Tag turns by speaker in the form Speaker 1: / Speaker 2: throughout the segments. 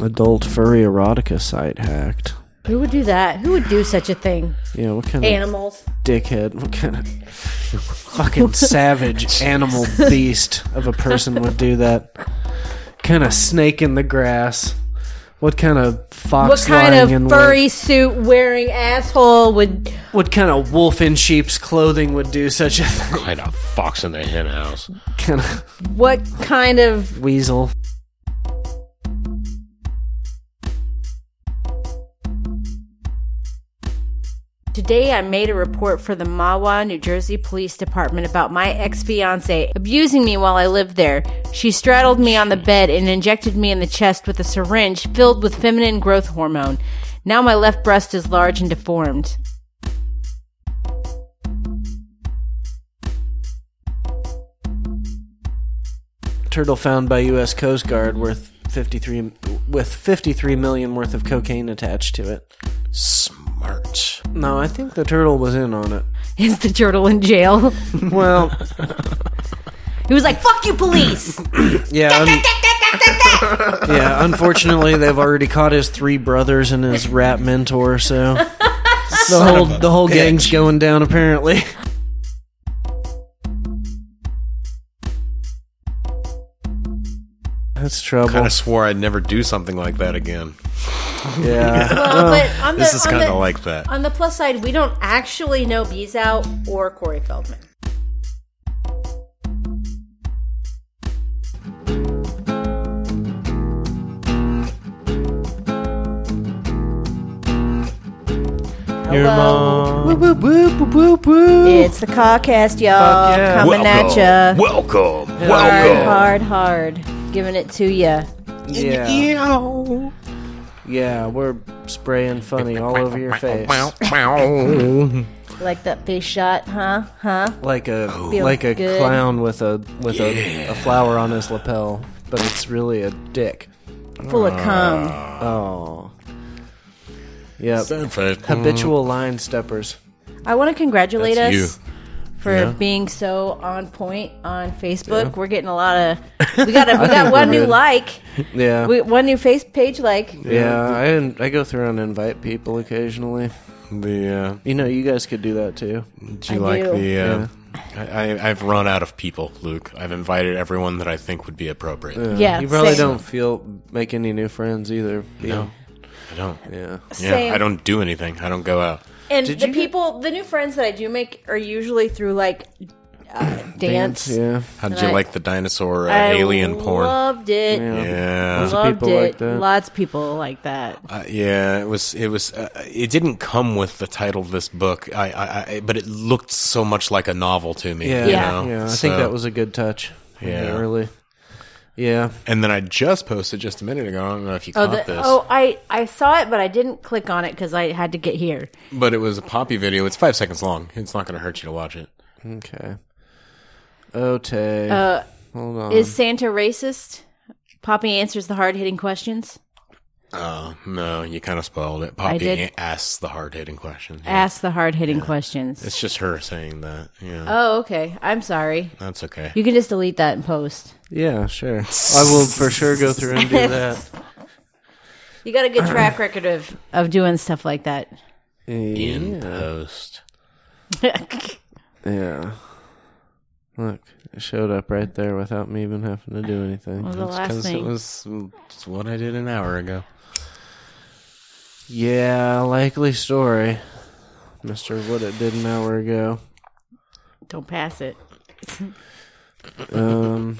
Speaker 1: adult furry erotica site hacked.
Speaker 2: Who would do that? Who would do such a thing?
Speaker 1: Yeah, what kind of
Speaker 2: Animals.
Speaker 1: dickhead? What kind of fucking savage animal beast of a person would do that? Kind of snake in the grass. What kind of
Speaker 2: What
Speaker 1: fox?
Speaker 2: kind
Speaker 1: lying in
Speaker 2: of
Speaker 1: wait?
Speaker 2: furry suit wearing asshole would
Speaker 1: What kind of wolf in sheep's clothing would do such a thing?
Speaker 3: Like a fox in the hen house.
Speaker 1: kind of
Speaker 2: what kind of
Speaker 1: weasel?
Speaker 2: Today I made a report for the Mawa, New Jersey Police Department about my ex-fiance abusing me while I lived there. She straddled me on the bed and injected me in the chest with a syringe filled with feminine growth hormone. Now my left breast is large and deformed.
Speaker 1: turtle found by U.S. Coast Guard worth 53 with 53 million worth of cocaine attached to it.
Speaker 3: Smart.
Speaker 1: No, I think the turtle was in on it.
Speaker 2: Is the turtle in jail?
Speaker 1: Well,
Speaker 2: He was like, "Fuck you, police!"
Speaker 1: yeah, un- yeah. Unfortunately, they've already caught his three brothers and his rap mentor, so the whole the whole gang's going down apparently. That's trouble.
Speaker 3: Kind of swore I'd never do something like that again.
Speaker 1: yeah.
Speaker 2: Well, but on the,
Speaker 3: This is
Speaker 2: on
Speaker 3: kind
Speaker 2: the-
Speaker 3: of like that.
Speaker 2: On the plus side, we don't actually know Bezout or Corey Feldman.
Speaker 1: Your
Speaker 2: Hello.
Speaker 1: mom. Woo, woo, woo, woo, woo, woo.
Speaker 2: It's the Cawcast, y'all.
Speaker 1: Fuck yeah.
Speaker 2: Coming at ya.
Speaker 3: Welcome.
Speaker 2: Hard,
Speaker 3: Welcome.
Speaker 2: hard, hard. Giving it to ya.
Speaker 1: Yeah. Yeah, we're spraying funny all over your face,
Speaker 2: Like that face shot, huh? Huh?
Speaker 1: like a
Speaker 2: Feels
Speaker 1: like a
Speaker 2: good.
Speaker 1: clown with a with a, a flower on his lapel, but it's really a dick.
Speaker 2: Full of cum.
Speaker 1: Oh, yep. Mm.
Speaker 3: Perfect.
Speaker 1: Habitual line steppers.
Speaker 2: I want to congratulate
Speaker 3: That's
Speaker 2: us for being so on point on Facebook. We're getting a lot of. We got a, we got
Speaker 1: think
Speaker 2: one
Speaker 1: we're
Speaker 2: new
Speaker 1: good.
Speaker 2: like,
Speaker 1: Yeah,
Speaker 2: we, one new face page like.
Speaker 1: yeah. I in- I go through and invite people occasionally.
Speaker 3: The uh,
Speaker 1: You know, you guys could do that too.
Speaker 3: do you
Speaker 2: I
Speaker 3: like
Speaker 2: do.
Speaker 3: the? Uh, I, I, I've run out of people, Luke. I've invited everyone that I think would be appropriate.
Speaker 2: Yeah,
Speaker 1: you probably
Speaker 2: same.
Speaker 1: don't feel make any new friends either.
Speaker 3: No, I don't.
Speaker 1: Yeah.
Speaker 3: Yeah,
Speaker 2: Same.
Speaker 3: I don't do anything. I don't go out.
Speaker 2: And
Speaker 1: Did
Speaker 2: the
Speaker 1: you get-
Speaker 2: people, the new friends that I do make are usually through like uh, dance.
Speaker 1: Yeah.
Speaker 3: How did
Speaker 2: And
Speaker 3: you
Speaker 2: I-
Speaker 3: like the dinosaur uh,
Speaker 2: I
Speaker 3: alien porn?
Speaker 2: Loved it.
Speaker 3: Yeah,
Speaker 1: Lots of
Speaker 2: Loved
Speaker 1: people
Speaker 2: it.
Speaker 1: like that.
Speaker 2: Lots of people like that.
Speaker 3: Uh, yeah. It was. It was. Uh, it didn't come with the title of this book. I, I, I. But it looked so much like a novel to me.
Speaker 1: Yeah,
Speaker 3: you
Speaker 2: Yeah.
Speaker 3: know?
Speaker 1: yeah. I
Speaker 3: So-
Speaker 1: think that was a good touch.
Speaker 3: Yeah.
Speaker 1: early. Yeah,
Speaker 3: And then I just posted just a minute ago. I don't know if you
Speaker 2: Oh,
Speaker 3: caught
Speaker 2: the,
Speaker 3: this,
Speaker 2: oh, I I saw it, but I didn't click on it because I had to get here.
Speaker 3: but it was a poppy video. It's five seconds long. It's not going to hurt you to watch it.
Speaker 1: Okay. Okay.
Speaker 2: Uh,
Speaker 1: Hold on.
Speaker 2: Is Santa racist? Poppy answers the hard hitting questions.
Speaker 3: Oh no, you kind of spoiled it. Poppy
Speaker 2: did.
Speaker 3: a- asks the hard hitting question. Yeah.
Speaker 2: Ask the hard hitting questions.
Speaker 3: It's just her saying that. Yeah,
Speaker 2: Oh, okay. I'm sorry.
Speaker 3: that's okay.
Speaker 2: You can just delete that and post.
Speaker 1: yeah, sure. I will for sure go through and do that.
Speaker 2: You got a good track record of of doing stuff like that.
Speaker 3: In post.
Speaker 1: Yeah. Look, it showed up right there without me even having to do anything.
Speaker 2: was the last
Speaker 3: Because it
Speaker 2: thing.
Speaker 3: was mm, it's what I did an hour ago.
Speaker 1: Yeah, likely story. Mr. What It Did an Hour Ago.
Speaker 2: Don't pass it.
Speaker 1: Um,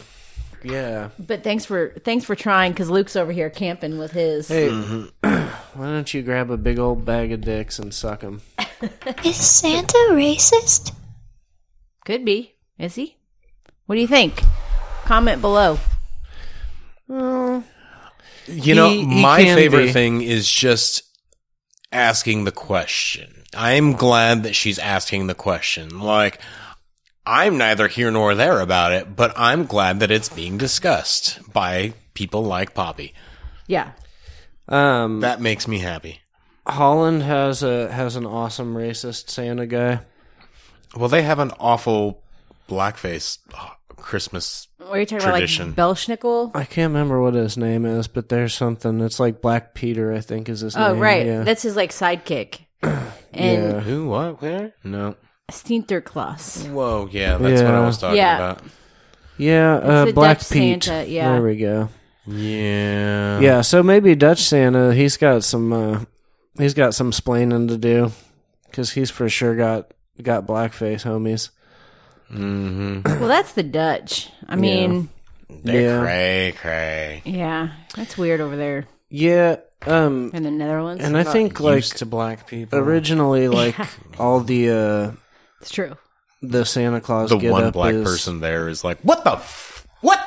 Speaker 1: yeah.
Speaker 2: But thanks for thanks for trying because Luke's over here camping with his.
Speaker 1: Hey,
Speaker 2: Mm-hmm.
Speaker 1: why don't you grab a big old bag of dicks and suck them?
Speaker 4: Is Santa racist?
Speaker 2: Could be. Is he? What do you think? Comment below.
Speaker 3: You know,
Speaker 1: He- he
Speaker 3: my
Speaker 1: can
Speaker 3: favorite
Speaker 1: be.
Speaker 3: thing is just asking the question. I'm glad that she's asking the question. Like, I'm neither here nor there about it, but I'm glad that it's being discussed by people like Poppy.
Speaker 2: Yeah.
Speaker 1: Um,
Speaker 3: That makes me happy.
Speaker 1: Holland has a has an awesome racist Santa guy.
Speaker 3: Well, they have an awful blackface uh, Christmas
Speaker 2: What are you talking
Speaker 3: Tradition.
Speaker 2: about? Like Belschnickel?
Speaker 1: I can't remember what his name is, but there's something. It's like Black Peter, I think, is his
Speaker 2: Oh,
Speaker 1: name.
Speaker 2: right.
Speaker 1: Yeah.
Speaker 2: That's his like sidekick. and
Speaker 1: Yeah.
Speaker 3: Who? What? Where? No.
Speaker 2: Steenterklaas.
Speaker 3: Whoa. Yeah, that's what I
Speaker 1: Yeah.
Speaker 3: was talking
Speaker 2: Yeah.
Speaker 3: about.
Speaker 1: Yeah,
Speaker 2: the
Speaker 1: uh, Black
Speaker 2: Dutch
Speaker 1: Pete.
Speaker 2: Santa, yeah.
Speaker 1: There we go.
Speaker 3: Yeah.
Speaker 1: Yeah, so maybe Dutch Santa. He's got some. Uh, he's got some splaining to do, because he's for sure got got blackface, homies.
Speaker 2: well, that's the Dutch. I mean,
Speaker 3: They're
Speaker 1: Yeah.
Speaker 3: cray cray.
Speaker 2: yeah. that's weird over there
Speaker 1: Yeah. Um.
Speaker 2: in the Netherlands.
Speaker 1: And I think like
Speaker 3: Used to black people.
Speaker 1: originally, like all the uh
Speaker 2: it's true.
Speaker 1: the Santa Claus
Speaker 3: the
Speaker 1: get
Speaker 3: one
Speaker 1: up
Speaker 3: black
Speaker 1: is,
Speaker 3: person there is like, what the? F- what?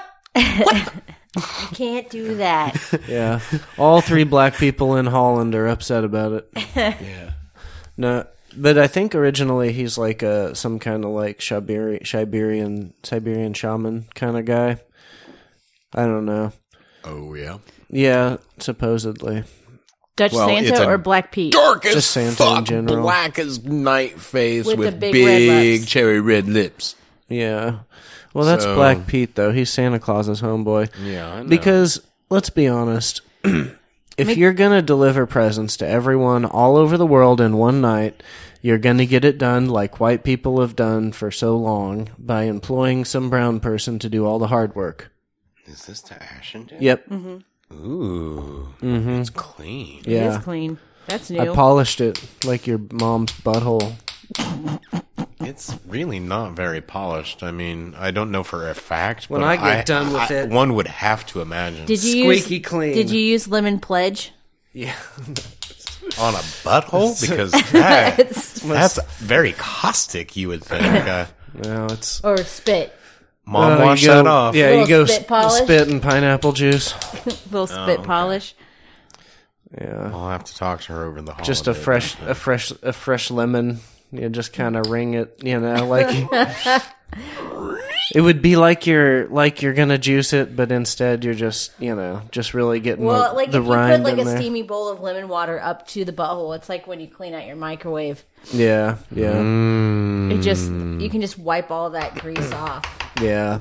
Speaker 2: You can't do that.
Speaker 1: Yeah. All three black people in Holland are upset about it. yeah. No, but I think originally he's like a some kind of like Siberian Siberian Siberian shaman kind of guy. I don't know.
Speaker 3: Oh yeah.
Speaker 1: Yeah, supposedly.
Speaker 2: Dutch
Speaker 3: Well, it's
Speaker 2: Santa
Speaker 3: a
Speaker 2: or Black Pete?
Speaker 3: Dark as
Speaker 1: Just Santa
Speaker 3: fuck,
Speaker 1: in general.
Speaker 3: black as night face
Speaker 2: With
Speaker 3: with,
Speaker 2: the big
Speaker 3: big,
Speaker 2: red lips.
Speaker 3: cherry red lips.
Speaker 1: Yeah. Well, that's
Speaker 3: So-
Speaker 1: Black Pete though. He's Santa Claus's homeboy.
Speaker 3: Yeah, I know.
Speaker 1: Because let's be honest, if you're gonna deliver presents to everyone all over the world in one night, you're gonna get it done like white people have done for so long by employing some brown person to do all the hard work.
Speaker 3: is this to Ashenden?
Speaker 1: Yep.
Speaker 2: Mm-hmm.
Speaker 3: Ooh, it's clean.
Speaker 1: Mm-hmm. Yeah.
Speaker 2: It's clean. That's
Speaker 1: I
Speaker 2: new.
Speaker 1: polished it like your mom's butthole.
Speaker 3: It's really not very polished. I mean, I don't know for a fact.
Speaker 1: When
Speaker 3: but
Speaker 1: I get done with it-
Speaker 3: one would have to imagine
Speaker 2: did you
Speaker 1: Squeaky
Speaker 2: use,
Speaker 1: clean.
Speaker 2: Did you use Lemon Pledge?
Speaker 1: Yeah.
Speaker 3: on a butthole because that, that's very caustic. You would think. Uh,
Speaker 1: No, it's
Speaker 2: Or spit?
Speaker 3: Mom,
Speaker 1: Oh, you
Speaker 3: wash
Speaker 1: go-
Speaker 3: that off.
Speaker 1: Yeah, you
Speaker 2: Little
Speaker 1: go
Speaker 2: spit
Speaker 1: spit,
Speaker 2: polish?
Speaker 1: spit and pineapple juice.
Speaker 2: Little
Speaker 3: Oh,
Speaker 2: spit polish.
Speaker 1: Yeah.
Speaker 3: I'll have to talk to her over the holiday.
Speaker 1: Just a fresh a fresh a fresh lemon. You know, just kind of ring it, you know, like It would be like you're like you're gonna juice it, but instead you're just you know just really getting
Speaker 2: Well,
Speaker 1: the,
Speaker 2: like
Speaker 1: the
Speaker 2: if you
Speaker 1: rind
Speaker 2: put like
Speaker 1: in
Speaker 2: a
Speaker 1: there.
Speaker 2: steamy bowl of lemon water up to the butthole, it's like when you clean out your microwave.
Speaker 1: yeah, yeah,
Speaker 3: Mm-hmm.
Speaker 1: Mm.
Speaker 2: It just you can just wipe all that grease off,
Speaker 1: yeah.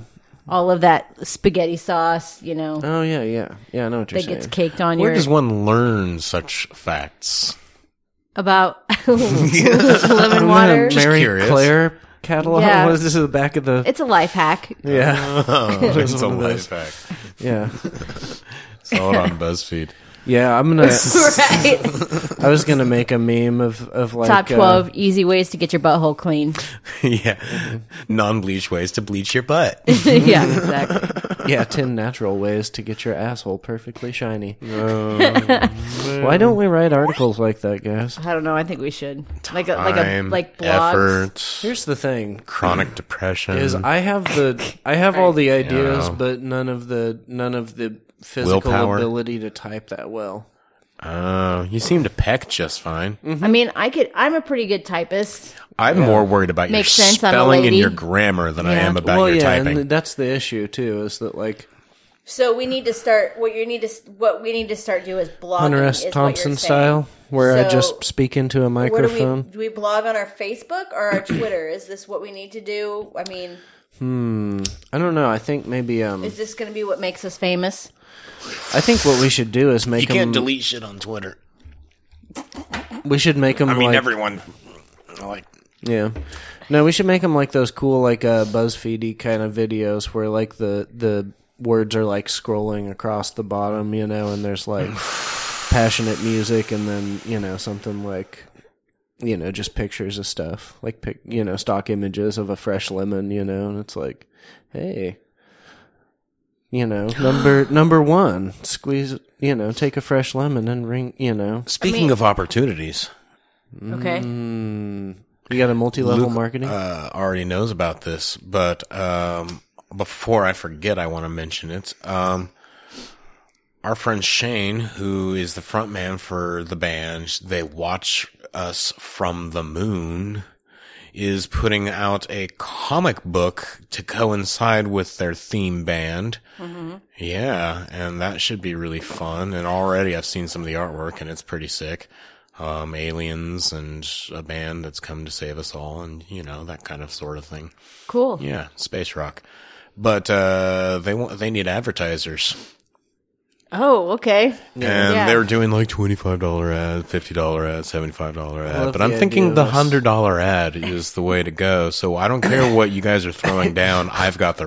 Speaker 2: all of that spaghetti sauce, you know,
Speaker 1: Oh yeah, yeah, yeah. I know what you're
Speaker 2: that gets
Speaker 1: saying.
Speaker 2: caked on
Speaker 3: Where
Speaker 2: your
Speaker 3: does one learn such facts?
Speaker 2: about lemon water.
Speaker 1: Just Mary
Speaker 3: curious.
Speaker 1: Claire catalog.
Speaker 2: Yeah.
Speaker 1: What is this? Is the back of the
Speaker 2: It's a life hack.
Speaker 1: yeah,
Speaker 3: it's a
Speaker 1: one of
Speaker 3: life
Speaker 1: those.
Speaker 3: hack.
Speaker 1: yeah,
Speaker 3: Saw it on BuzzFeed.
Speaker 1: yeah. I'm gonna.
Speaker 2: right.
Speaker 1: I was gonna make a meme of of like
Speaker 2: Top
Speaker 1: uh,
Speaker 2: 12 easy ways to get your butthole clean.
Speaker 3: yeah, non-bleach ways to bleach your butt.
Speaker 2: yeah, exactly.
Speaker 1: yeah, ten natural ways to get your asshole perfectly shiny. Oh, Why don't we write articles like that, guys?
Speaker 2: I don't know. I think we should. Like a, like a
Speaker 3: Time,
Speaker 2: like blogs.
Speaker 3: effort,
Speaker 1: Here's the thing.
Speaker 3: chronic depression,
Speaker 1: is I have the I have all the ideas,
Speaker 3: Yeah.
Speaker 1: but none of the none of the physical
Speaker 3: Willpower.
Speaker 1: ability to type that well.
Speaker 3: Oh, you seem to peck just fine.
Speaker 2: I mean, I could I'm a pretty good typist.
Speaker 3: Hmm. I'm more worried about
Speaker 2: Makes
Speaker 3: your
Speaker 2: sense, I'm a
Speaker 3: spelling and
Speaker 2: lady.
Speaker 3: your grammar than I
Speaker 2: Yeah.
Speaker 3: am about
Speaker 1: well,
Speaker 3: your
Speaker 1: yeah,
Speaker 3: typing.
Speaker 1: and that's the issue too. Is that like
Speaker 2: So we need to start what you need to what we need to start do is blogging
Speaker 1: Hunter
Speaker 2: is what
Speaker 1: S.
Speaker 2: you're
Speaker 1: Thompson
Speaker 2: saying.
Speaker 1: style, where I
Speaker 2: So,
Speaker 1: just speak into a
Speaker 2: Where do we
Speaker 1: microphone?
Speaker 2: do we blog on our Facebook or our Twitter? Is this what we need to do? I mean,
Speaker 1: I don't know. I think maybe um,
Speaker 2: is this going to be what makes us famous?
Speaker 1: I think what we should do is make them.
Speaker 3: delete shit on Twitter.
Speaker 1: we should make them.
Speaker 3: I mean,
Speaker 1: like,
Speaker 3: everyone like
Speaker 1: Yeah. No, we should make them like those cool like uh, BuzzFeedy kind of videos where like the the words are like scrolling across the bottom, you know, and there's like passionate music and then, you know, something like you know, just pictures of stuff, like pic, you know, stock images of a fresh lemon, you know, and it's like, hey, you know, number number 1, squeeze, you know, take a fresh lemon and ring, you know.
Speaker 3: speaking of opportunities,
Speaker 2: Okay.
Speaker 1: You got a multi-level
Speaker 3: Luke,
Speaker 1: marketing?
Speaker 3: uh, already knows about this, but um, before I forget, I want to mention it. Um, our friend Shane, who is the front man for the band, they watch us from the moon, is putting out a comic book to coincide with their theme band. Yeah, and that should be really fun. And already I've seen some of the artwork, and it's pretty sick. Um, aliens and a band that's come to save us all, and you know that kind of sort of thing.
Speaker 2: Cool.
Speaker 3: Yeah, space rock. but uh, they want they need advertisers,
Speaker 2: Oh, okay.
Speaker 3: and
Speaker 2: Yeah.
Speaker 3: they're doing like twenty five dollar ad, fifty dollar ad, seventy five dollar ad.
Speaker 1: love
Speaker 3: But I'm
Speaker 1: the idea
Speaker 3: thinking
Speaker 1: of
Speaker 3: the
Speaker 1: this.
Speaker 3: hundred dollar ad is the way to go. So I don't care what you guys are throwing down. I've got the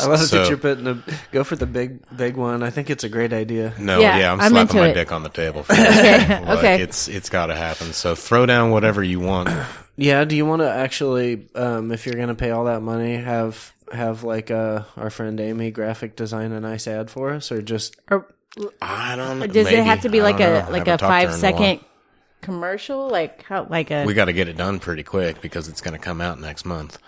Speaker 1: I love
Speaker 3: so,
Speaker 1: that you're putting a go for the big big one. I think it's a great idea.
Speaker 3: No,
Speaker 2: Yeah,
Speaker 3: yeah, I'm,
Speaker 2: I'm
Speaker 3: slapping
Speaker 2: into
Speaker 3: my
Speaker 2: it.
Speaker 3: dick on the table. For okay,
Speaker 2: okay.
Speaker 3: It's it's got to happen. So throw down whatever you want.
Speaker 1: Yeah, do you want to actually, um, if you're gonna pay all that money, have have like uh, our friend Amy graphic design a nice ad for us, or just
Speaker 2: Or
Speaker 3: I don't. know.
Speaker 2: does it have to be like a like a five
Speaker 3: second?
Speaker 2: second commercial? Like how like a
Speaker 3: We got to get it done pretty quick because it's going to come out next month.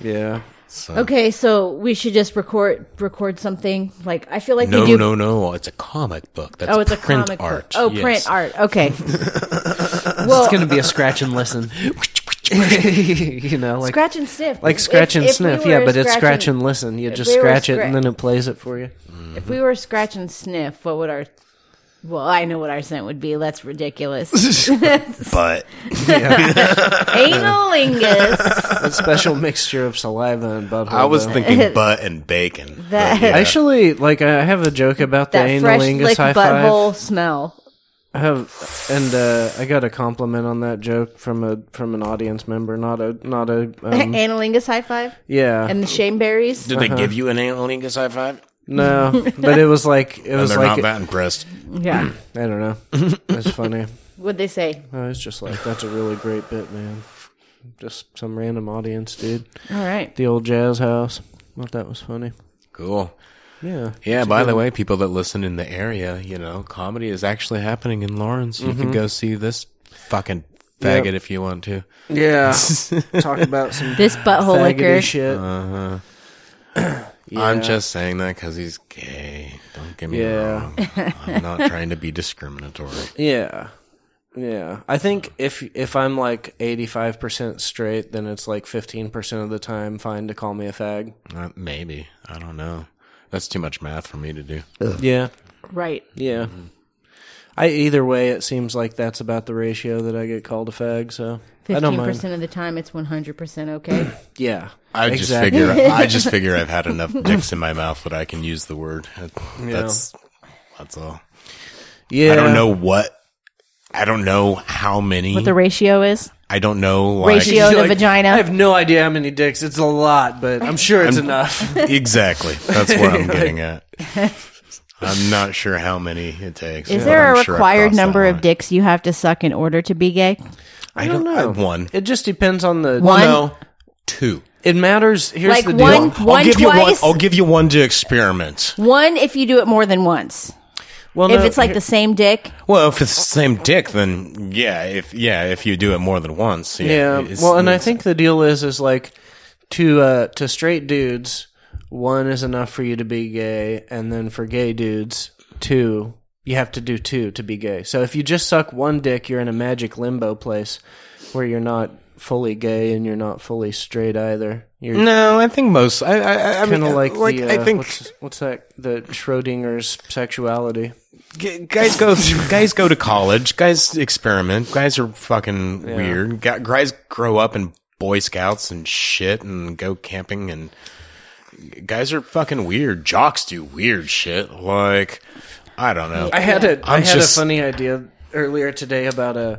Speaker 1: yeah,
Speaker 3: So.
Speaker 2: Okay, so we should just record record something. Like I feel like
Speaker 3: No,
Speaker 2: they do.
Speaker 3: no, no! It's a comic book. That's
Speaker 2: oh, it's a
Speaker 3: print
Speaker 2: comic book.
Speaker 3: art.
Speaker 2: Oh,
Speaker 3: Yes.
Speaker 2: print art. Okay. well,
Speaker 1: it's gonna be a scratch and listen. you know, like
Speaker 2: scratch and sniff.
Speaker 1: like
Speaker 2: If-
Speaker 1: scratch and
Speaker 2: if we
Speaker 1: sniff.
Speaker 2: were
Speaker 1: yeah, but it's
Speaker 2: scratching-
Speaker 1: scratch and listen. You just
Speaker 2: we were
Speaker 1: scratch it
Speaker 2: scra-
Speaker 1: and then it plays it for you.
Speaker 2: If we were scratch and sniff, what would our well, I know what our scent would be. That's ridiculous.
Speaker 3: But
Speaker 2: Analingus.
Speaker 1: A special mixture of saliva and butthole.
Speaker 3: I was
Speaker 1: though.
Speaker 3: thinking butt and bacon.
Speaker 2: That-
Speaker 3: But yeah.
Speaker 1: Actually, like I have a joke about the
Speaker 2: that fresh
Speaker 1: analingus
Speaker 2: lick
Speaker 1: high five.
Speaker 2: butthole smell.
Speaker 1: I have, and uh, I got a compliment on that joke from a from an audience member, not a not a um,
Speaker 2: Analingus high five
Speaker 1: yeah,
Speaker 2: and the shame berries.
Speaker 3: did
Speaker 1: uh-huh.
Speaker 3: they give you an analingus high five?
Speaker 1: no, but it was like it
Speaker 3: And
Speaker 1: was
Speaker 3: they're
Speaker 1: like
Speaker 3: not that impressed.
Speaker 2: Yeah.
Speaker 1: I don't know, it's funny.
Speaker 2: What'd they say?
Speaker 1: I was just like, that's a really great bit, man. Just some random audience, dude.
Speaker 2: All right.
Speaker 1: The old jazz house. Thought that was funny.
Speaker 3: Cool.
Speaker 1: Yeah,
Speaker 3: Yeah. By the way, people that listen in the area, you know, comedy is actually happening in Lawrence. You
Speaker 1: Mm-hmm.
Speaker 3: can go see this fucking faggot if you want to.
Speaker 1: yeah. Talk about some
Speaker 2: This butthole
Speaker 1: faggoty
Speaker 2: liquor.
Speaker 1: shit.
Speaker 3: Uh, I'm
Speaker 1: Uh-huh. Yeah.
Speaker 3: just saying that because he's gay. Don't get me
Speaker 1: Yeah.
Speaker 3: wrong. I'm not trying to be discriminatory.
Speaker 1: Yeah. Yeah. I think if if I'm like 85% straight, then it's like 15% of the time fine to call me a fag.
Speaker 3: Uh, maybe I don't know. That's too much math for me to do.
Speaker 1: Yeah.
Speaker 2: Right.
Speaker 1: Yeah.
Speaker 3: Mm-hmm.
Speaker 1: I either way it seems like that's about the ratio that I get called a fag, so I don't
Speaker 2: Fifteen
Speaker 1: mind.
Speaker 2: percent of the time, it's one hundred percent okay.
Speaker 1: Yeah.
Speaker 3: I
Speaker 1: Exactly.
Speaker 3: just figure I just figure I've had enough dicks in my mouth that I can use the word. Uh, That's that's all.
Speaker 1: Yeah.
Speaker 3: I don't know what. I don't know how many.
Speaker 2: what the ratio is?
Speaker 3: I don't know like
Speaker 2: Ratio to
Speaker 1: Like,
Speaker 2: vagina.
Speaker 1: I have no idea how many dicks. It's a lot, but I'm sure it's
Speaker 3: I'm-
Speaker 1: enough.
Speaker 3: exactly. That's what I'm getting at. I'm not sure how many it takes.
Speaker 2: is
Speaker 3: but
Speaker 2: there
Speaker 3: I'm
Speaker 2: a
Speaker 3: sure I've
Speaker 2: required
Speaker 3: crossed that
Speaker 2: number of
Speaker 3: line.
Speaker 2: dicks you have to suck in order to be gay?
Speaker 3: I don't know. one,
Speaker 1: It just depends on the
Speaker 2: One?
Speaker 3: no, two.
Speaker 1: It matters. Here's
Speaker 2: Like
Speaker 1: the deal.
Speaker 2: one,
Speaker 3: I'll
Speaker 2: one
Speaker 3: give
Speaker 2: twice.
Speaker 3: you one. I'll give you one to experiment.
Speaker 2: one if you do it more than once.
Speaker 1: Well,
Speaker 2: If
Speaker 1: no,
Speaker 2: it's like the same dick,
Speaker 3: Well, if it's the same dick, then yeah. If yeah, if you do it more than once,
Speaker 1: Yeah.
Speaker 3: yeah. it's-
Speaker 1: well, and I
Speaker 3: it's-
Speaker 1: think the deal is is like to uh to straight dudes, one is enough for you to be gay, and then for gay dudes, two you have to do two to be gay. So if you just suck one dick, you're in a magic limbo place where you're not fully gay and you're not fully straight either. You're
Speaker 3: No, I think most. I, I, Mm, I- I mean,
Speaker 1: kind of like,
Speaker 3: like,
Speaker 1: the uh,
Speaker 3: I think
Speaker 1: what's, what's that the Schrodinger's sexuality.
Speaker 3: g- guys go guys go to college. Guys experiment. Guys are fucking weird. Gu- Guys grow up in Boy Scouts and shit, and go camping. And guys are fucking weird. Jocks do weird shit. Like I don't know.
Speaker 1: I had a I
Speaker 3: I'm
Speaker 1: had
Speaker 3: just-
Speaker 1: a funny idea earlier today about a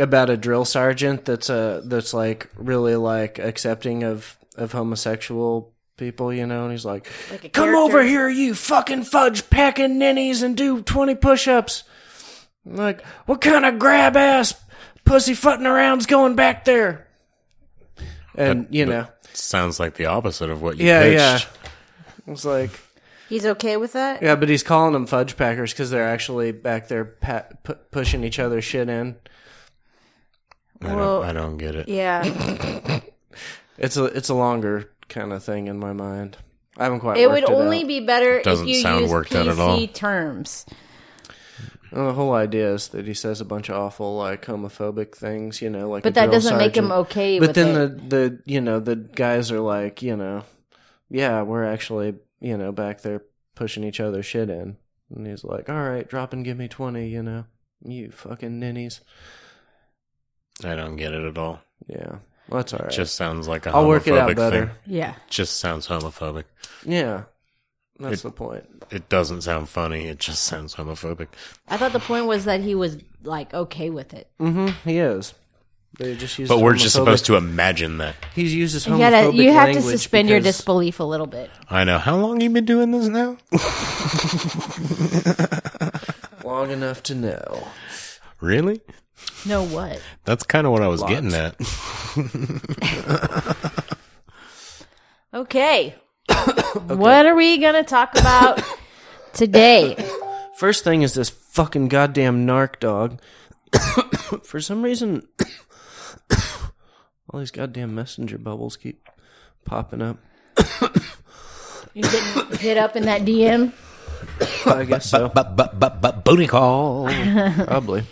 Speaker 1: about a drill sergeant that's uh that's like really like accepting of of homosexual people, you know, and he's like, "Come over here, you fucking fudge packing ninnies, and do twenty push-ups." I'm like, what kind of grab ass pussy footing around's going back there? And you know,
Speaker 3: Sounds like the opposite of what you
Speaker 1: yeah, yeah.
Speaker 3: pitched.
Speaker 1: I was like,
Speaker 2: he's okay with that.
Speaker 1: yeah, but he's calling them fudge packers because they're actually back there pa- pu- pushing each other shit in.
Speaker 3: I,
Speaker 2: Well,
Speaker 3: don't, I don't get it.
Speaker 2: Yeah,
Speaker 1: It's a it's a longer kind of thing in my mind. I haven't quite.
Speaker 2: it
Speaker 1: worked
Speaker 2: would only
Speaker 1: out.
Speaker 2: be better if
Speaker 3: Doesn't
Speaker 2: you
Speaker 3: sound
Speaker 2: use
Speaker 3: worked
Speaker 2: PC
Speaker 3: out at all.
Speaker 2: terms.
Speaker 1: Well, the whole idea is that he says a bunch of awful like homophobic things, you know, like.
Speaker 2: But
Speaker 1: a
Speaker 2: that
Speaker 1: drill
Speaker 2: doesn't make him
Speaker 1: sergeant.
Speaker 2: okay
Speaker 1: But
Speaker 2: with
Speaker 1: then
Speaker 2: it.
Speaker 1: the the you know the guys are like you know, yeah, we're actually you know back there pushing each other shit in, and he's like, all right, drop and give me twenty, you know, you fucking ninnies.
Speaker 3: I don't get it at all.
Speaker 1: Yeah, Well, that's all right.
Speaker 3: Just sounds like a homophobic
Speaker 1: I'll work it out better.
Speaker 3: thing.
Speaker 2: Yeah.
Speaker 3: Just sounds homophobic.
Speaker 1: Yeah, that's the point.
Speaker 3: It doesn't sound funny. It just sounds homophobic.
Speaker 2: I thought the point was that he was like okay with it.
Speaker 1: Mm-hmm. He is. They just use
Speaker 3: But we're just supposed to imagine that.
Speaker 1: He uses homophobic
Speaker 2: You gotta, you have to
Speaker 1: language
Speaker 2: suspend your
Speaker 1: because-
Speaker 2: disbelief a little bit.
Speaker 3: I know. How long you been doing this now?
Speaker 1: long enough to know.
Speaker 3: really?
Speaker 2: No, what?
Speaker 3: That's kind of what I was getting at.
Speaker 2: Okay. What are we gonna talk about today?
Speaker 1: First thing is this fucking goddamn narc dog. For some reason, all these goddamn messenger bubbles keep popping up.
Speaker 2: You didn't hit up in that DM.
Speaker 1: I guess so.
Speaker 3: But but but but booty call.
Speaker 1: Probably.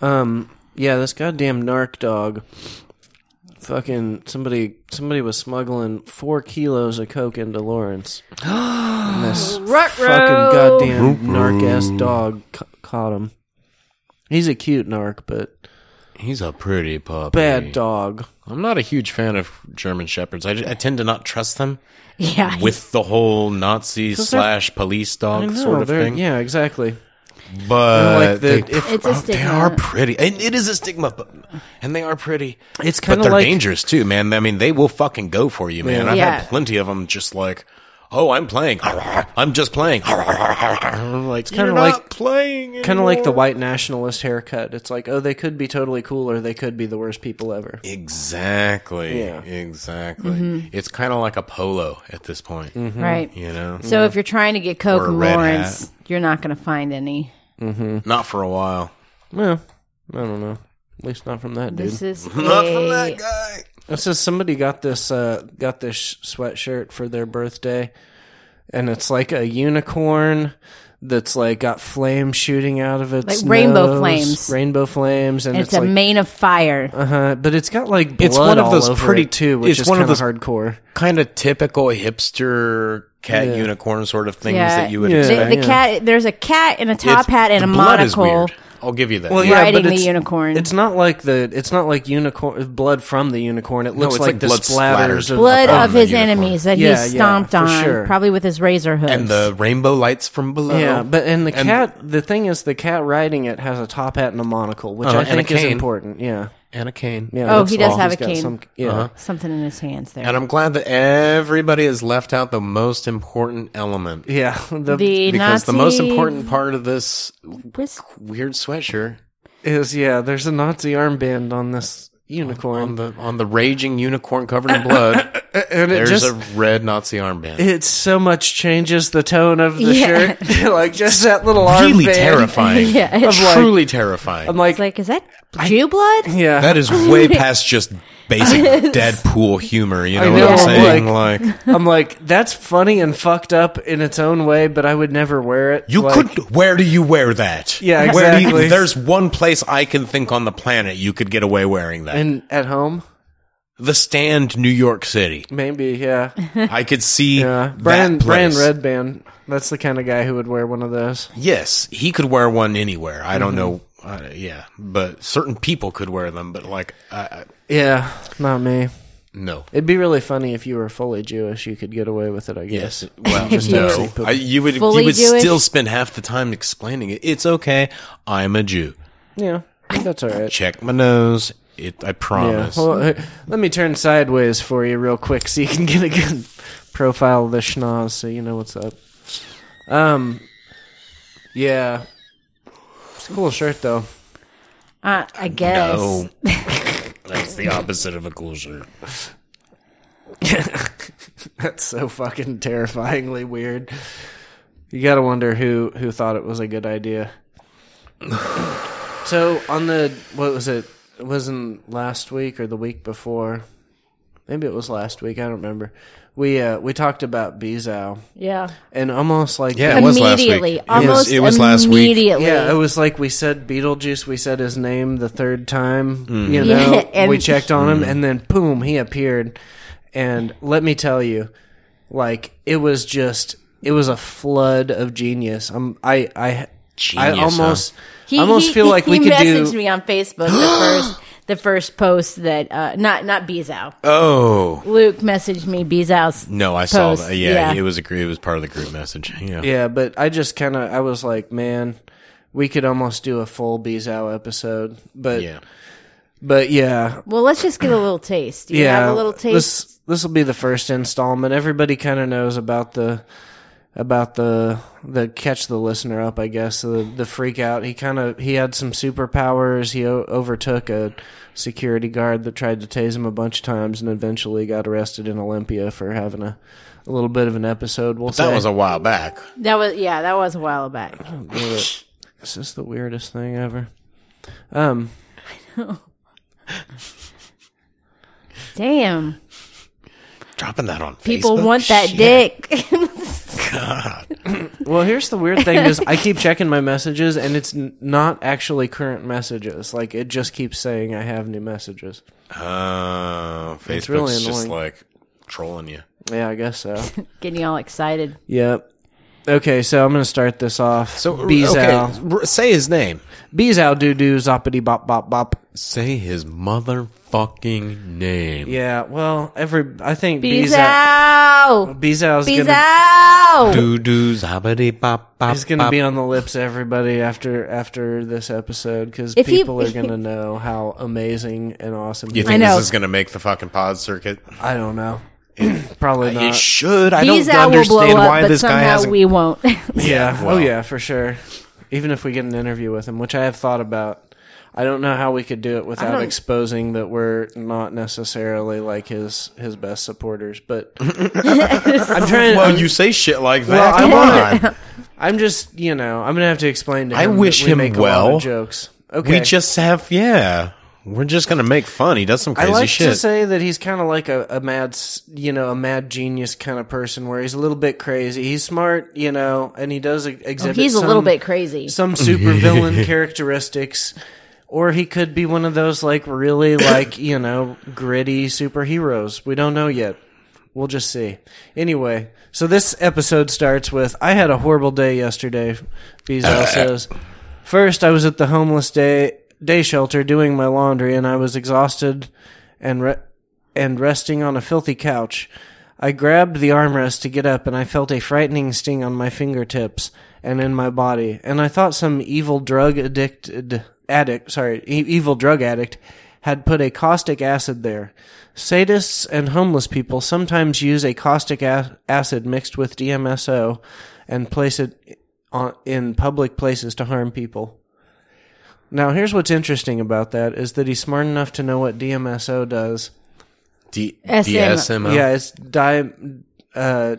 Speaker 1: Um. Yeah, this goddamn narc dog. Fucking somebody. Somebody was smuggling four kilos of coke into Lawrence. and this fucking goddamn narc ass dog ca- caught him. He's a cute narc, but
Speaker 3: He's a pretty puppy.
Speaker 1: bad dog.
Speaker 3: I'm not a huge fan of German shepherds. I, I tend to not trust them
Speaker 2: Yeah.
Speaker 3: with the whole Nazi
Speaker 1: they're-
Speaker 3: slash police
Speaker 1: I
Speaker 3: dog
Speaker 1: know,
Speaker 3: sort of
Speaker 1: they're-
Speaker 3: thing.
Speaker 1: Yeah, exactly.
Speaker 3: But
Speaker 1: Like the-
Speaker 3: Uh, they,
Speaker 1: if-
Speaker 2: It's a
Speaker 3: oh, they
Speaker 2: stigma.
Speaker 3: are pretty. And it is a stigma, but and they are pretty.
Speaker 1: It's
Speaker 3: But
Speaker 1: kind of
Speaker 3: they're
Speaker 1: like
Speaker 3: dangerous too, man. I mean, they will fucking go for you, man.
Speaker 1: Yeah.
Speaker 3: I've
Speaker 2: Yeah.
Speaker 3: had plenty of them just like, oh, I'm playing. I'm just playing. I'm like,
Speaker 1: kinda
Speaker 3: you're
Speaker 1: like-
Speaker 3: not playing.
Speaker 1: kind of like the
Speaker 3: anymore."
Speaker 1: white nationalist haircut. It's like, oh, they could be totally cool, or they could be the worst people ever.
Speaker 3: Exactly.
Speaker 1: Yeah. Mm-hmm.
Speaker 3: Exactly. It's kind of like a polo at this point,
Speaker 2: Right.
Speaker 3: you know?
Speaker 2: So if you're trying to get
Speaker 3: Or
Speaker 2: Coke
Speaker 3: a
Speaker 2: and
Speaker 3: red
Speaker 2: Lawrence, you're not going to find any.
Speaker 3: Not for a while.
Speaker 1: Well, I don't know. At least not from that dude.
Speaker 2: This is
Speaker 3: Not from
Speaker 2: a,
Speaker 3: that guy.
Speaker 1: It says somebody got this uh, got this sh- sweatshirt for their birthday, and it's like a unicorn that's like got flames shooting out of its
Speaker 2: Like rainbow
Speaker 1: nose,
Speaker 2: flames.
Speaker 1: rainbow flames, and
Speaker 2: it's,
Speaker 1: it's,
Speaker 2: a
Speaker 1: like
Speaker 2: mane of fire.
Speaker 1: uh-huh, but it's got like blood
Speaker 3: It's one of
Speaker 1: all
Speaker 3: those
Speaker 1: over
Speaker 3: pretty-
Speaker 1: it too, which
Speaker 3: it's
Speaker 1: is
Speaker 3: one of
Speaker 1: kinda
Speaker 3: those-
Speaker 1: hardcore.
Speaker 3: Kind of typical hipster cat unicorn sort of things
Speaker 2: Yeah.
Speaker 3: that you would
Speaker 1: Yeah.
Speaker 2: the
Speaker 3: expect.
Speaker 2: the cat, there's a cat in a top
Speaker 3: It's-
Speaker 2: hat and
Speaker 3: the
Speaker 2: a
Speaker 3: blood is
Speaker 2: monocle.
Speaker 3: weird. I'll give you that.
Speaker 1: Well,
Speaker 2: yeah, riding
Speaker 1: but
Speaker 2: the
Speaker 1: it's-
Speaker 2: unicorn.
Speaker 1: It's not like the it's not like unicorn blood from the unicorn. It looks
Speaker 3: it's
Speaker 1: like,
Speaker 3: like
Speaker 1: the
Speaker 3: blood
Speaker 1: splatters
Speaker 3: splatters.
Speaker 1: of
Speaker 2: Blood
Speaker 3: Upon
Speaker 2: of
Speaker 3: the
Speaker 2: his
Speaker 3: unicorn.
Speaker 2: enemies that
Speaker 1: Yeah, yeah,
Speaker 2: he stomped
Speaker 1: for
Speaker 2: on,
Speaker 1: sure.
Speaker 2: probably with his razor hooves.
Speaker 3: and the rainbow lights from below.
Speaker 1: Oh, Yeah, but and the
Speaker 3: And-
Speaker 1: cat. The thing is, the cat riding it has a top hat and a monocle, which
Speaker 3: Uh-huh,
Speaker 1: I
Speaker 3: and a
Speaker 1: think is
Speaker 3: cane.
Speaker 1: important. Yeah,
Speaker 3: and a cane.
Speaker 1: yeah.
Speaker 2: Oh,
Speaker 1: that's
Speaker 2: he does
Speaker 1: all.
Speaker 2: have
Speaker 1: He's
Speaker 2: a
Speaker 1: got
Speaker 2: cane.
Speaker 1: yeah,
Speaker 3: Uh-huh.
Speaker 2: something in his hands there.
Speaker 3: And I'm glad that everybody has left out the most important element.
Speaker 1: yeah. The,
Speaker 2: the Nazi
Speaker 3: Because the most important part of this
Speaker 2: whisk-
Speaker 3: weird sweatshirt
Speaker 1: is yeah. There's a Nazi armband on this
Speaker 3: on
Speaker 1: unicorn,
Speaker 3: the on the raging unicorn covered in blood,
Speaker 1: and it
Speaker 3: there's
Speaker 1: just
Speaker 3: a red Nazi armband.
Speaker 1: it so much changes the tone of the
Speaker 2: Yeah.
Speaker 1: shirt. like just that little armband.
Speaker 3: really terrifying.
Speaker 2: Yeah, it's
Speaker 1: like-
Speaker 3: truly terrifying.
Speaker 1: I'm like,
Speaker 2: It's like, is that Jew blood?
Speaker 1: yeah.
Speaker 3: that is way past just basic Deadpool humor. You know,
Speaker 1: know,
Speaker 3: what I'm saying? Like,
Speaker 1: I'm like, that's funny and fucked up in its own way, but I would never wear it.
Speaker 3: you
Speaker 1: Like,
Speaker 3: could. Where do you wear that?
Speaker 1: Yeah,
Speaker 3: Where do
Speaker 1: exactly.
Speaker 3: you, there's one place I can think on the planet you could get away wearing that.
Speaker 1: and at home
Speaker 3: the Stand, New York City.
Speaker 1: maybe yeah.
Speaker 3: I could see
Speaker 1: Yeah,
Speaker 3: that
Speaker 1: Brian Brian
Speaker 3: place.
Speaker 1: Redband. That's the kind of guy who would wear one of those.
Speaker 3: Yes, he could wear one anywhere. I don't know.
Speaker 1: Mm-hmm.
Speaker 3: Uh, yeah, but certain people could wear them. But like, I I
Speaker 1: Yeah, not me.
Speaker 3: no.
Speaker 1: It'd be really funny if you were fully Jewish. You could get away with it, I guess.
Speaker 3: Yes. Well,
Speaker 2: If
Speaker 3: no.
Speaker 1: you-
Speaker 3: I, you would.
Speaker 2: Fully
Speaker 3: You would
Speaker 2: Jewish?
Speaker 3: still spend half the time explaining it. It's okay. I'm a Jew.
Speaker 1: Yeah, that's all right.
Speaker 3: Check my nose. It. I
Speaker 1: Yeah.
Speaker 3: promise.
Speaker 1: Well, hey, let me turn sideways for you real quick so you can get a good profile of the schnoz so you know what's up. Um, yeah. It's a cool shirt, though.
Speaker 2: Uh, I guess.
Speaker 3: No. That's the opposite of a cool shirt.
Speaker 1: That's so fucking terrifyingly weird. You gotta wonder who who thought it was a good idea. so on the what was it? It wasn't last week or the week before. Maybe it was last week. I don't remember. We uh, we talked about Bezow
Speaker 2: Yeah.
Speaker 1: and almost like
Speaker 3: Yeah, it was last week.
Speaker 2: Immediately.
Speaker 3: It was-
Speaker 2: Almost
Speaker 3: it was last week.
Speaker 2: immediately.
Speaker 1: yeah, it was like we said Beetlejuice. We said his name the third time.
Speaker 3: Mm-hmm.
Speaker 1: You know,
Speaker 2: Yeah, and-
Speaker 1: we checked on him, and then boom, he appeared. And let me tell you, like it was just it was a flood of genius. I'm I I
Speaker 3: Genius,
Speaker 1: I almost
Speaker 2: He,
Speaker 1: I almost
Speaker 2: he-
Speaker 1: feel like
Speaker 2: he
Speaker 1: we could
Speaker 2: messaged
Speaker 1: do
Speaker 2: me on Facebook at first the first post that uh, not not Bezow.
Speaker 3: Oh
Speaker 2: Luke messaged me Bezow's.
Speaker 3: no, I saw
Speaker 2: Post,
Speaker 3: that. Yeah,
Speaker 2: yeah.
Speaker 3: it was a gr- it was part of the group message. Yeah,
Speaker 1: Yeah, but I just kind of I was like, man, we could almost do a full Bezow episode, but
Speaker 3: yeah.
Speaker 1: but yeah,
Speaker 2: Well, let's just get a little taste. Do you
Speaker 1: yeah.
Speaker 2: have a little taste?
Speaker 1: This this will be the first installment. Everybody kind of knows about the about the the catch the listener up, I guess. The the freak out. He kind of he had some superpowers. He o- overtook a security guard that tried to tase him a bunch of times, and eventually got arrested in Olympia for having a. A little bit of an episode. We'll
Speaker 3: That
Speaker 1: say.
Speaker 3: was a while back.
Speaker 2: that was yeah, that was a while back.
Speaker 1: This is the weirdest thing ever. Um,
Speaker 2: Damn,
Speaker 3: Dropping that on
Speaker 2: people
Speaker 3: Facebook?
Speaker 2: want that
Speaker 3: Shit.
Speaker 2: dick.
Speaker 1: well, here's the weird thing is I keep checking my messages and it's n- not actually current messages. Like it just keeps saying I have new messages.
Speaker 3: Oh, Facebook's
Speaker 1: really
Speaker 3: just
Speaker 1: annoying.
Speaker 3: like trolling you.
Speaker 1: Yeah, I guess so.
Speaker 2: Getting all excited.
Speaker 1: yep. Okay, so I'm gonna start this off.
Speaker 3: So
Speaker 1: Bezow,
Speaker 3: okay, r- say his name.
Speaker 1: Bezow, doo doo, zoppity bop bop bop.
Speaker 3: Say his motherfucking name.
Speaker 1: Yeah, well, every I think Bezow,
Speaker 2: Bezow,
Speaker 1: Bezow's gonna
Speaker 2: Bezow.
Speaker 3: Doo doo zabbity bop bop.
Speaker 1: he's gonna
Speaker 3: bop.
Speaker 1: be on the lips of everybody after after this episode because
Speaker 2: If he-
Speaker 1: people are gonna know how amazing and awesome. he
Speaker 3: You
Speaker 1: is.
Speaker 3: think
Speaker 2: I know.
Speaker 3: this is gonna make the fucking pod circuit?
Speaker 1: I don't know. Probably
Speaker 3: It
Speaker 1: not.
Speaker 3: should. I don't
Speaker 2: Bezow will blow
Speaker 3: understand
Speaker 2: up,
Speaker 3: why
Speaker 2: but
Speaker 3: this guy
Speaker 2: somehow
Speaker 3: hasn't.
Speaker 2: we won't.
Speaker 1: yeah.
Speaker 3: well.
Speaker 1: Oh yeah, for sure. Even if we get an interview with him, which I have thought about, I don't know how we could do it without
Speaker 2: don't-
Speaker 1: exposing that we're not necessarily like his his best supporters. But I'm trying.
Speaker 3: well,
Speaker 1: I'm,
Speaker 3: Oh, you say shit like
Speaker 1: Well,
Speaker 3: that.
Speaker 1: I
Speaker 3: Come on.
Speaker 1: I'm just you know I'm gonna have to explain to him.
Speaker 3: I wish
Speaker 1: that we
Speaker 3: him
Speaker 1: make A lot
Speaker 3: well.
Speaker 1: of jokes. Okay.
Speaker 3: We just have yeah. We're just gonna make fun. He does some
Speaker 1: I
Speaker 3: crazy
Speaker 1: like
Speaker 3: shit.
Speaker 1: to say that he's kind of like a, a mad, s- you know, a mad genius kind of person, where he's a little bit crazy. He's smart, you know, and he does e- exhibit.
Speaker 2: Oh, He's a
Speaker 1: some-
Speaker 2: little bit crazy.
Speaker 1: some supervillain characteristics or he could be one of those like really like you know gritty superheroes we don't know yet we'll just see anyway so this episode starts with i had a horrible day yesterday bezos says first i was at the homeless day day shelter doing my laundry and i was exhausted and re- and resting on a filthy couch. I grabbed the armrest to get up, and I felt a frightening sting on my fingertips and in my body. And I thought some evil drug addicted addict, sorry, e- evil drug addict, had put a caustic acid there. Sadists and homeless people sometimes use a caustic a- acid mixed with DMSO and place it on, in public places to harm people. Now, here's what's interesting about that is that he's smart enough to know what DMSO does.
Speaker 3: D-
Speaker 2: SM.
Speaker 3: DSMO.
Speaker 1: Yeah, it's di uh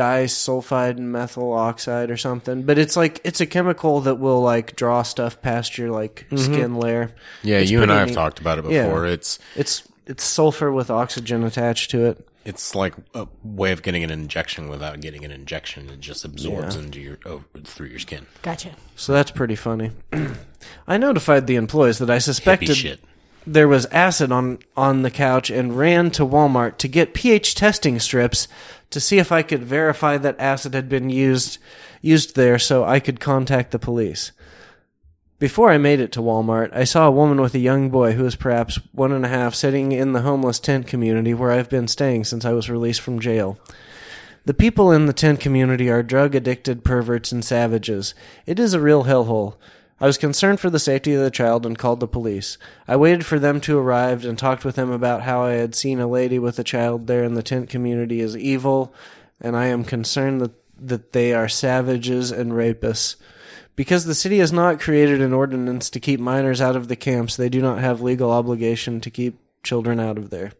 Speaker 1: disulfide methyl oxide or something. But it's like it's a chemical that will like draw stuff past your like skin layer.
Speaker 3: Yeah,
Speaker 1: It's
Speaker 3: you and I
Speaker 1: pretty
Speaker 3: have
Speaker 1: neat.
Speaker 3: talked about it
Speaker 1: Yeah.
Speaker 3: before. It's
Speaker 1: It's it's sulfur with oxygen attached to it.
Speaker 3: it's like a way of getting an injection without getting an injection. It just absorbs into your oh, through your skin.
Speaker 2: Gotcha.
Speaker 1: So that's pretty funny. I notified the employees that I
Speaker 3: Hippie
Speaker 1: suspected
Speaker 3: shit.
Speaker 1: there was acid on on the couch and ran to Walmart to get pH testing strips to see if I could verify that acid had been used used there so I could contact the police. Before I made it to Walmart, I saw a woman with a young boy who was perhaps one and a half sitting in the homeless tent community where I've been staying since I was released from jail. The people in the tent community are drug addicted perverts and savages. It is a real hellhole. I was concerned for the safety of the child and called the police. I waited for them to arrive and talked with them about how I had seen a lady with a child there in the tent community is evil, and I am concerned that, that they are savages and rapists. Because the city has not created an ordinance to keep minors out of the camps, they do not have legal obligation to keep children out of there.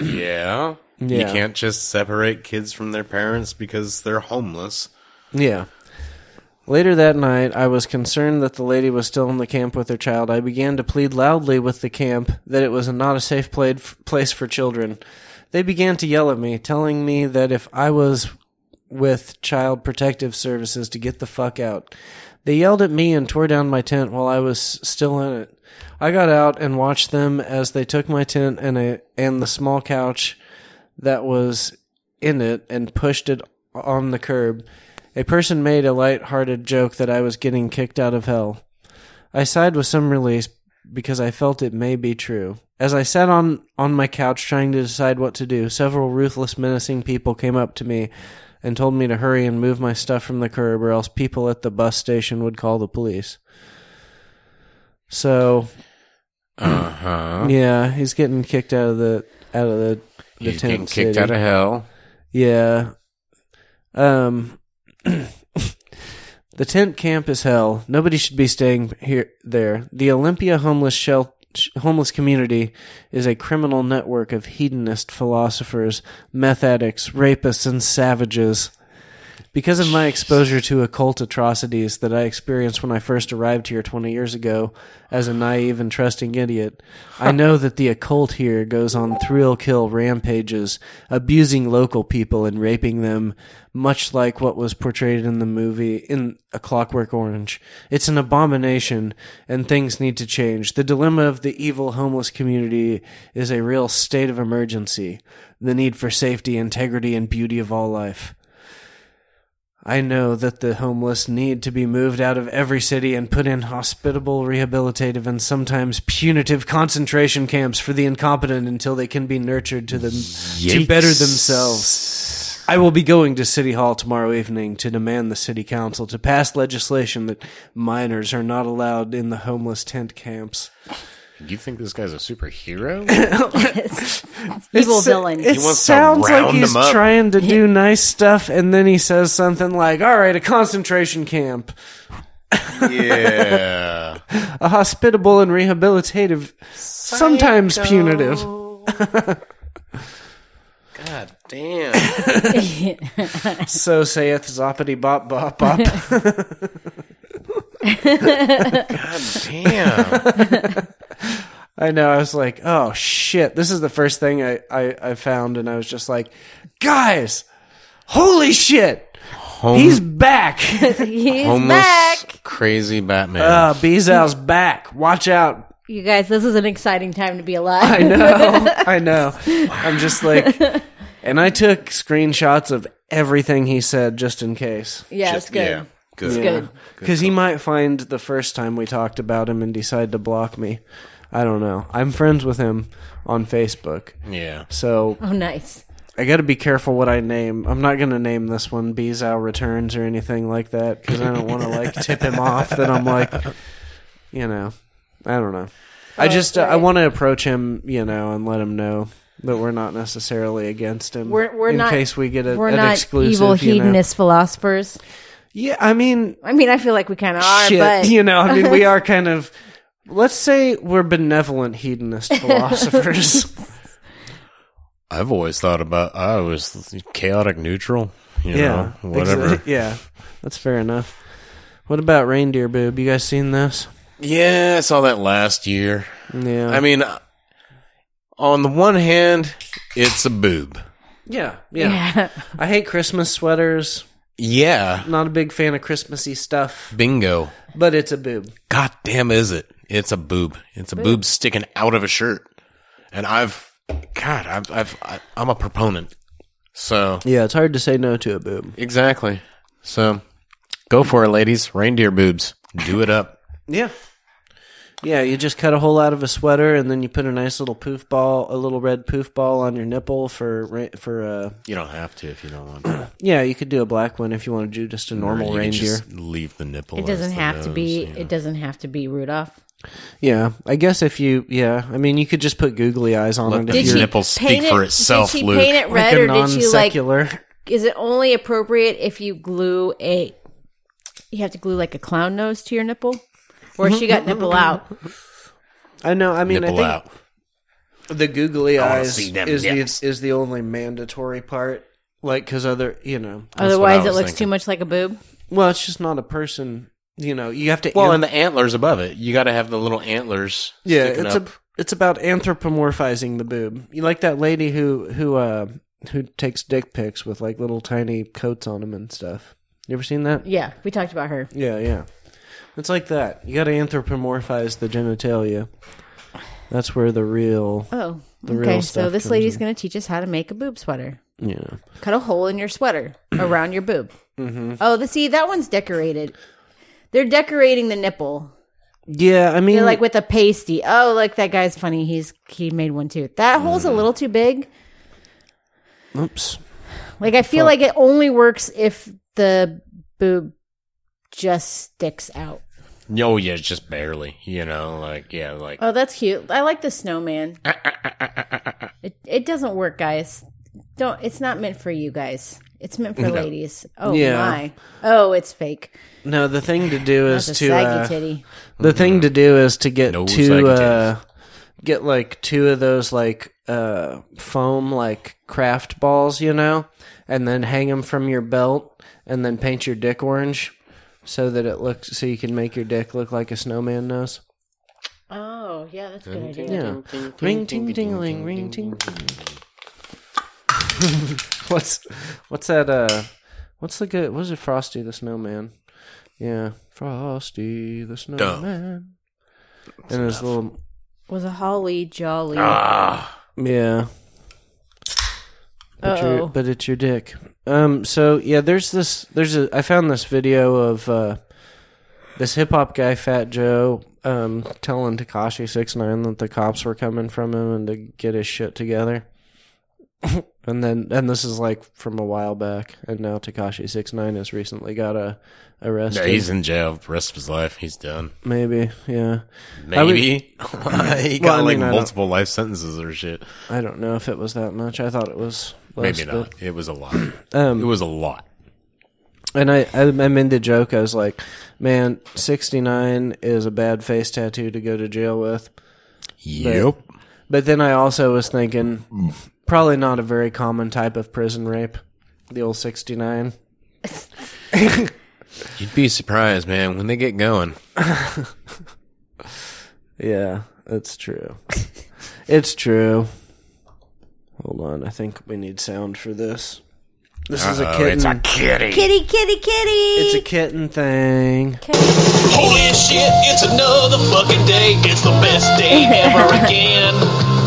Speaker 3: Yeah. You
Speaker 1: Yeah.
Speaker 3: can't just separate kids from their parents because they're homeless.
Speaker 1: Yeah. Later that night, I was concerned that the lady was still in the camp with her child. I began to plead loudly with the camp that it was not a safe played f- place for children. They began to yell at me, telling me that if I was with Child Protective Services to get the fuck out. They yelled at me and tore down my tent while I was still in it. I got out and watched them as they took my tent and a, and the small couch that was in it and pushed it on the curb. A person made a light-hearted joke that I was getting kicked out of hell. I sighed with some release, because I felt it may be true. As I sat on, on my couch trying to decide what to do, several ruthless, menacing people came up to me and told me to hurry and move my stuff from the curb, or else people at the bus station would call the police. So
Speaker 3: Uh huh.
Speaker 1: yeah, he's getting kicked out of the out of the the
Speaker 3: He's
Speaker 1: tent
Speaker 3: getting kicked
Speaker 1: city.
Speaker 3: out of hell.
Speaker 1: Yeah. Um The tent camp is hell. Nobody should be staying here there. The Olympia homeless shel- sh- homeless community is a criminal network of hedonist philosophers, meth addicts, rapists and savages. Because of my exposure to occult atrocities that I experienced when I first arrived here 20 years ago as a naive and trusting idiot, I know that the occult here goes on thrill kill rampages, abusing local people and raping them, much like what was portrayed in the movie in A Clockwork Orange. It's an abomination, and things need to change. The dilemma of the evil homeless community is a real state of emergency, the need for safety, integrity, and beauty of all life. I know that the homeless need to be moved out of every city and put in hospitable, rehabilitative, and sometimes punitive concentration camps for the incompetent until they can be nurtured to them to better themselves. I will be going to City Hall tomorrow evening to demand the City Council to pass legislation that minors are not allowed in the homeless tent camps.
Speaker 3: You think this guy's a superhero?
Speaker 2: Evil
Speaker 1: It's-
Speaker 2: villain.
Speaker 1: It
Speaker 3: wants to
Speaker 1: sounds like
Speaker 3: round
Speaker 1: he's
Speaker 3: them up.
Speaker 1: trying to do nice stuff, and then he says something like, "All right, a concentration camp."
Speaker 3: yeah.
Speaker 1: a hospitable and rehabilitative, sometimes punitive.
Speaker 3: God damn.
Speaker 1: So saith Zoppity Bop Bop Bop.
Speaker 3: God damn.
Speaker 1: I know. I was like, oh shit, this is the first thing I, I, I found, and I was just like, guys, holy shit, he's back.
Speaker 2: He's
Speaker 3: Homeless
Speaker 2: back.
Speaker 3: crazy Batman.
Speaker 1: uh, Beezow's back. Watch out.
Speaker 2: You guys, this is an exciting time to be alive.
Speaker 1: I know. I know. I'm just like, and I took screenshots of everything he said just in case.
Speaker 2: yeah, it's good.
Speaker 3: Yeah. Good.
Speaker 2: good.
Speaker 1: Because he might find the first time we talked about him and decide to block me. I don't know. I'm friends with him on Facebook.
Speaker 3: Yeah.
Speaker 1: So
Speaker 2: Oh, nice.
Speaker 1: I got to be careful what I name. I'm not going to name this one Bezow Returns or anything like that because I don't want to like tip him off that I'm like, you know, I don't know.
Speaker 2: Oh,
Speaker 1: I just, uh, I want to approach him, you know, and let him know that we're not necessarily against him.
Speaker 2: We're- we're
Speaker 1: in
Speaker 2: not-
Speaker 1: case we get a,
Speaker 2: We're
Speaker 1: an
Speaker 2: not
Speaker 1: exclusive,
Speaker 2: evil
Speaker 1: you know.
Speaker 2: hedonist philosophers.
Speaker 1: Yeah, I mean,
Speaker 2: I mean, I feel like we kind of are,
Speaker 1: shit.
Speaker 2: but
Speaker 1: You know, I mean, we are kind of. Let's say we're benevolent hedonist philosophers.
Speaker 3: I've always thought about I was chaotic neutral. You
Speaker 1: yeah,
Speaker 3: know, whatever.
Speaker 1: Exa- yeah, that's fair enough. What about reindeer boob? You guys seen this?
Speaker 3: Yeah, I saw that last year.
Speaker 1: Yeah,
Speaker 3: I mean, uh, on the one hand, it's a boob.
Speaker 1: yeah, yeah, I hate Christmas sweaters.
Speaker 3: Yeah.
Speaker 1: Not a big fan of Christmassy stuff,
Speaker 3: Bingo.
Speaker 1: but it's a boob.
Speaker 3: God damn, is it? It's a boob. It's a boob sticking out of a shirt. And I've, God, I've, I've, I- I'm a proponent. So
Speaker 1: Yeah, it's hard to say no to a boob.
Speaker 3: exactly. So go for it, ladies. Reindeer boobs. Do it up.
Speaker 1: Yeah. Yeah, you just cut a hole out of a sweater, and then you put a nice little poof ball, a little red poof ball on your nipple for ra- for uh,
Speaker 3: You don't have to if you don't want to.
Speaker 1: Yeah, you could do a black one if you want to do just a normal
Speaker 3: You can
Speaker 1: reindeer.
Speaker 3: just leave the nipple.
Speaker 2: it
Speaker 3: as
Speaker 2: doesn't
Speaker 3: the
Speaker 2: have to
Speaker 3: nose,
Speaker 2: be.
Speaker 3: you know.
Speaker 2: It doesn't have to be Rudolph.
Speaker 1: Yeah, I guess if you, yeah, I mean, you could just put googly eyes on it.
Speaker 3: the
Speaker 1: If
Speaker 3: Did
Speaker 1: you're
Speaker 3: your nipple speak for itself,
Speaker 2: Did she
Speaker 3: Luke.
Speaker 2: paint it
Speaker 1: like
Speaker 2: red,
Speaker 1: a
Speaker 2: or did she like?
Speaker 1: non-secular.
Speaker 2: Is it only appropriate if you glue a? You have to glue like a clown nose to your nipple, or she got nipple out.
Speaker 1: I know. I mean,
Speaker 3: nipple
Speaker 1: I
Speaker 3: out.
Speaker 1: think the googly eyes
Speaker 3: see them
Speaker 1: is
Speaker 3: nips.
Speaker 1: the is the only mandatory part. Like, because other, you know,
Speaker 2: Otherwise, it
Speaker 3: was
Speaker 2: looks
Speaker 3: thinking.
Speaker 2: too much like a boob.
Speaker 1: well, it's just not a person. You know, you have to.
Speaker 3: Well,
Speaker 1: an-
Speaker 3: and the antlers above it. You got to have the little antlers.
Speaker 1: yeah,
Speaker 3: sticking
Speaker 1: it's
Speaker 3: up.
Speaker 1: a it's about anthropomorphizing the boob. You like that lady who who uh who takes dick pics with like little tiny coats on them and stuff. You ever seen that?
Speaker 2: Yeah, we talked about her.
Speaker 1: Yeah, yeah. It's like that. You got to anthropomorphize the genitalia. That's where the real,
Speaker 2: Oh,
Speaker 1: real
Speaker 2: okay. So
Speaker 1: stuff
Speaker 2: this
Speaker 1: comes
Speaker 2: lady's going to teach us how to make a boob sweater.
Speaker 1: you know.
Speaker 2: Cut a hole in your sweater around your
Speaker 1: Mm-hmm.
Speaker 2: boob. Oh, the see that one's decorated. They're decorating the nipple.
Speaker 1: Yeah, I mean,
Speaker 2: They're like with a pasty. Oh, look, that guy's funny. He's he made one too. That hole's a
Speaker 1: Mm.
Speaker 2: little too big.
Speaker 1: oops.
Speaker 2: Like I feel like it only works if the boob just sticks out.
Speaker 3: No, yeah, just barely. You know, like yeah, like
Speaker 2: Oh, that's cute. I like the snowman.
Speaker 1: Ah,
Speaker 2: it it doesn't work, guys. Don't. It's not meant for you guys. It's meant for ladies. Oh
Speaker 1: Yeah.
Speaker 2: my. Oh, it's fake.
Speaker 1: No, the thing to do
Speaker 2: It's
Speaker 1: is
Speaker 2: a
Speaker 1: to
Speaker 2: saggy
Speaker 1: uh,
Speaker 2: titty.
Speaker 1: the thing to do is to get
Speaker 3: No
Speaker 1: two
Speaker 3: saggy
Speaker 1: uh, get like two of those like uh, foam like craft balls, you know, and then hang them from your belt, and then paint your dick orange so that it looks so you can make your dick look like a snowman nose.
Speaker 2: Oh yeah, that's a good idea.
Speaker 1: Yeah. Ring ting tingling, ring ting. what's what's that? Uh, what's the good? What is it? Frosty the Snowman. Yeah, Frosty the Snowman. and his little
Speaker 2: Was a holly jolly.
Speaker 1: Ah, yeah. But, your,
Speaker 2: Uh-oh.
Speaker 1: but it's your dick. Um. So yeah, there's this. There's a. I found this video of uh, this hip hop guy Fat Joe um telling Takashi Six Nine that the cops were coming from him and to get his shit together. and then and this is like from a while back, and now Takashi Six Nine has recently got a arrested.
Speaker 2: Oh,
Speaker 3: Yeah, he's in jail for the rest of his life. He's done.
Speaker 1: Maybe yeah. would-
Speaker 3: Maybe he got
Speaker 1: I
Speaker 3: like
Speaker 1: mean, I don't-
Speaker 3: multiple life sentences or shit.
Speaker 1: I don't know if it was that much. I thought it was less,
Speaker 3: Maybe
Speaker 1: but-
Speaker 3: not. It was a lot.
Speaker 1: Um,
Speaker 3: it was a lot.
Speaker 1: And I, I, I made the joke. I was like, "Man, sixty nine is a bad face tattoo to go to jail with."
Speaker 3: Yep.
Speaker 1: But then I also was thinking, probably not a very common type of prison rape. The old sixty nine.
Speaker 3: You'd be surprised, man, when they get going.
Speaker 1: Yeah, that's true. it's true. Hold on, I think we need sound for this. This is a
Speaker 3: Oh,
Speaker 1: kitten.
Speaker 3: it's a kitty.
Speaker 2: Kitty, kitty, kitty.
Speaker 1: it's a kitten thing.
Speaker 5: Holy shit, it's another fucking day. It's the best day ever again.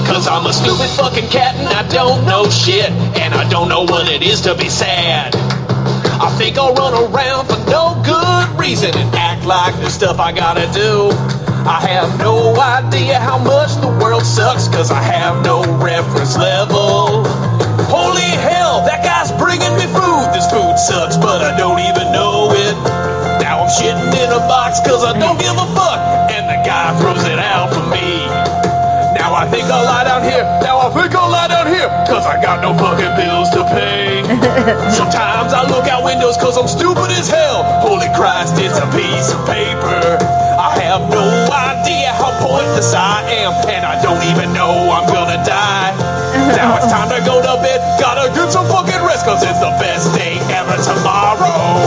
Speaker 5: Cause I'm a stupid fucking cat and I don't know shit. And I don't know what it is to be sad. I think I'll run around for no good reason and act like the stuff I gotta do. I have no idea how much the world sucks cause I have no reference level. Holy hell, that guy's bringing me food. This food sucks, but I don't even know it. Now I'm shitting in a box cause I don't give a fuck. And the guy throws it out for me. Now I think I'll lie down here. Now I think I'll lie down here. Cause I got no fucking bills to pay. Sometimes I look out windows cause I'm stupid as hell. Holy Christ, it's a piece of paper. I have no idea how pointless I am. And I don't even know I'm gonna die. Now it's time to go to bed. Gotta get some fucking rest cause it's the best day ever tomorrow.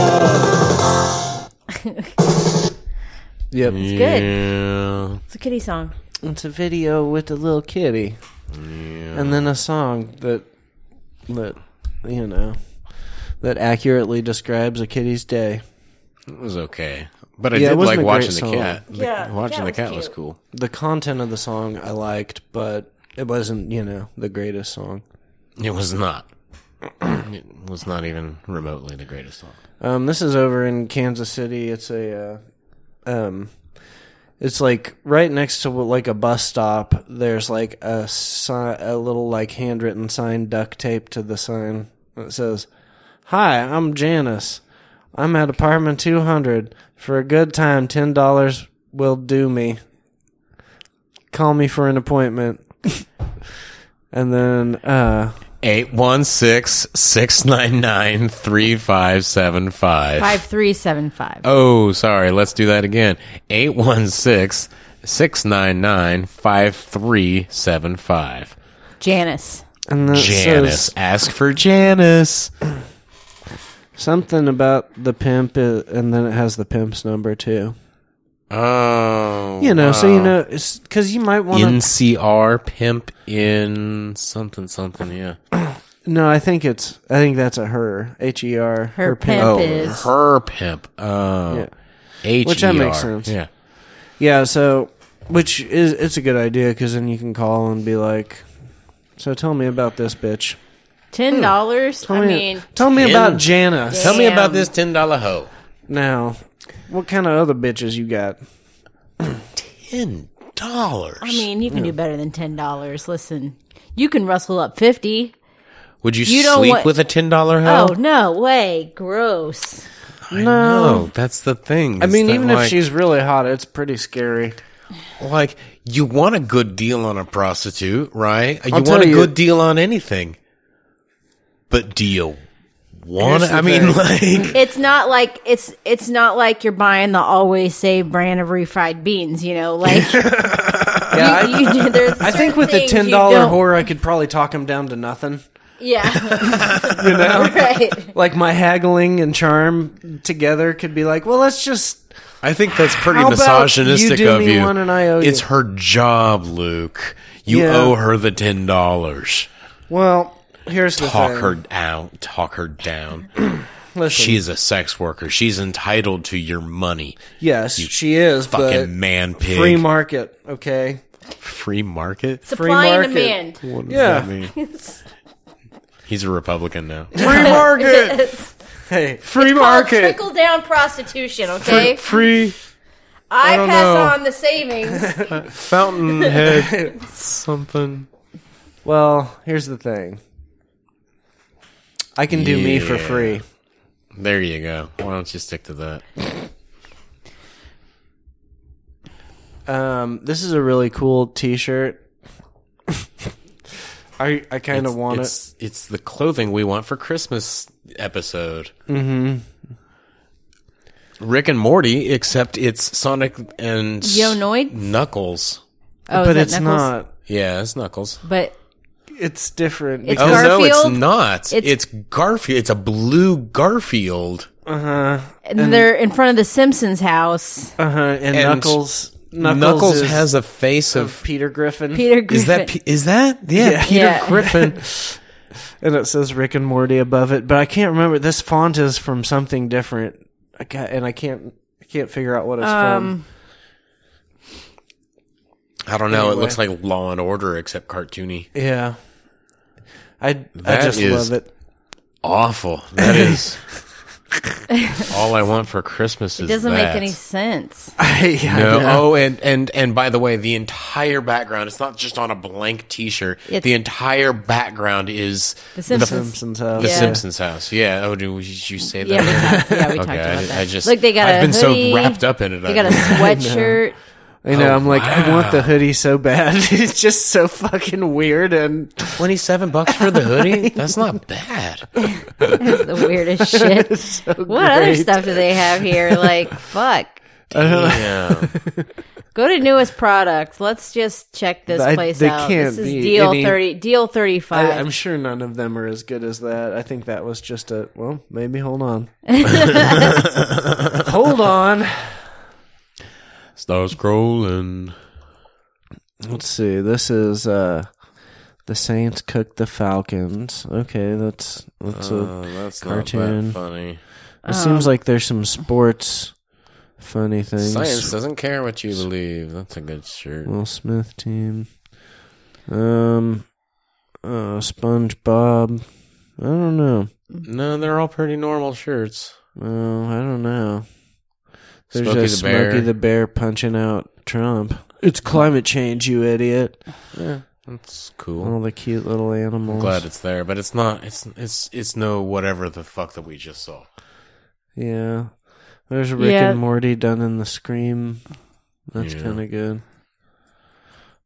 Speaker 1: Yep,
Speaker 2: good.
Speaker 3: Yeah.
Speaker 2: It's a kitty song.
Speaker 1: it's a video with a little kitty, and then a song that that you know that accurately describes a kitty's day.
Speaker 3: It was okay. But I
Speaker 1: Yeah, it
Speaker 3: did
Speaker 1: wasn't a
Speaker 3: like
Speaker 1: great
Speaker 3: watching the
Speaker 1: song.
Speaker 3: cat. The-
Speaker 2: Yeah,
Speaker 3: watching
Speaker 2: cat
Speaker 3: the
Speaker 2: was
Speaker 3: cat was
Speaker 2: cute.
Speaker 3: cool.
Speaker 1: The content of the song I liked, but it wasn't you know the greatest song.
Speaker 3: It was not. it was not even remotely the greatest song.
Speaker 1: Um, this is over in Kansas City. It's a, uh, um, it's like right next to like a bus stop. There's like a si- a little like handwritten sign duct taped to the sign that says, "Hi, I'm Janice. I'm at apartment 200. For a good time, ten dollars will do me. Call me for an appointment." and then, uh,
Speaker 3: 816-699-3575.
Speaker 2: Five three seven five.
Speaker 3: Oh, sorry. Let's do that again. 816-699-5375.
Speaker 2: Janice.
Speaker 1: and then it says-
Speaker 3: Janice. Ask for Janice.
Speaker 1: Something about the pimp, is, and then it has the pimp's number too.
Speaker 3: Oh.
Speaker 1: You know, so you
Speaker 3: wow.
Speaker 1: know, because you might want to.
Speaker 3: NCR pimp in something something, yeah.
Speaker 1: No, I think it's. I think that's a her. H e r.
Speaker 2: Her, pimp is.
Speaker 3: Oh, her pimp. Oh.
Speaker 1: Yeah.
Speaker 3: H-E-R.
Speaker 1: Which that makes sense.
Speaker 3: Yeah.
Speaker 1: Yeah. So, which is it's a good idea because then you can call and be like, "So tell me about this bitch.
Speaker 2: Ten dollars.
Speaker 1: Hmm. Tell
Speaker 2: I
Speaker 1: me,
Speaker 2: mean,
Speaker 1: tell me
Speaker 3: Ten-
Speaker 1: about Janice.
Speaker 3: Tell me
Speaker 2: Damn.
Speaker 3: about this $10 hoe.
Speaker 1: Now, what kind of other bitches you got?
Speaker 3: Ten dollars.
Speaker 2: I mean, you can
Speaker 1: Hmm.
Speaker 2: do better than ten dollars. Listen, you can rustle up fifty.
Speaker 3: Would you,
Speaker 2: you don't
Speaker 3: sleep
Speaker 2: want-
Speaker 3: with a ten dollar hoe?
Speaker 2: Oh no way! Gross.
Speaker 3: I know. That's the thing.
Speaker 1: Oh, I
Speaker 3: is
Speaker 1: mean,
Speaker 3: that,
Speaker 1: even
Speaker 3: like-
Speaker 1: if she's really hot, it's pretty scary.
Speaker 3: like, you want a good deal on a prostitute, right? You
Speaker 1: I'll tell
Speaker 3: want a
Speaker 1: you-
Speaker 3: good deal on anything, but do you want?
Speaker 1: Here's
Speaker 3: it?
Speaker 1: the
Speaker 3: I mean, like,
Speaker 2: It's not like it's it's not like you're buying the always save brand of refried beans. You know, like
Speaker 1: Yeah, I,
Speaker 2: you, there's
Speaker 1: I think with the ten dollar whore, I could probably talk him down to nothing.
Speaker 2: Yeah,
Speaker 1: You know,
Speaker 2: right.
Speaker 1: like my haggling and charm together could be like, well, let's just
Speaker 3: I think that's pretty
Speaker 1: How about
Speaker 3: misogynistic
Speaker 1: you do
Speaker 3: of
Speaker 1: me
Speaker 3: you.
Speaker 1: one and I owe you?
Speaker 3: it's her job, Luke. You
Speaker 1: Yeah.
Speaker 3: owe her the ten dollars.
Speaker 1: well. Here's the
Speaker 3: Talk
Speaker 1: thing.
Speaker 3: her out. Talk her down.
Speaker 1: Listen,
Speaker 3: She's a sex worker. She's entitled to your money.
Speaker 1: yes, she is, but
Speaker 3: Fucking man pig.
Speaker 1: free market. Okay,
Speaker 3: Free market.
Speaker 2: Supply and
Speaker 1: market.
Speaker 2: demand.
Speaker 3: What does
Speaker 1: Yeah.
Speaker 3: that mean? He's a Republican now.
Speaker 1: free market. hey, free market.
Speaker 2: Trickle down prostitution. Okay,
Speaker 3: Free
Speaker 2: I,
Speaker 1: don't
Speaker 2: pass
Speaker 1: know.
Speaker 2: on the savings.
Speaker 3: fountainhead something.
Speaker 1: Well, here's the thing. I can do me for
Speaker 3: Yeah.
Speaker 1: free.
Speaker 3: There you go. Why don't you stick to that?
Speaker 1: Um, this is a really cool T-shirt. I I kind of want it.
Speaker 3: it's, It's the clothing we want for Christmas episode. Mm-hmm. Rick and Morty, except it's Sonic and s-
Speaker 2: Yonoid?
Speaker 3: Knuckles.
Speaker 2: Oh,
Speaker 1: but it's not.
Speaker 3: Yeah, it's Knuckles.
Speaker 2: But
Speaker 1: It's different.
Speaker 2: It's-
Speaker 1: because-
Speaker 3: Oh no,
Speaker 2: Garfield?
Speaker 3: it's not.
Speaker 2: It's-
Speaker 3: It's, Garfield. It's a blue Garfield.
Speaker 2: and they're in front of the Simpsons house.
Speaker 1: uh-huh, and,
Speaker 3: and
Speaker 1: Knuckles. Knuckles,
Speaker 3: Knuckles
Speaker 1: is
Speaker 3: has a face
Speaker 2: Oh,
Speaker 3: of.
Speaker 1: Peter Griffin.
Speaker 2: Peter Griffin.
Speaker 3: Is that P- is that yeah,
Speaker 1: Yeah.
Speaker 3: Peter
Speaker 2: Yeah.
Speaker 3: Griffin?
Speaker 1: and it says Rick and Morty above it, but I can't remember. This font is from something different. I ca and I can't I can't figure out what it's
Speaker 2: Um,
Speaker 3: I don't know. It looks like Law and Order except cartoony.
Speaker 1: from. Yeah. I I
Speaker 3: That
Speaker 1: just
Speaker 3: is-
Speaker 1: love it.
Speaker 3: Awful. That is. All I want for Christmas is
Speaker 2: it doesn't
Speaker 3: that.
Speaker 2: make any sense.
Speaker 1: yeah, I
Speaker 3: No.
Speaker 1: know.
Speaker 3: Oh, and and and by the way, the entire background. It's not just on a blank T-shirt.
Speaker 2: It's-
Speaker 3: the entire background is
Speaker 2: The Simpsons.
Speaker 1: Simpsons house.
Speaker 3: The
Speaker 2: Yeah.
Speaker 3: Simpsons house. Yeah. Oh, do we- did you say that?
Speaker 2: Yeah, we talked, yeah, we talked
Speaker 3: Okay,
Speaker 2: about
Speaker 3: I,
Speaker 2: that.
Speaker 3: I just
Speaker 2: Look, they got
Speaker 3: I've
Speaker 2: a
Speaker 3: been
Speaker 2: hoodie.
Speaker 3: so wrapped up in it.
Speaker 2: They
Speaker 3: I
Speaker 2: got a
Speaker 3: don't know.
Speaker 2: sweatshirt.
Speaker 1: You know,
Speaker 3: Oh,
Speaker 1: I'm like, I want
Speaker 3: wow.
Speaker 1: the hoodie so bad. it's just so fucking weird. And
Speaker 3: 27 bucks for the hoodie? That's not bad.
Speaker 2: It's the weirdest shit. what other stuff do they have here? Like, fuck.
Speaker 3: Yeah.
Speaker 2: Go to newest products. Let's just check this
Speaker 1: I-
Speaker 2: place
Speaker 1: they
Speaker 2: out.
Speaker 1: can't
Speaker 2: this is
Speaker 1: be
Speaker 2: deal
Speaker 1: any-
Speaker 2: thirty. Deal
Speaker 1: I,
Speaker 2: thirty-five.
Speaker 1: I'm sure none of them are as good as that. I think that was just a, well, maybe hold on. hold on.
Speaker 3: Start scrolling.
Speaker 1: Let's see. This is, uh, the Saints cook the Falcons. Okay, that's Oh, that's a.
Speaker 3: that's
Speaker 1: not that Cartoon.
Speaker 3: funny.
Speaker 1: It seems like there's some sports funny things.
Speaker 3: Science doesn't care what you believe. That's a good shirt.
Speaker 2: Mm.
Speaker 1: Will Smith team. Um, uh, SpongeBob. I don't know.
Speaker 3: No, they're all pretty normal shirts.
Speaker 1: Oh, I don't know. There's
Speaker 3: Smokey
Speaker 1: a
Speaker 3: the
Speaker 1: Smokey
Speaker 3: Bear.
Speaker 1: the Bear punching out Trump. It's climate change, you idiot!
Speaker 3: That's cool.
Speaker 1: All the cute little
Speaker 3: I'm
Speaker 1: animals.
Speaker 3: glad it's there, but it's not. It's it's it's no whatever the fuck that we just saw.
Speaker 1: Yeah, there's Rick
Speaker 2: Yeah.
Speaker 1: and Morty done in the Scream. That's
Speaker 3: Yeah.
Speaker 1: kind of good.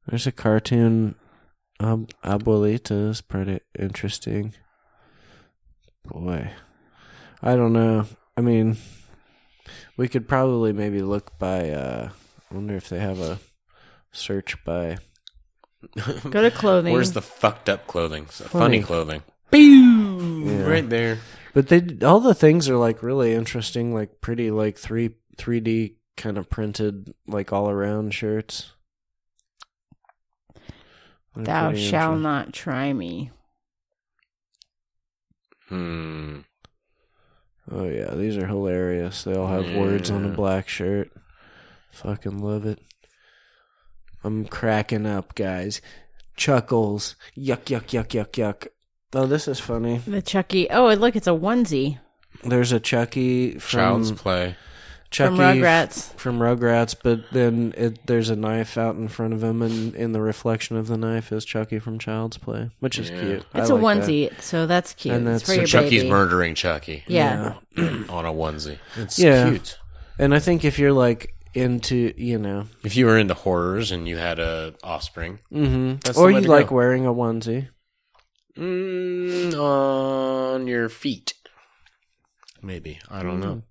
Speaker 1: There's a cartoon. Um, Abuelita is pretty interesting. Boy, I don't know. I mean, we could probably maybe look by. uh I wonder if they have a search by.
Speaker 2: Go to clothing.
Speaker 3: Where's the fucked up clothing? So-
Speaker 1: Funny.
Speaker 3: funny. clothing.
Speaker 1: Yeah.
Speaker 3: Right there.
Speaker 1: But they all the things are like really interesting, like pretty like three three D kind of printed like all around shirts. They're
Speaker 2: Thou
Speaker 1: pretty
Speaker 2: shall
Speaker 1: interesting.
Speaker 2: not try me.
Speaker 3: Hmm.
Speaker 1: Oh yeah, these are hilarious. They all have words on a
Speaker 3: Yeah.
Speaker 1: black shirt. Fucking love it. I'm cracking up, guys. Chuckles. Yuck yuck yuck yuck yuck. Oh, this is funny.
Speaker 2: The Chucky. Oh, look, it's a onesie.
Speaker 1: There's a Chucky from
Speaker 3: Child's play.
Speaker 2: From
Speaker 1: Chucky
Speaker 2: Rugrats.
Speaker 1: From Rugrats, but then it, there's a knife out in front of him, and in the reflection of the knife is Chucky from Child's Play, which is cute. I
Speaker 2: It's a
Speaker 1: like that.
Speaker 2: onesie, so that's cute.
Speaker 1: And that's-
Speaker 2: it's for
Speaker 1: So
Speaker 2: your
Speaker 3: Chucky's
Speaker 2: baby.
Speaker 3: murdering Chucky
Speaker 2: Yeah.
Speaker 3: on a onesie. It's
Speaker 1: Yeah.
Speaker 3: cute.
Speaker 1: And I think if you're like into, you know,
Speaker 3: If you were into horrors and you had a offspring,
Speaker 1: mm-hmm.
Speaker 3: That's the
Speaker 1: or
Speaker 3: way
Speaker 1: you
Speaker 3: to
Speaker 1: like
Speaker 3: go.
Speaker 1: wearing a onesie.
Speaker 3: mm, on your feet, maybe I don't know.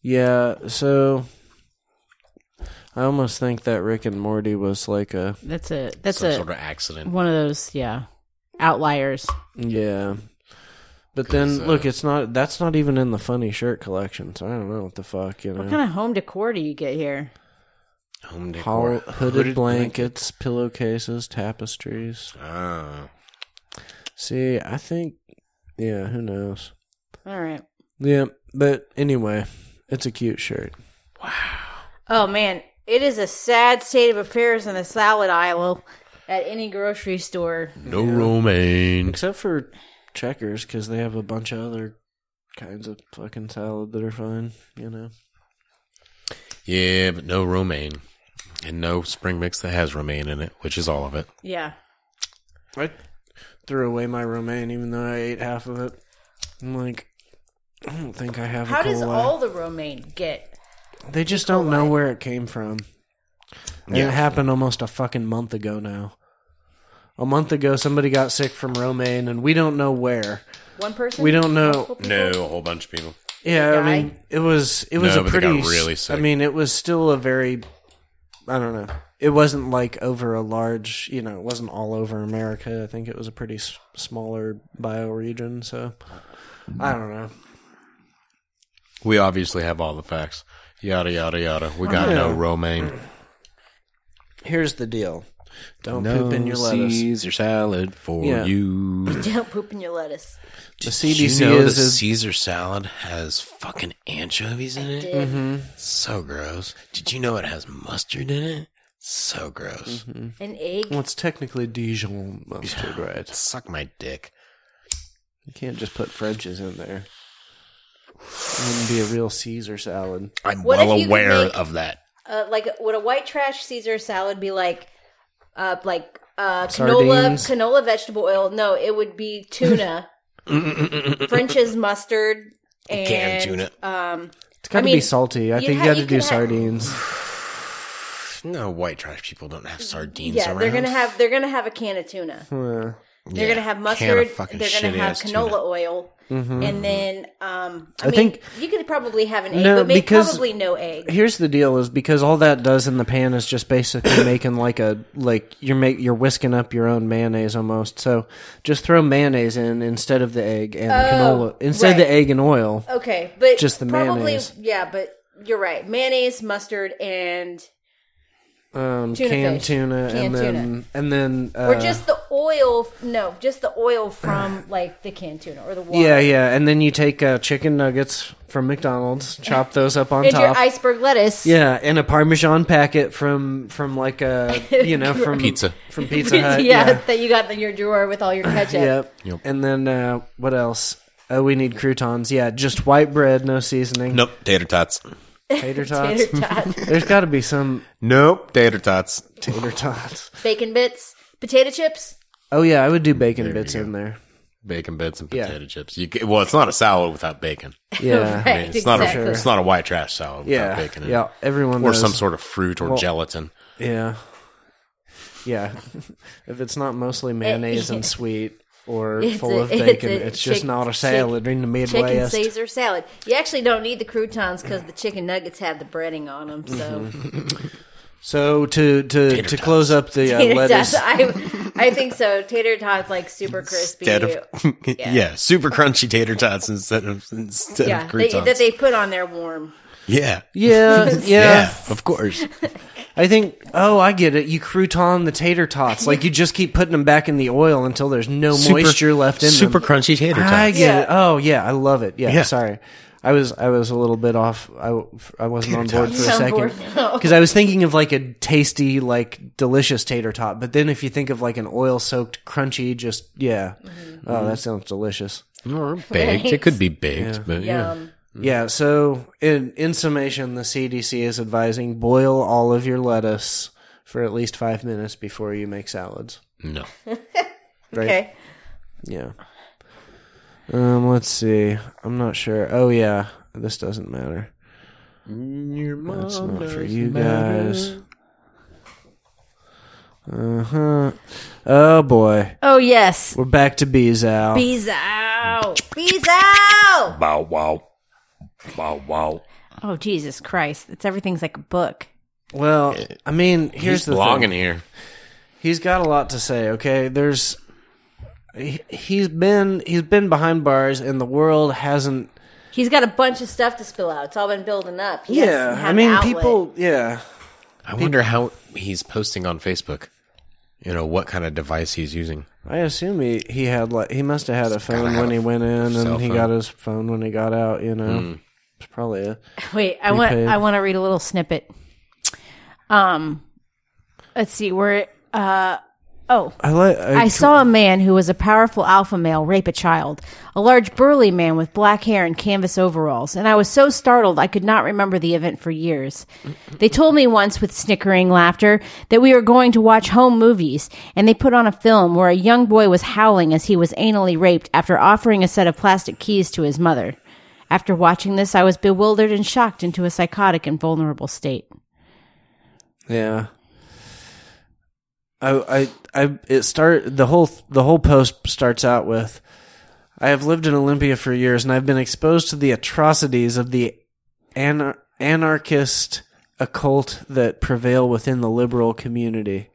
Speaker 1: Yeah, so I almost think that Rick and Morty was like a
Speaker 2: That's a that's
Speaker 3: Some
Speaker 2: a
Speaker 3: sort of accident.
Speaker 2: one of those yeah outliers.
Speaker 1: yeah. But
Speaker 3: 'Cause,
Speaker 1: then
Speaker 3: uh,
Speaker 1: look, it's not that's not even in the funny shirt collection, so I don't know what the fuck, you know.
Speaker 2: What kind of home decor do you get here?
Speaker 3: Home decor.
Speaker 1: Hol- hooded, blankets, pillowcases, tapestries.
Speaker 3: Ah.
Speaker 1: See, I think yeah, who knows.
Speaker 2: All right.
Speaker 1: Yeah, but anyway, it's a cute shirt.
Speaker 2: Oh man, it is a sad state of affairs in the salad aisle at any grocery store.
Speaker 3: No romaine.
Speaker 1: Except for checkers, because they have a bunch of other kinds of fucking salad that are fine, you know.
Speaker 3: Yeah, but no romaine. And no spring mix that has romaine in it, which is all of it.
Speaker 2: Yeah.
Speaker 1: I threw away my romaine even though I ate half of it. I'm like, I don't think I have
Speaker 2: How
Speaker 1: a
Speaker 2: does
Speaker 1: Cola.
Speaker 2: all the romaine get?
Speaker 1: they just don't know where it came from. And it happened almost a fucking month ago now. A month ago, somebody got sick from romaine, and we don't know where.
Speaker 2: One person?
Speaker 1: We don't know.
Speaker 2: Multiple people?
Speaker 3: No, a whole bunch of people.
Speaker 1: Yeah,
Speaker 2: The
Speaker 1: I mean, it was it was
Speaker 3: No,
Speaker 1: a
Speaker 3: but they
Speaker 1: pretty.
Speaker 3: got
Speaker 1: s-
Speaker 3: really sick.
Speaker 1: I mean, it was still a very. I don't know. It wasn't like over a large, you know, it wasn't all over America. I think it was a pretty s- smaller bioregion. So I don't know.
Speaker 3: We obviously have all the facts. Yada, yada, yada. We got no romaine.
Speaker 1: Here's the deal: don't poop in your lettuce.
Speaker 3: Caesar salad for
Speaker 1: Yeah.
Speaker 3: you.
Speaker 2: Don't poop in your lettuce.
Speaker 1: the
Speaker 3: Did
Speaker 1: CDC
Speaker 3: you know
Speaker 1: is,
Speaker 3: the
Speaker 1: is
Speaker 3: Caesar salad has fucking anchovies in it?
Speaker 1: Mm-hmm.
Speaker 3: So gross. Did you know it has mustard in it? So gross.
Speaker 1: Mm-hmm.
Speaker 2: An egg?
Speaker 1: well, it's technically Dijon mustard, right?
Speaker 3: Suck my dick.
Speaker 1: You can't just put French's in there. It wouldn't be a real Caesar salad.
Speaker 3: I'm
Speaker 2: What if
Speaker 3: well
Speaker 2: you could
Speaker 3: aware
Speaker 2: make-
Speaker 3: of that.
Speaker 2: Uh, like, would a white trash Caesar salad be like, uh, like, uh, canola,
Speaker 1: Sardines.
Speaker 2: canola vegetable oil? No, it would be tuna, French's mustard, and
Speaker 3: Canned tuna.
Speaker 2: Um,
Speaker 1: It's got to
Speaker 2: mean,
Speaker 1: be salty. I
Speaker 2: you'd
Speaker 1: think
Speaker 2: ha-
Speaker 1: you got
Speaker 2: you
Speaker 1: to do
Speaker 2: could ha-
Speaker 1: sardines.
Speaker 3: No, white trash people don't have sardines
Speaker 2: yeah,
Speaker 3: around.
Speaker 2: they're gonna have they're gonna have a can of tuna.
Speaker 1: Yeah.
Speaker 2: They're
Speaker 3: Yeah,
Speaker 2: gonna have
Speaker 3: can of
Speaker 2: mustard.
Speaker 3: fucking
Speaker 2: They're gonna have
Speaker 3: shitty-ass tuna.
Speaker 2: canola oil, and then um, I,
Speaker 1: Mm-hmm. I
Speaker 2: mean,
Speaker 1: think-
Speaker 2: you could probably have an egg,
Speaker 1: No,
Speaker 2: but maybe
Speaker 1: because-
Speaker 2: probably no egg.
Speaker 1: Here's the deal: is because all that does in the pan is just basically making like a like you're make you're whisking up your own mayonnaise almost. So just throw mayonnaise in instead of the egg and canola instead of
Speaker 2: Oh, right.
Speaker 1: the
Speaker 2: Oh,
Speaker 1: egg and oil.
Speaker 2: Okay, but
Speaker 1: Just the
Speaker 2: probably,
Speaker 1: mayonnaise.
Speaker 2: Yeah, but you're right. Mayonnaise, mustard, and
Speaker 1: Um,
Speaker 2: Tuna
Speaker 1: canned
Speaker 2: fish.
Speaker 1: tuna
Speaker 2: Canned
Speaker 1: and then
Speaker 2: tuna.
Speaker 1: and then uh,
Speaker 2: or just the oil. No, just the oil from like the canned tuna or the water.
Speaker 1: yeah yeah and then you take uh, chicken nuggets from McDonald's, chop those up on
Speaker 2: and
Speaker 1: top.
Speaker 2: your iceberg lettuce.
Speaker 1: yeah, and a Parmesan packet from from like a you know from
Speaker 3: Pizza.
Speaker 1: from Pizza Hut.
Speaker 2: yeah,
Speaker 1: yeah.
Speaker 2: that you got in your drawer with all your ketchup.
Speaker 1: Yep. And then uh, what else? Oh, we need croutons. Yeah, just white bread, no seasoning.
Speaker 3: Nope, tater tots.
Speaker 1: Tater tots.
Speaker 2: Tater tot,
Speaker 1: There's got to be some
Speaker 3: Nope, tater tots.
Speaker 1: tater tots.
Speaker 2: bacon bits, potato chips.
Speaker 1: Oh yeah, I would do bacon bits in there.
Speaker 3: Bacon bits and potato chips. You, c- well, it's not a salad without bacon.
Speaker 1: Yeah.
Speaker 3: I mean, it's not a it's not a white trash salad without
Speaker 1: Yeah.
Speaker 3: bacon. in it.
Speaker 1: Yeah. Everyone
Speaker 3: or
Speaker 1: knows.
Speaker 3: some sort of fruit or gelatin.
Speaker 1: Yeah. Yeah. if it's not mostly mayonnaise and sweet or
Speaker 2: It's
Speaker 1: full
Speaker 2: a-
Speaker 1: of
Speaker 2: it's
Speaker 1: bacon,
Speaker 2: a
Speaker 1: it's, just
Speaker 2: chick-
Speaker 1: not a
Speaker 2: chick-
Speaker 1: salad in the
Speaker 2: Chicken
Speaker 1: Midwest.
Speaker 2: Caesar salad. You actually don't need the croutons because the chicken nuggets have the breading on them.
Speaker 1: Mm-hmm.
Speaker 2: So
Speaker 1: So to to to close up the uh,
Speaker 2: tater
Speaker 1: lettuce.
Speaker 2: tots, I, I think so. Tater tots like super crispy.
Speaker 3: Instead of yeah. super crunchy tater tots instead of instead
Speaker 2: yeah,
Speaker 3: of
Speaker 2: they,
Speaker 3: croutons.
Speaker 2: that they put on there warm.
Speaker 3: yeah.
Speaker 1: Yeah, yeah.
Speaker 3: Yeah, of course.
Speaker 1: I think. Oh, I get it. You crouton the tater tots. Like you just keep putting them back in the oil until there's no moisture left in
Speaker 3: super
Speaker 1: them.
Speaker 3: crunchy tater tots.
Speaker 1: I get
Speaker 2: Yeah.
Speaker 1: it. Oh yeah, I love it. Yeah,
Speaker 3: Yeah.
Speaker 1: sorry. I was I was a little bit off. I, w- I wasn't on board for a
Speaker 2: You're on board
Speaker 1: second
Speaker 2: now.
Speaker 1: because I was thinking of like a tasty, like delicious tater tot. But then if you think of like an oil soaked, crunchy,
Speaker 2: Mm-hmm.
Speaker 1: just yeah. Oh, that sounds delicious.
Speaker 3: Or baked. It could be baked, but yeah.
Speaker 2: Um,
Speaker 1: Yeah, so in in summation, the CDC is advising boil all of your lettuce for at least five minutes before you make salads.
Speaker 3: No.
Speaker 1: Right?
Speaker 2: Okay.
Speaker 1: Yeah. Um, let's see. I'm not sure. Oh yeah, this doesn't matter.
Speaker 3: Your mom
Speaker 1: That's not for
Speaker 3: doesn't
Speaker 1: you
Speaker 3: matter.
Speaker 1: guys. Uh huh. Oh boy,
Speaker 2: Oh yes.
Speaker 1: we're back to bees out.
Speaker 2: Bees out. Bees out.
Speaker 3: Bow wow. Wow wow.
Speaker 2: Oh Jesus Christ! It's everything's like a book.
Speaker 1: well, I mean, here's
Speaker 3: He's
Speaker 1: the
Speaker 3: blogging
Speaker 1: thing.
Speaker 3: here.
Speaker 1: he's got a lot to say. Okay, there's he- he's been he's been behind bars, and the world hasn't.
Speaker 2: He's got a bunch of stuff to spill out. It's all been building up. He hasn't had
Speaker 1: I
Speaker 2: an
Speaker 1: mean,
Speaker 2: outlet.
Speaker 1: people. Yeah,
Speaker 3: I wonder how he's posting on Facebook. You know what kind of device he's using.
Speaker 1: I assume he he had like he must have had a phone
Speaker 3: have
Speaker 1: when he
Speaker 3: a
Speaker 1: went in,
Speaker 3: cell
Speaker 1: and he
Speaker 3: phone. Hmm.
Speaker 1: got his phone when he got out. You know, it's probably a
Speaker 2: Wait, I want
Speaker 1: Prepaid.
Speaker 2: I want to read a little snippet. Um, let's see. We're uh oh.
Speaker 1: I like I,
Speaker 2: I saw a man who was a powerful alpha male rape a child, a large burly man with black hair and canvas overalls, and I was so startled I could not remember the event for years. They told me once with snickering laughter that we were going to watch home movies, and they put on a film where a young boy was howling as he was anally raped after offering a set of plastic keys to his mother. After watching this, I was bewildered and shocked into a psychotic and vulnerable state.
Speaker 1: yeah. I, I, I, it start the whole the whole post starts out with, I have lived in Olympia for years and I've been exposed to the atrocities of the anar- anarchist occult that prevail within the liberal community.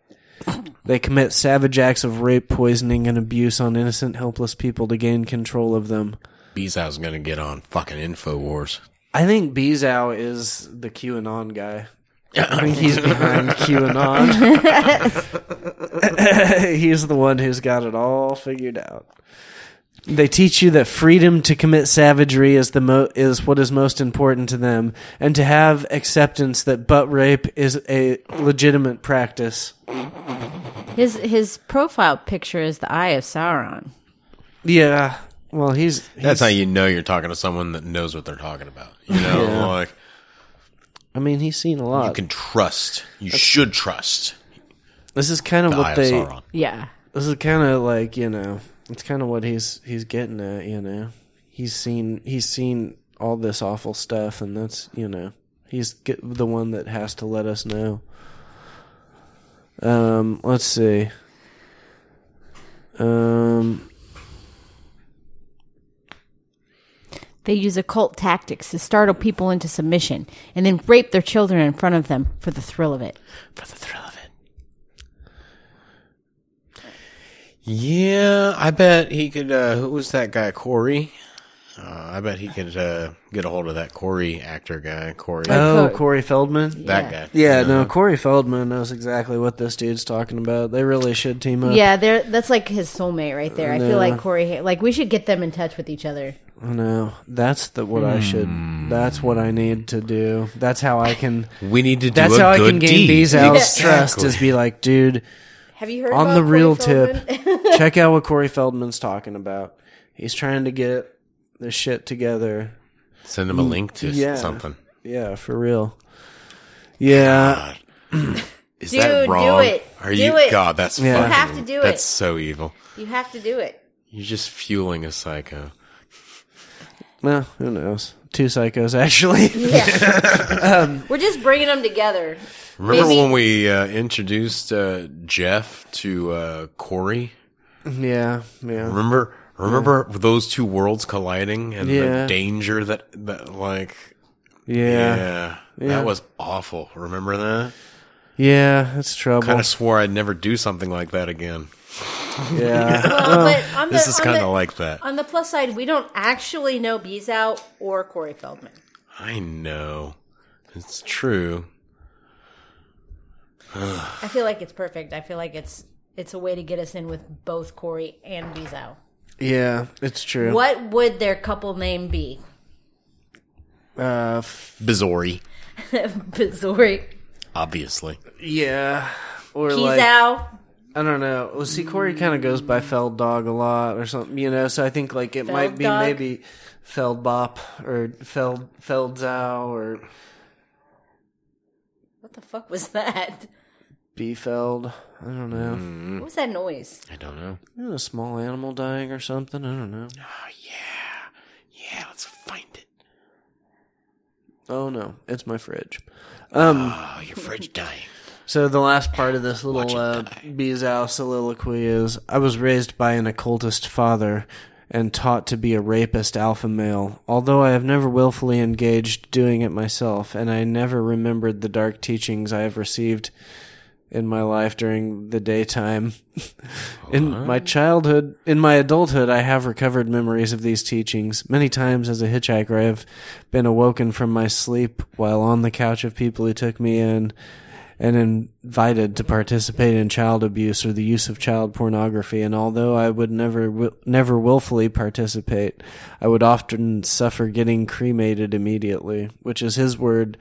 Speaker 1: They commit savage acts of rape, poisoning, and abuse on innocent, helpless people to gain control of them.
Speaker 3: Bezos going to get on fucking InfoWars.
Speaker 1: I think Bezow is the QAnon guy. I think he's behind QAnon. he's the one who's got it all figured out. They teach you that freedom to commit savagery is the mo- is what is most important to them, and to have acceptance that butt rape is a legitimate practice.
Speaker 2: His his profile picture is the Eye of Sauron.
Speaker 1: Yeah. Well, he's, he's
Speaker 3: That's how you know you're talking to someone that knows what they're talking about. You know, like
Speaker 1: I mean, he's seen a lot.
Speaker 3: you can trust. You should trust.
Speaker 1: this is kind of
Speaker 3: The Eye
Speaker 1: what
Speaker 3: of
Speaker 1: they.
Speaker 3: Sauron.
Speaker 2: Yeah.
Speaker 1: this is kind of like you know it's kind of what he's he's getting at you know he's seen he's seen all this awful stuff and that's you know he's get, the one that has to let us know um let's see um
Speaker 2: They use occult tactics to startle people into submission and then rape their children in front of them for the thrill of it.
Speaker 3: For the thrill of it. Yeah, I bet he could. Uh, who was that guy? Corey. Uh, I bet he could uh, get a hold of that Corey actor guy. Corey.
Speaker 1: oh
Speaker 2: Cor-
Speaker 1: corey feldman
Speaker 2: yeah.
Speaker 3: that guy.
Speaker 1: yeah no corey feldman knows exactly what this dude's talking about they really should team up
Speaker 2: Yeah, they're, that's like his soulmate right there. I feel like Corey, like we should get them in touch with each other.
Speaker 1: i know that's the what i should that's what i need to do that's how i can
Speaker 3: We need to do
Speaker 1: That's
Speaker 3: a
Speaker 1: how I
Speaker 3: good
Speaker 1: can gain
Speaker 3: deed.
Speaker 1: these Al's
Speaker 3: Exactly.
Speaker 1: trust is be like, dude,
Speaker 2: Have you heard
Speaker 1: on
Speaker 2: about
Speaker 1: the
Speaker 2: Corey
Speaker 1: real
Speaker 2: Feldman?
Speaker 1: tip, check out what Corey Feldman's talking about. He's trying to get this shit together.
Speaker 3: Send him a link to
Speaker 1: Yeah.
Speaker 3: something.
Speaker 1: Yeah, for real. Yeah,
Speaker 3: Is
Speaker 2: Dude,
Speaker 3: that
Speaker 2: do
Speaker 3: wrong?
Speaker 2: it.
Speaker 3: Are
Speaker 2: Do
Speaker 3: you
Speaker 2: it.
Speaker 3: God? That's
Speaker 1: Yeah. You
Speaker 3: fucking-
Speaker 2: have to do
Speaker 3: That's
Speaker 2: it.
Speaker 3: so evil.
Speaker 2: You have to do it.
Speaker 3: You're just fueling a psycho.
Speaker 1: well, who knows? Two psychos, actually.
Speaker 2: Yeah. We're just bringing them together.
Speaker 3: Remember
Speaker 2: Maybe-
Speaker 3: when we uh, introduced uh, Jeff to uh, Corey?
Speaker 1: yeah, yeah.
Speaker 3: Remember, remember those two worlds colliding and
Speaker 1: Yeah.
Speaker 3: the danger that that like
Speaker 1: Yeah,
Speaker 3: yeah,
Speaker 1: Yeah.
Speaker 3: that was awful. Remember that?
Speaker 1: yeah, it's trouble.
Speaker 3: Kind of swore I'd never do something like that again.
Speaker 1: yeah,
Speaker 2: Well, but on the,
Speaker 3: This is
Speaker 2: on
Speaker 3: kind
Speaker 2: the-
Speaker 3: of like that.
Speaker 2: On the plus side, we don't actually know Bezow or Corey Feldman.
Speaker 3: I know it's true.
Speaker 2: I feel like it's perfect. I feel like it's it's a way to get us in with both Corey and Bezow.
Speaker 1: yeah, it's true.
Speaker 2: What would their couple name be?
Speaker 1: Uh, f-
Speaker 3: Bizori,
Speaker 2: Bizarre.
Speaker 3: obviously.
Speaker 1: yeah, or like
Speaker 2: Bezow.
Speaker 1: I don't know. Well, see, Corey kind of goes by Feld Dog a lot or something, you know. So I think like it might be
Speaker 2: Dog?
Speaker 1: maybe Feld Bop or Feld Feldzau or
Speaker 2: What the fuck was that?
Speaker 1: Beefeld. I don't know.
Speaker 2: What was that noise?
Speaker 3: I don't know.
Speaker 1: Isn't A small animal dying or something. I don't know.
Speaker 3: Yeah, let's find it.
Speaker 1: Oh no, it's my fridge. Um.
Speaker 3: Oh, your fridge dying.
Speaker 1: So the last part of this little uh, Bezow soliloquy is: I was raised by an occultist father and taught to be a rapist alpha male. Although I have never willfully engaged doing it myself, and I never remembered the dark teachings I have received in my life during the daytime. in my childhood, in my adulthood, I have recovered memories of these teachings. Many times as a hitchhiker, I have been awoken from my sleep while on the couch of people who took me in and invited to participate in child abuse or the use of child pornography. And although I would never, wi- never willfully participate, I would often suffer getting cremated immediately, which is his word.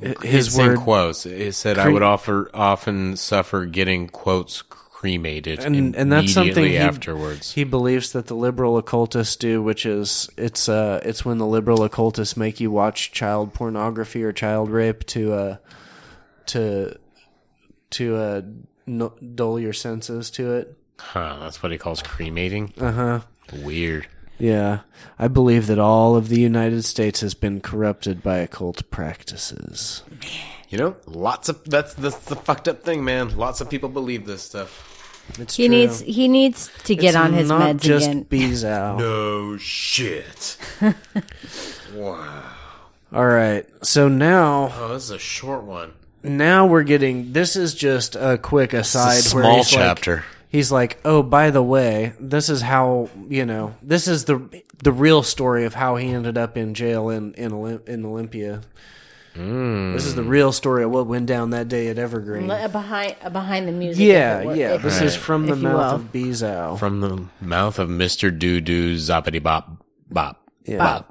Speaker 1: His,
Speaker 3: His
Speaker 1: word.
Speaker 3: word quotes. It said I would offer often suffer getting quotes cremated
Speaker 1: and and that's something he,
Speaker 3: afterwards.
Speaker 1: he believes that the liberal occultists do, which is it's uh it's when the liberal occultists make you watch child pornography or child rape to uh to to uh no, dull your senses to it.
Speaker 3: huh, that's what he calls cremating. Uh huh.
Speaker 1: Uh-huh.
Speaker 3: Weird.
Speaker 1: Yeah, I believe that all of the United States has been corrupted by occult practices.
Speaker 3: You know, lots of that's that's the fucked up thing, man. Lots of people believe this stuff.
Speaker 1: It's
Speaker 2: He
Speaker 1: true.
Speaker 2: needs he needs to get
Speaker 1: It's
Speaker 2: on his
Speaker 1: not
Speaker 2: meds
Speaker 1: just
Speaker 2: again.
Speaker 1: Bezow.
Speaker 3: Oh shit. wow.
Speaker 1: All right, so now.
Speaker 3: Oh, this is a short one.
Speaker 1: now we're getting this is just a quick aside
Speaker 3: small
Speaker 1: where he's
Speaker 3: chapter.
Speaker 1: like, he's like oh by the way this is how you know this is the the real story of how he ended up in jail in in, Olymp- in olympia this
Speaker 3: Hmm.
Speaker 1: is the real story of what went down that day at evergreen
Speaker 2: Le- behind uh, behind the music. if it
Speaker 1: yeah
Speaker 2: were-
Speaker 1: yeah
Speaker 2: if-
Speaker 1: this is from the
Speaker 2: if you
Speaker 1: mouth
Speaker 2: will.
Speaker 1: of bezow
Speaker 3: From the mouth of Mr. Doo Doo Zoppity Bop Bop.
Speaker 1: Yeah.
Speaker 3: Bop.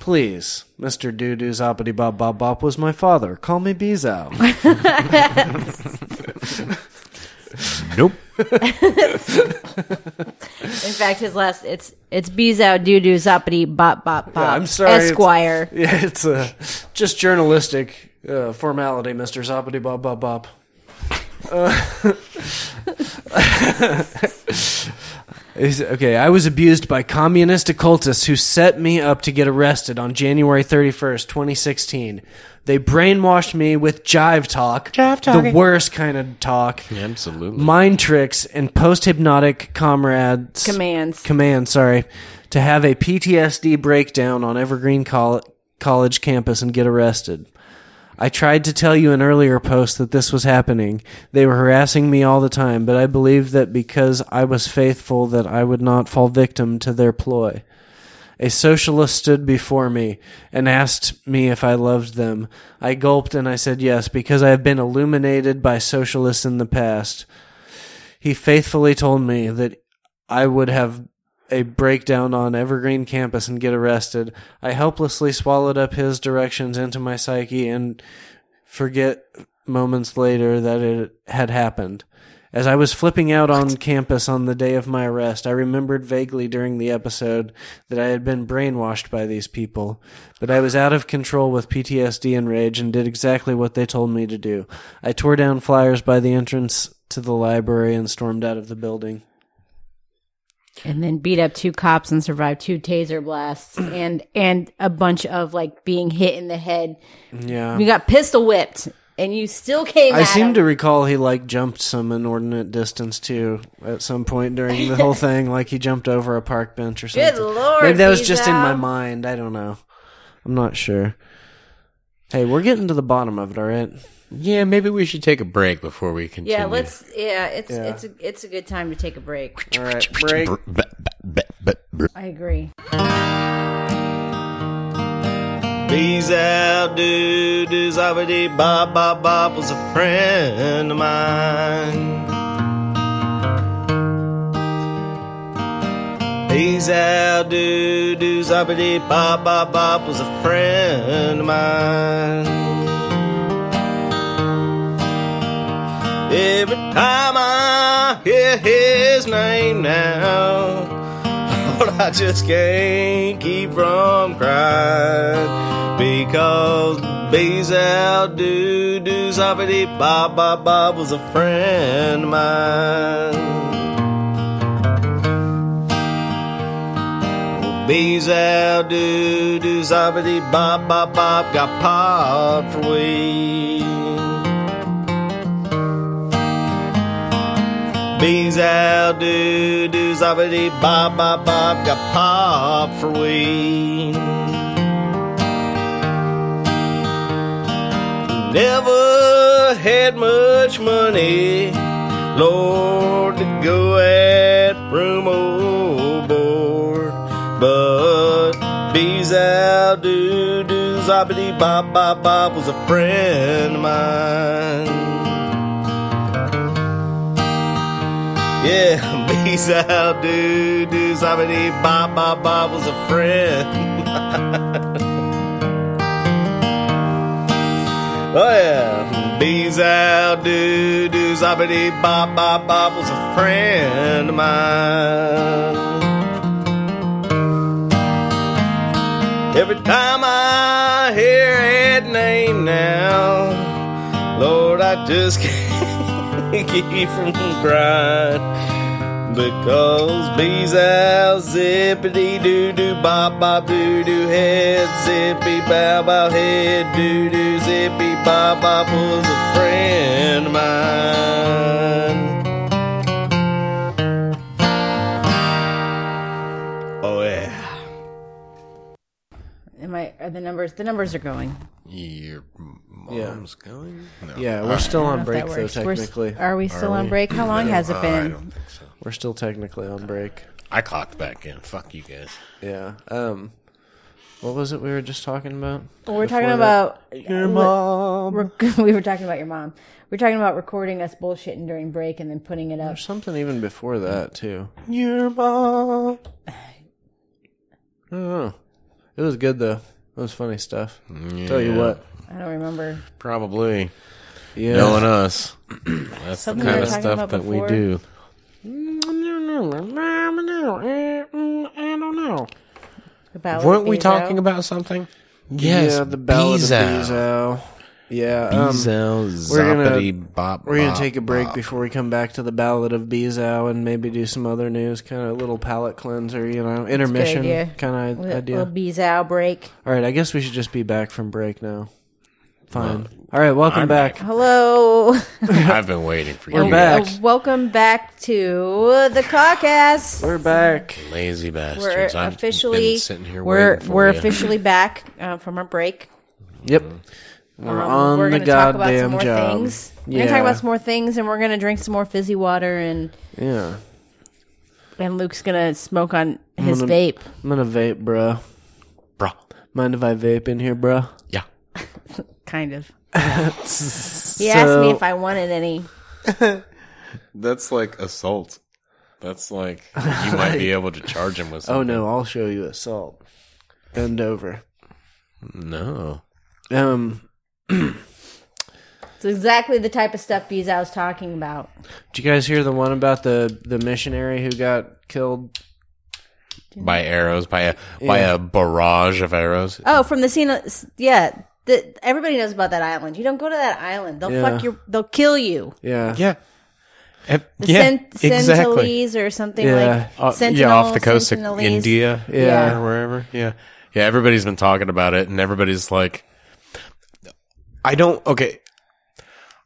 Speaker 1: please mr doo-doo zoppity bop bop bop was my father call me bezow
Speaker 3: Nope.
Speaker 2: In fact, his last it's it's Bezow doo doo zoppity bop bop bop.
Speaker 1: I'm sorry, it's-
Speaker 2: Esquire.
Speaker 1: yeah it's a just journalistic uh, formality mr zoppity bop bop bop Uh, Is- Okay, I was abused by communist occultists who set me up to get arrested on January 31st, 2016. They brainwashed me with jive talk, the worst kind of talk,
Speaker 3: Absolutely.
Speaker 1: mind tricks, and post hypnotic comrades
Speaker 2: Commands.
Speaker 1: command, sorry, to have a PTSD breakdown on Evergreen Col- College campus and get arrested. I tried to tell you in earlier posts that this was happening. They were harassing me all the time, but I believed that because I was faithful that I would not fall victim to their ploy. A socialist stood before me and asked me if I loved them. I gulped and I said yes because I have been illuminated by socialists in the past. He faithfully told me that I would have a breakdown on Evergreen campus and get arrested. I helplessly swallowed up his directions into my psyche and forget moments later that it had happened. As I was flipping out on campus on the day of my arrest, I remembered vaguely during the episode that I had been brainwashed by these people, but I was out of control with PTSD and rage and did exactly what they told me to do. I tore down flyers by the entrance to the library and stormed out of the building.
Speaker 2: and then beat up two cops and survived two taser blasts and and a bunch of like being hit in the head.
Speaker 1: Yeah.
Speaker 2: You got pistol whipped and you still came.
Speaker 1: I
Speaker 2: at
Speaker 1: seem
Speaker 2: him.
Speaker 1: to recall he like jumped some inordinate distance too at some point during the whole thing. Like he jumped over a park bench or something.
Speaker 2: Good lord!
Speaker 1: Maybe that was just in my
Speaker 2: Bezow.
Speaker 1: mind. I don't know. I'm not sure. Hey, we're getting to the bottom of it, all right?
Speaker 3: Yeah, maybe we should take a break before we continue.
Speaker 2: Yeah, let's. Yeah, it's
Speaker 1: Yeah.
Speaker 2: it's a it's a good time to take a break.
Speaker 1: All right, break.
Speaker 2: I agree.
Speaker 6: Bees out, dude, is already Bob, Bob, Bob was a friend of mine. Bees out, dude, is already Bob, Bob, Bob was a friend of mine. Every time I hear his name now, Lord, I just can't keep from crying because bees out doo doo zobbity bob bob bob was a friend of mine. Bees out doo doo zobbity bob bob bob got popped for weed. Beans out, doo doo, zobbity, bob, bob, bob, got pop for weed. Never had much money, Lord, to go at room overboard. But bees out, doo doo, zobbity, bob, bob, bob was a friend of mine. Yeah, peace out, dude. Do somebody Bob Bob Bob was a friend. oh yeah, bees out, dude. Do somebody Bob Bob Bob was a friend of mine. Every time I hear that name now. Lord, I just can't keep from crying because bees out zippity doo doo bop bop doo doo head zippy bow bow head doo doo zippy bop bop was a friend of mine. Oh yeah.
Speaker 2: Am I? Are the numbers? The numbers are going.
Speaker 3: Your mom's going? No.
Speaker 1: Yeah, we're still on break
Speaker 2: That
Speaker 1: though.
Speaker 2: works. We're s-
Speaker 1: Technically,
Speaker 2: are we still on
Speaker 3: we?
Speaker 2: break? How long has it
Speaker 3: I
Speaker 2: been?
Speaker 3: don't think so.
Speaker 1: we're still technically on break.
Speaker 3: I clocked back in. Fuck you guys.
Speaker 1: Yeah. Um, what was it we were just talking about? before
Speaker 2: We're talking
Speaker 1: that?
Speaker 2: about
Speaker 1: your mom.
Speaker 2: Rec- we were talking about your mom. We are talking about recording us bullshitting during break and then putting it up.
Speaker 1: There's something even before that too.
Speaker 3: Your mom.
Speaker 1: I don't know. It was good though. It was funny stuff. Tell you what.
Speaker 2: I don't remember.
Speaker 3: Probably.
Speaker 1: Yeah.
Speaker 3: Knowing us. That's the
Speaker 2: Something
Speaker 3: kind
Speaker 2: we were
Speaker 3: of
Speaker 2: talking
Speaker 3: stuff
Speaker 2: about
Speaker 3: that we
Speaker 2: before.
Speaker 3: do.
Speaker 6: Mm,
Speaker 2: The ballad
Speaker 3: Weren't
Speaker 2: of
Speaker 3: we
Speaker 2: Bezo.
Speaker 3: talking about something? Yes.
Speaker 1: yeah, the ballad of
Speaker 3: Bezo.
Speaker 1: Bezo. Yeah. Um,
Speaker 3: Bezo,
Speaker 1: we're gonna-
Speaker 3: zoppity bop,
Speaker 1: We're gonna
Speaker 3: bop,
Speaker 1: take a break
Speaker 3: bop.
Speaker 1: before we come back to the ballad of Bezo and maybe do some other news, kind of a little palate cleanser, you know, intermission
Speaker 2: idea.
Speaker 1: kind of
Speaker 2: Li-
Speaker 1: idea.
Speaker 2: Little Bezow break.
Speaker 1: All right, I guess we should just be back from break now. Fine. All right, welcome back.
Speaker 2: Hello.
Speaker 3: I've been waiting for you.
Speaker 1: We're back.
Speaker 2: Uh, welcome back to the caucus.
Speaker 1: We're back.
Speaker 3: Lazy bastards.
Speaker 2: We're
Speaker 3: I've
Speaker 2: officially
Speaker 3: been sitting here
Speaker 2: we're
Speaker 3: waiting for
Speaker 2: we're
Speaker 3: you.
Speaker 2: officially back uh, from our break.
Speaker 1: Yep. We're
Speaker 2: Um,
Speaker 1: on
Speaker 2: we're
Speaker 1: the
Speaker 2: gonna talk about
Speaker 1: goddamn
Speaker 2: some more
Speaker 1: job.
Speaker 2: things. We're
Speaker 1: Yeah.
Speaker 2: gonna talk about some more things, and we're gonna drink some more fizzy water, and
Speaker 1: Yeah.
Speaker 2: and Luke's gonna smoke on his
Speaker 1: gonna-
Speaker 2: vape.
Speaker 1: I'm gonna vape, bruh.
Speaker 3: Bruh.
Speaker 1: Mind if I vape in here, bruh?
Speaker 3: Yeah.
Speaker 2: Kind of. he asked me if I wanted any.
Speaker 3: That's like assault. That's like you might be able to charge him with
Speaker 1: Oh
Speaker 3: something.
Speaker 1: no, I'll show you assault. Bend over.
Speaker 3: No.
Speaker 1: Um,
Speaker 2: It's exactly the type of stuff Bees I was talking about.
Speaker 1: did you guys hear the one about the the missionary who got killed?
Speaker 3: By arrows, by a by a barrage of arrows.
Speaker 2: Oh, from the scene. of- s- Yeah, the, everybody knows about that island. You don't go to that island. They'll
Speaker 1: Yeah.
Speaker 2: fuck your. They'll kill you.
Speaker 1: Yeah.
Speaker 3: Yeah. Eh,
Speaker 2: The
Speaker 3: yeah,
Speaker 2: Sen-
Speaker 3: exactly.
Speaker 2: Sentinelese or something
Speaker 1: Yeah.
Speaker 3: Uh,
Speaker 2: like. Sentinel,
Speaker 3: yeah, off the coast of
Speaker 2: Sentinelese.
Speaker 3: India.
Speaker 1: Yeah.
Speaker 3: Or wherever. Yeah. Yeah, everybody's been talking about it and everybody's like I don't okay.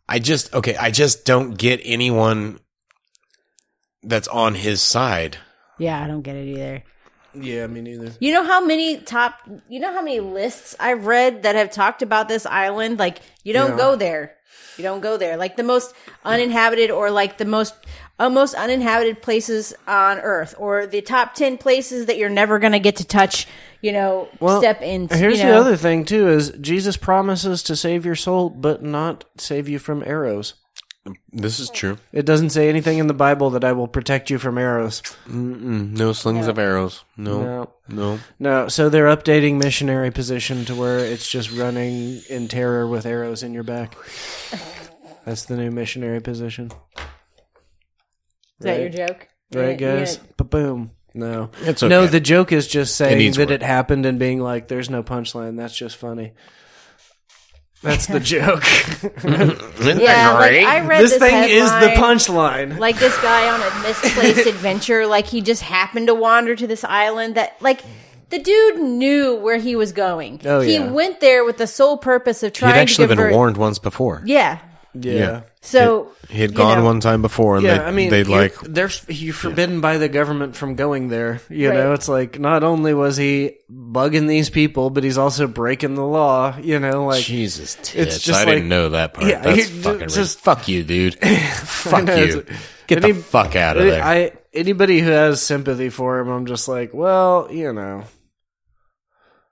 Speaker 3: I just okay, I just don't get anyone that's on his side.
Speaker 2: Yeah, I don't get it either.
Speaker 1: Yeah, me neither.
Speaker 2: You know how many top, you know how many lists I've read that have talked about this island? Like, you don't
Speaker 1: Yeah.
Speaker 2: go there. You don't go there. Like the most uninhabited or like the most, uh, most uninhabited places on earth or the top 10 places that you're never going to get to touch, you know, step into.
Speaker 1: Here's
Speaker 2: you know.
Speaker 1: the other thing too: is Jesus promises to save your soul, but not save you from arrows.
Speaker 3: This is true.
Speaker 1: It doesn't say anything in the Bible that I will protect you from arrows.
Speaker 3: No slings of arrows. No.
Speaker 1: No.
Speaker 3: No.
Speaker 1: No, so they're updating missionary position to where it's just running in terror with arrows in your back. That's the new missionary position.
Speaker 2: Is that your joke?
Speaker 1: Right,
Speaker 2: Yeah,
Speaker 1: guys?
Speaker 2: yeah.
Speaker 1: Ba boom. No.
Speaker 3: It's
Speaker 1: No,
Speaker 3: okay.
Speaker 1: the joke is just saying
Speaker 3: needs
Speaker 1: that
Speaker 3: work.
Speaker 1: it happened and being like, there's no punchline. That's just funny. That's the joke.
Speaker 3: Isn't
Speaker 2: Yeah,
Speaker 3: that
Speaker 2: like
Speaker 3: great?
Speaker 2: I read this,
Speaker 1: this thing is the
Speaker 2: headline,
Speaker 1: punchline.
Speaker 2: Like this guy on a misplaced adventure, like he just happened to wander to this island that, like, the dude knew where he was going.
Speaker 1: Oh,
Speaker 2: he
Speaker 1: yeah.
Speaker 2: went there with the sole purpose of trying
Speaker 3: He'd actually
Speaker 2: to divert.
Speaker 3: been warned once before.
Speaker 2: Yeah.
Speaker 1: yeah.
Speaker 3: Yeah.
Speaker 2: So
Speaker 3: He had
Speaker 2: you
Speaker 3: gone
Speaker 2: know,
Speaker 3: one time before, and
Speaker 1: Yeah,
Speaker 3: they,
Speaker 1: I mean,
Speaker 3: they
Speaker 1: you're-
Speaker 3: like
Speaker 1: they're you're forbidden by the government from going there. You know,
Speaker 2: Right.
Speaker 1: it's like not only was he bugging these people, but he's also breaking the law. You know, like
Speaker 3: Jesus. Tits.
Speaker 1: just
Speaker 3: I
Speaker 1: like-
Speaker 3: didn't know that part.
Speaker 1: Yeah,
Speaker 3: That's
Speaker 1: you-
Speaker 3: fucking
Speaker 1: just-
Speaker 3: just fuck you, dude. fuck
Speaker 1: know,
Speaker 3: you.
Speaker 1: it's-
Speaker 3: Get the
Speaker 1: any-
Speaker 3: fuck out of
Speaker 1: Any-
Speaker 3: there.
Speaker 1: I anybody who has sympathy for him, I'm just like, well, you know,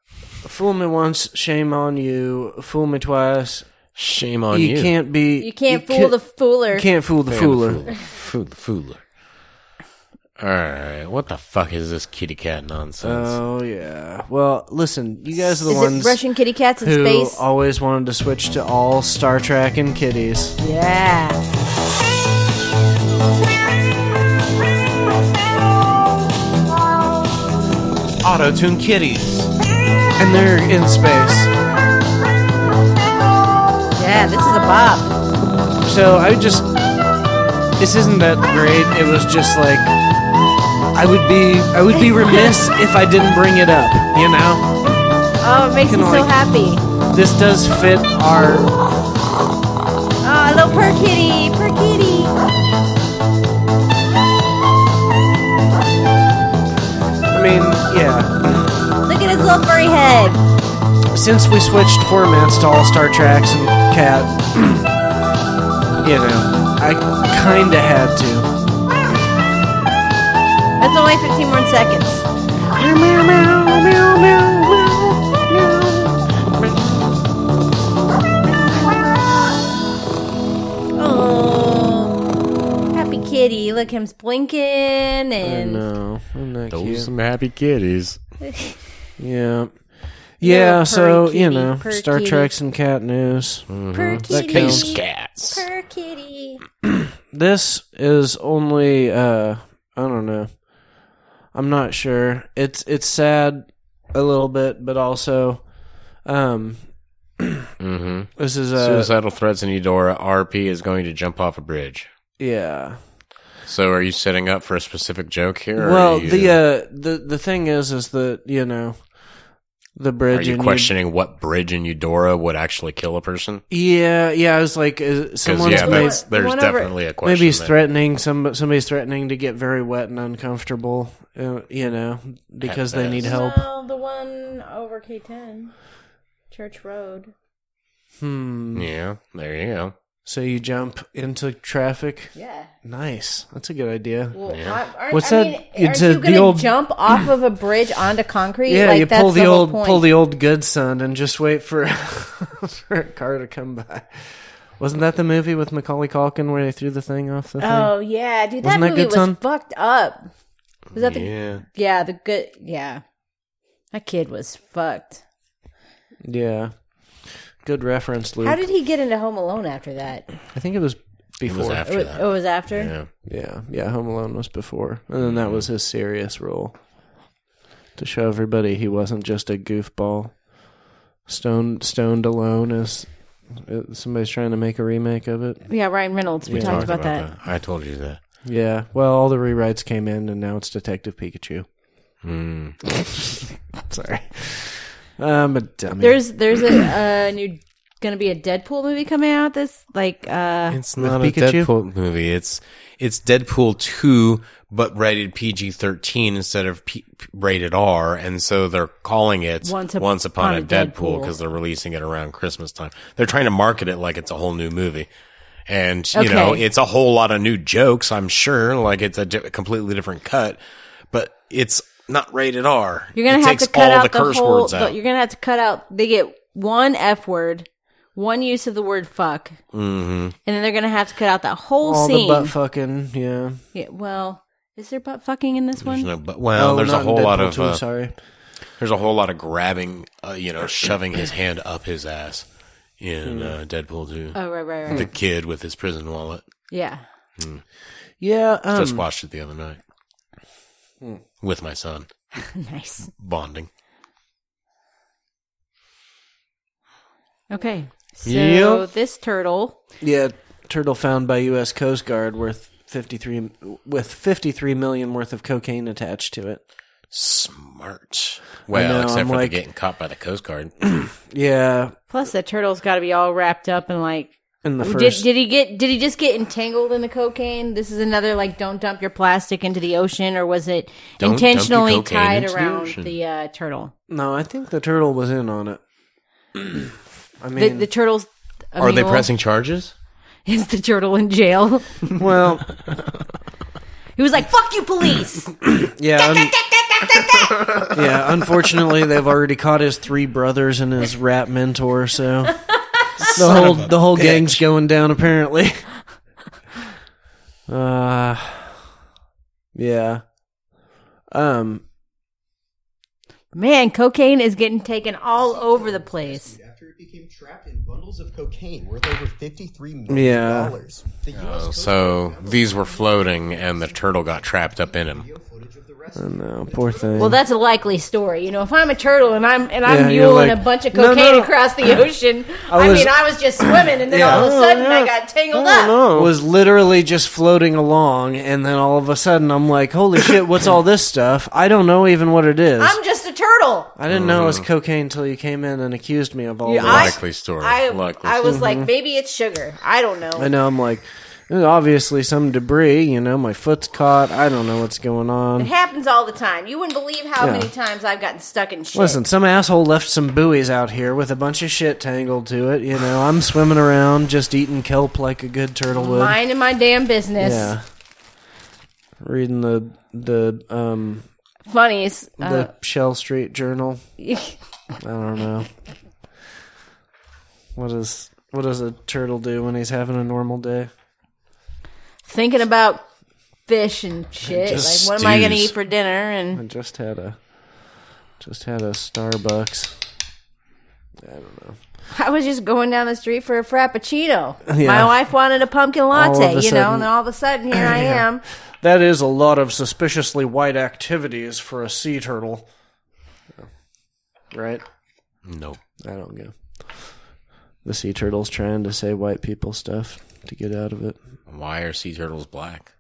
Speaker 1: fool me once, shame on you. Fool me twice,
Speaker 3: Shame on
Speaker 1: you,
Speaker 3: you.
Speaker 1: can't be.
Speaker 2: you can't fool
Speaker 1: can't-
Speaker 2: the fooler.
Speaker 1: You can't fool the
Speaker 3: Damn
Speaker 1: fooler.
Speaker 3: Fool- Fooler. All right. What the fuck is this kitty cat nonsense?
Speaker 1: Oh yeah. Well, listen, you guys are the
Speaker 2: is
Speaker 1: ones
Speaker 2: it Russian kitty cats in
Speaker 1: who
Speaker 2: space?
Speaker 1: always wanted to switch to all Star Trek and kitties.
Speaker 2: yeah.
Speaker 3: Auto tune kitties.
Speaker 1: And they're in space.
Speaker 2: Yeah, this is a bob.
Speaker 1: So I would just this isn't that great. It was just like I would be I would be remiss if I didn't bring it up, you know?
Speaker 2: Oh, it makes me
Speaker 1: Can
Speaker 2: so
Speaker 1: like-
Speaker 2: happy.
Speaker 1: This does fit our
Speaker 2: Oh, hello, per kitty, per kitty.
Speaker 1: I mean, yeah.
Speaker 2: Look at his little furry head.
Speaker 1: Since we switched formats to all Star Treks and Cat you know, I kinda had to.
Speaker 2: That's only 15 more seconds. Oh, happy kitty. Look, him's blinking and
Speaker 1: No, I'm not
Speaker 3: Those
Speaker 1: cute.
Speaker 3: some happy kitties.
Speaker 1: Yeah.
Speaker 2: You're a
Speaker 1: Yeah,
Speaker 2: purr
Speaker 1: so, you
Speaker 2: kitty,
Speaker 1: know,
Speaker 2: purr
Speaker 1: Star
Speaker 2: kitty.
Speaker 1: Trek's and cat news.
Speaker 3: Mm,
Speaker 2: per
Speaker 1: counts.
Speaker 2: kitty.
Speaker 3: Cats.
Speaker 2: Per kitty.
Speaker 1: This is only uh I don't know. I'm not sure. It's it's sad a little bit, but also um
Speaker 3: Mm-hmm.
Speaker 1: this is uh
Speaker 3: Suicidal threats in Eudora. RP is going to jump off a bridge.
Speaker 1: yeah.
Speaker 3: So, are you setting up for a specific joke here? or
Speaker 1: Well,
Speaker 3: are you,
Speaker 1: the uh the the thing is is that, you know, the
Speaker 3: are
Speaker 1: bridge
Speaker 3: you
Speaker 1: in Eud-
Speaker 3: questioning what bridge in Eudora would actually kill a person?
Speaker 1: Yeah, yeah, I was like is,
Speaker 3: Because
Speaker 1: someone's
Speaker 3: yeah,
Speaker 1: made
Speaker 3: that's,
Speaker 2: The
Speaker 3: there's
Speaker 2: one over-
Speaker 3: definitely a question.
Speaker 1: Maybe he's
Speaker 3: there.
Speaker 1: threatening some. Somebody's threatening to get very wet and uncomfortable. Uh, you know, because they need help.
Speaker 2: Well, the one over K10, Church Road.
Speaker 1: Hmm.
Speaker 3: Yeah, there you go.
Speaker 1: So you jump into traffic.
Speaker 2: Yeah.
Speaker 1: Nice. That's a good idea.
Speaker 2: Well,
Speaker 3: Yeah.
Speaker 2: aren't- aren't-
Speaker 1: What's
Speaker 2: I
Speaker 1: that?
Speaker 2: Mean,
Speaker 1: It's
Speaker 2: aren't
Speaker 1: a-
Speaker 2: you
Speaker 1: the
Speaker 2: going to
Speaker 1: old-
Speaker 2: jump off of a bridge onto concrete?
Speaker 1: Yeah,
Speaker 2: like,
Speaker 1: you
Speaker 2: that's
Speaker 1: pull the,
Speaker 2: whole
Speaker 1: old
Speaker 2: point.
Speaker 1: pull the old good son and just wait for for a car to come by. Wasn't that the movie with Macaulay Culkin where they threw the thing off the thing?
Speaker 2: Oh yeah, dude, that
Speaker 1: Wasn't that
Speaker 2: movie
Speaker 1: good,
Speaker 2: was
Speaker 1: son?
Speaker 2: fucked up. Was that the yeah.
Speaker 3: Yeah.
Speaker 2: the good yeah. That kid was fucked.
Speaker 1: Yeah. Good reference, Luke.
Speaker 2: How did he get into Home Alone after that?
Speaker 1: I think it was
Speaker 3: It
Speaker 1: before.
Speaker 3: was
Speaker 2: It
Speaker 3: after
Speaker 2: was,
Speaker 3: that.
Speaker 2: it was after.
Speaker 3: Yeah.
Speaker 1: Yeah, yeah, Home Alone was before. And then
Speaker 3: Mm-hmm.
Speaker 1: that was his serious role to show everybody he wasn't just a goofball. Stone Stoned Alone is uh, somebody's trying to make a remake of it.
Speaker 2: Yeah, Ryan Reynolds. We talked about, that.
Speaker 3: I told you that.
Speaker 1: Yeah. Well, all the rewrites came in and now it's Detective Pikachu.
Speaker 3: Mm.
Speaker 1: Sorry. I'm a dummy.
Speaker 2: There's there's a uh, new gonna be a Deadpool movie coming out. This like uh
Speaker 3: It's not a
Speaker 1: Pikachu?
Speaker 3: Deadpool movie. It's it's Deadpool two, but rated PG thirteen instead of P- P- rated R, and so they're calling it
Speaker 2: Once
Speaker 3: Once,
Speaker 2: Up- Upon
Speaker 3: Upon, a
Speaker 2: a
Speaker 3: Deadpool
Speaker 2: Deadpool.
Speaker 3: because they're releasing it around Christmas time. They're trying to market it like it's a whole new movie. And you know,
Speaker 2: Okay.
Speaker 3: it's a whole lot of new jokes. I'm sure, like it's a di- completely different cut, but it's not rated R.
Speaker 2: you're gonna
Speaker 3: It
Speaker 2: have
Speaker 3: takes
Speaker 2: to cut
Speaker 3: all
Speaker 2: out the,
Speaker 3: curse
Speaker 2: whole.
Speaker 3: words
Speaker 2: the-
Speaker 3: out.
Speaker 2: you're gonna have to cut out. They get one f word, one use of the word fuck, and
Speaker 3: Mm-hmm.
Speaker 2: then they're gonna have to cut out that whole
Speaker 1: all
Speaker 2: scene.
Speaker 1: the butt fucking, yeah.
Speaker 2: Yeah, well, is there butt fucking in this
Speaker 3: There's
Speaker 2: one?
Speaker 3: no- but- well,
Speaker 1: Oh,
Speaker 3: there's a
Speaker 1: not in
Speaker 3: whole lot
Speaker 1: Deadpool
Speaker 3: of
Speaker 1: 2,
Speaker 3: uh,
Speaker 1: sorry.
Speaker 3: There's a whole lot of grabbing, uh, you know, shoving his hand up his ass. in uh, Deadpool 2.
Speaker 2: Oh, right, right, right.
Speaker 3: the kid with his prison wallet.
Speaker 2: yeah.
Speaker 1: Yeah, um,
Speaker 3: Just watched it the other night with my son,
Speaker 2: Nice.
Speaker 3: bonding.
Speaker 2: Okay. So
Speaker 1: Yep.
Speaker 2: this turtle.
Speaker 1: yeah. Turtle found by U.S. Coast Guard worth fifty three with fifty three million worth of cocaine attached to it.
Speaker 3: Smart. Well,
Speaker 1: know,
Speaker 3: except
Speaker 1: I'm
Speaker 3: for
Speaker 1: like-
Speaker 3: the getting caught by the Coast Guard.
Speaker 1: Yeah,
Speaker 2: Plus, that turtle's got to be all wrapped up in like.
Speaker 1: in the
Speaker 2: Did,
Speaker 1: first
Speaker 2: did he get? Did he just get entangled in the cocaine? This is another like, don't dump your plastic into the ocean, or was it
Speaker 3: Don't dump your
Speaker 2: intentionally
Speaker 3: cocaine
Speaker 2: tied
Speaker 3: into the
Speaker 2: around the,
Speaker 3: ocean.
Speaker 2: uh, turtle?
Speaker 1: no, I think the turtle was in on it. I
Speaker 2: The,
Speaker 1: mean,
Speaker 2: the turtle's.
Speaker 3: Are they
Speaker 2: amenable?
Speaker 3: pressing charges?
Speaker 2: Is the turtle in jail?
Speaker 1: well,
Speaker 2: He was like, "Fuck you, police!"
Speaker 1: yeah, un- yeah. Unfortunately, they've already caught his three brothers and his rap mentor, so the whole the whole gang's going down apparently. Uh, yeah. Um,
Speaker 2: Man, cocaine is getting taken all over the place.
Speaker 7: after it became trapped in bundles of cocaine worth over fifty-three million
Speaker 1: Yeah.
Speaker 7: dollars. The U.S.
Speaker 3: Oh,
Speaker 7: Coast
Speaker 3: so these were floating, and the turtle got trapped up in him.
Speaker 7: video footage of the rest.
Speaker 1: no, poor thing.
Speaker 2: Well, that's a likely story. You know, if I'm a turtle and I'm and I'm
Speaker 1: Yeah, you're
Speaker 2: muling
Speaker 1: like,
Speaker 2: a bunch of
Speaker 1: "No, no,
Speaker 2: cocaine
Speaker 1: no."
Speaker 2: across the ocean, I,
Speaker 1: I was-
Speaker 2: mean, I was just swimming, and then all of a sudden I got tangled up.
Speaker 1: was literally just floating along, and then all of a sudden I'm like, "Holy shit! What's all this stuff? I don't know even what it is.
Speaker 2: I'm just a turtle.
Speaker 1: I didn't know it was cocaine until you came in and accused me of all
Speaker 2: Yeah,
Speaker 1: this."
Speaker 3: Likely story.
Speaker 2: I
Speaker 3: Likely
Speaker 2: I
Speaker 3: story.
Speaker 2: was like, maybe it's sugar. I don't know.
Speaker 1: Mm-hmm. I know. I'm like, "There's obviously some debris. You know, my foot's caught. I don't know what's going
Speaker 2: It
Speaker 1: on.
Speaker 2: happens all the time. You wouldn't believe how
Speaker 1: Yeah.
Speaker 2: many times I've gotten stuck in shit.
Speaker 1: Listen, some asshole left some buoys out here with a bunch of shit tangled to it. You know, I'm swimming around just eating kelp like a good turtle would.
Speaker 2: minding my damn business.
Speaker 1: yeah. Reading the the um
Speaker 2: Funny is, uh,
Speaker 1: the Shell Street Journal. I don't know. What is what does a turtle do when he's having a normal day?
Speaker 2: thinking about fish and shit.
Speaker 3: Just
Speaker 2: Like, what am I going to
Speaker 3: stews.
Speaker 2: eat for dinner? And
Speaker 1: I just had a just had a Starbucks.
Speaker 2: I was just going down the street for a frappuccino. My
Speaker 1: Yeah.
Speaker 2: wife wanted a pumpkin
Speaker 1: of
Speaker 2: latte,
Speaker 1: a
Speaker 2: you know,
Speaker 1: sudden-
Speaker 2: and then all of a sudden here I am.
Speaker 1: That is a lot of suspiciously white activities for a sea turtle. Right?
Speaker 3: Nope.
Speaker 1: I don't go. The sea turtle's trying to say white people stuff to get out of it.
Speaker 3: Why are sea turtles black?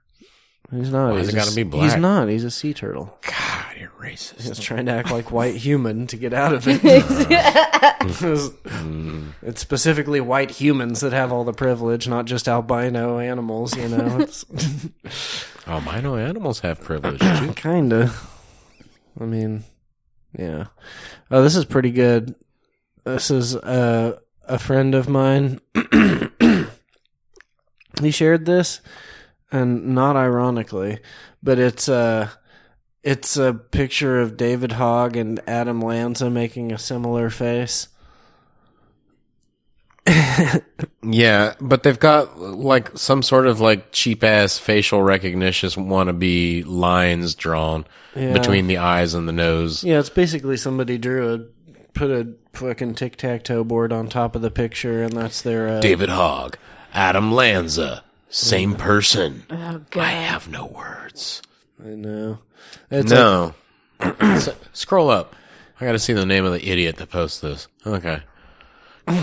Speaker 1: He's not.
Speaker 3: Why's
Speaker 1: he's
Speaker 3: it
Speaker 1: a
Speaker 3: gotta
Speaker 1: s-
Speaker 3: be
Speaker 1: He's
Speaker 3: black?
Speaker 1: not. He's a sea turtle.
Speaker 3: God, you're racist.
Speaker 1: He's trying to act like white human to get out of it. it's, it's specifically white humans that have all the privilege, not just albino animals. You know, it's
Speaker 3: Albino Oh, animals have privilege too.
Speaker 1: kind of. I mean, yeah. Oh, this is pretty good. This is uh, a friend of mine. he shared this, and not ironically, but it's uh it's a picture of David Hogg and Adam Lanza making a similar face.
Speaker 3: Yeah, but they've got like some sort of like cheap ass facial recognition wannabe lines drawn
Speaker 1: Yeah.
Speaker 3: between the eyes and the nose.
Speaker 1: Yeah, it's basically somebody drew a put a fucking tic tac toe board on top of the picture, and that's their uh,
Speaker 3: David Hogg, Adam Lanza, same person.
Speaker 2: Oh
Speaker 3: I
Speaker 2: god.
Speaker 3: have no words.
Speaker 1: I know. It's a-
Speaker 3: No. S- Scroll up. I got to see the name of the idiot that posts this. Okay. I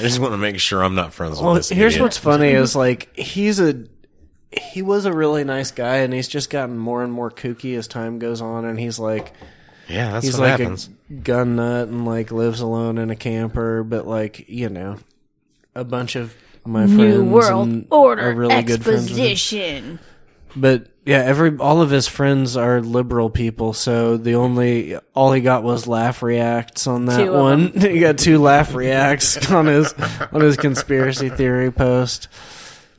Speaker 3: just want to make sure I'm not friends with
Speaker 1: Well,
Speaker 3: this.
Speaker 1: here's
Speaker 3: idiot.
Speaker 1: what's funny is like he's a he was a really nice guy, and he's just gotten more and more kooky as time goes on, and he's like
Speaker 3: yeah, that's
Speaker 1: he's
Speaker 3: what
Speaker 1: like
Speaker 3: happens.
Speaker 1: a gun nut and like lives alone in a camper, but like you know, a bunch of my
Speaker 2: New
Speaker 1: friends
Speaker 2: World
Speaker 1: and
Speaker 2: Order
Speaker 1: are really good friends with him.
Speaker 2: Exposition.
Speaker 1: But yeah, every all of his friends are liberal people, so the only all he got was laugh reacts on that
Speaker 2: Two of
Speaker 1: one. he got two laugh reacts on his on his conspiracy theory post.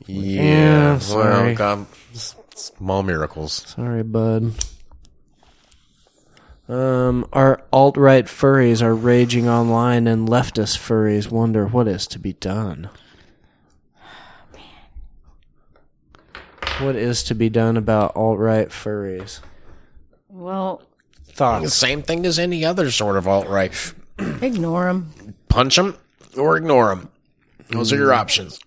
Speaker 3: yeah,
Speaker 1: Yeah,
Speaker 3: well,
Speaker 1: sorry.
Speaker 3: God, s- small miracles.
Speaker 1: Sorry, bud. Um, our alt right furries are raging online, and leftist furries wonder what is to be done. What is to be done about alt right furries?
Speaker 2: Well,
Speaker 1: Thoughts?
Speaker 3: Same thing as any other sort of alt right.
Speaker 2: ignore him.
Speaker 3: Punch them, or ignore them. Those are your options.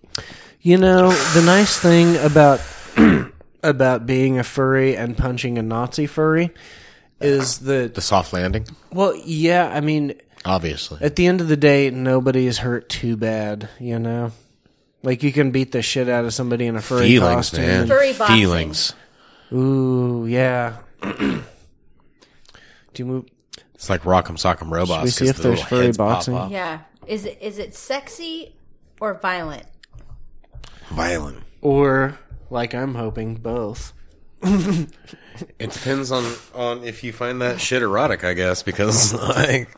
Speaker 1: You know, the nice thing about about being a furry and punching a Nazi furry is that
Speaker 3: The soft landing,
Speaker 1: well, yeah, I mean,
Speaker 3: obviously.
Speaker 1: at the end of the day, nobody is hurt too bad, you know? Like you can beat the shit out of somebody in a furry
Speaker 3: Feelings,
Speaker 1: costume.
Speaker 3: man.
Speaker 2: Furry boxing.
Speaker 3: Feelings.
Speaker 1: Ooh, yeah. Do you move
Speaker 3: It's like Rock'em Sock'em Robots.
Speaker 1: we see
Speaker 3: 'cause
Speaker 1: if
Speaker 3: the
Speaker 1: there's
Speaker 3: little
Speaker 1: furry
Speaker 3: heads pop
Speaker 1: boxing?
Speaker 3: up.
Speaker 2: Yeah. Is it is it sexy or violent?
Speaker 3: Violent.
Speaker 1: or like I'm hoping both.
Speaker 3: It depends on on if you find that shit erotic, I guess, because like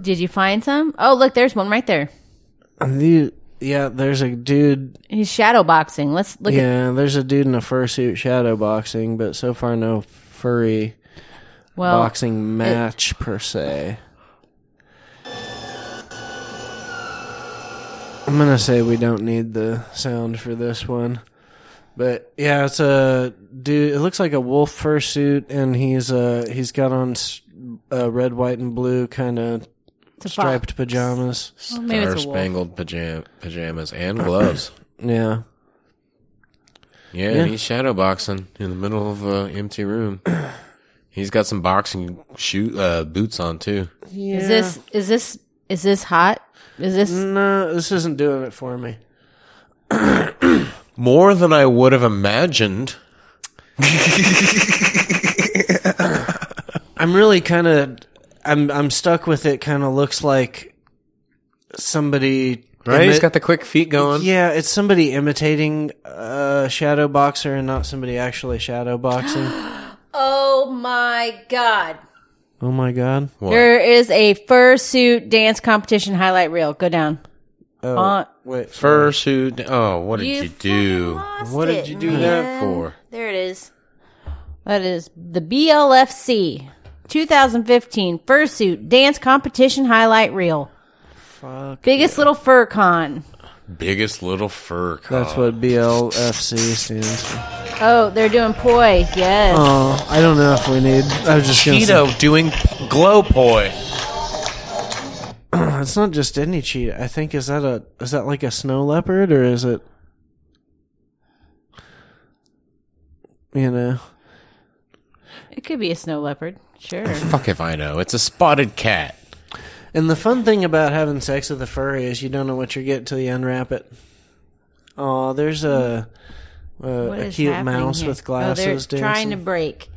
Speaker 2: Did you find some? Oh, look, there's one right there.
Speaker 1: The- yeah, there's a dude
Speaker 2: He's shadow boxing. Let's look at.
Speaker 1: Yeah, there's a dude in a fursuit shadow boxing, but so far no furry
Speaker 2: Well,
Speaker 1: boxing match per se. I'm gonna say we don't need the sound for this one. But yeah, it's a dude. It looks like a wolf fursuit, and he's uh he's got on s- uh, red, white, and blue kind of
Speaker 2: it's a
Speaker 1: striped
Speaker 2: box.
Speaker 1: pajamas.
Speaker 2: Well, maybe it's a wolf.
Speaker 3: spangled pajam- pajamas and gloves.
Speaker 1: Yeah,
Speaker 3: Yeah,
Speaker 1: Yeah.
Speaker 3: and he's shadow boxing in the middle of an empty room. He's got some boxing shoe uh, boots on too.
Speaker 2: Is this is this is this hot? Is this
Speaker 1: no, this isn't doing it for me.
Speaker 3: More than I would have imagined.
Speaker 1: I'm really kind of I'm I'm stuck with it. Kind of looks like somebody.
Speaker 3: Right,
Speaker 1: imi-
Speaker 3: he's got the quick feet going.
Speaker 1: yeah, it's somebody imitating a shadow boxer and not somebody actually shadow boxing.
Speaker 2: Oh my god.
Speaker 1: oh my god!
Speaker 2: There is a fursuit dance competition highlight reel. Go down.
Speaker 1: Oh,
Speaker 2: Uh,
Speaker 1: wait,
Speaker 3: Fursuit. Oh, what did
Speaker 2: You
Speaker 3: you, do?
Speaker 2: fucking lost
Speaker 3: What
Speaker 2: it,
Speaker 3: did you do
Speaker 2: man.
Speaker 3: that for?
Speaker 2: There it is. That is the BLFC 2015 fursuit dance competition highlight reel.
Speaker 1: fuck.
Speaker 2: Biggest little fur con.
Speaker 3: Biggest little fur. Con.
Speaker 1: That's what BLFC stands for.
Speaker 2: Oh, they're doing poi. Yes.
Speaker 1: Oh, I don't know if we need. I was just gonna say,
Speaker 3: Cheeto doing glow poi.
Speaker 1: it's not just any cheetah. I think is that a is that like a snow leopard or is it? You know.
Speaker 2: It could be a snow leopard. Sure.
Speaker 3: Fuck if I know. It's a spotted cat.
Speaker 1: And the fun thing about having sex with a furry is you don't know what you're getting till you unwrap it. Oh, there's a a,
Speaker 2: What
Speaker 1: a
Speaker 2: is
Speaker 1: cute
Speaker 2: happening
Speaker 1: mouse
Speaker 2: here?
Speaker 1: with
Speaker 2: Oh, they're
Speaker 1: glasses
Speaker 2: trying to
Speaker 1: dancing.
Speaker 2: break.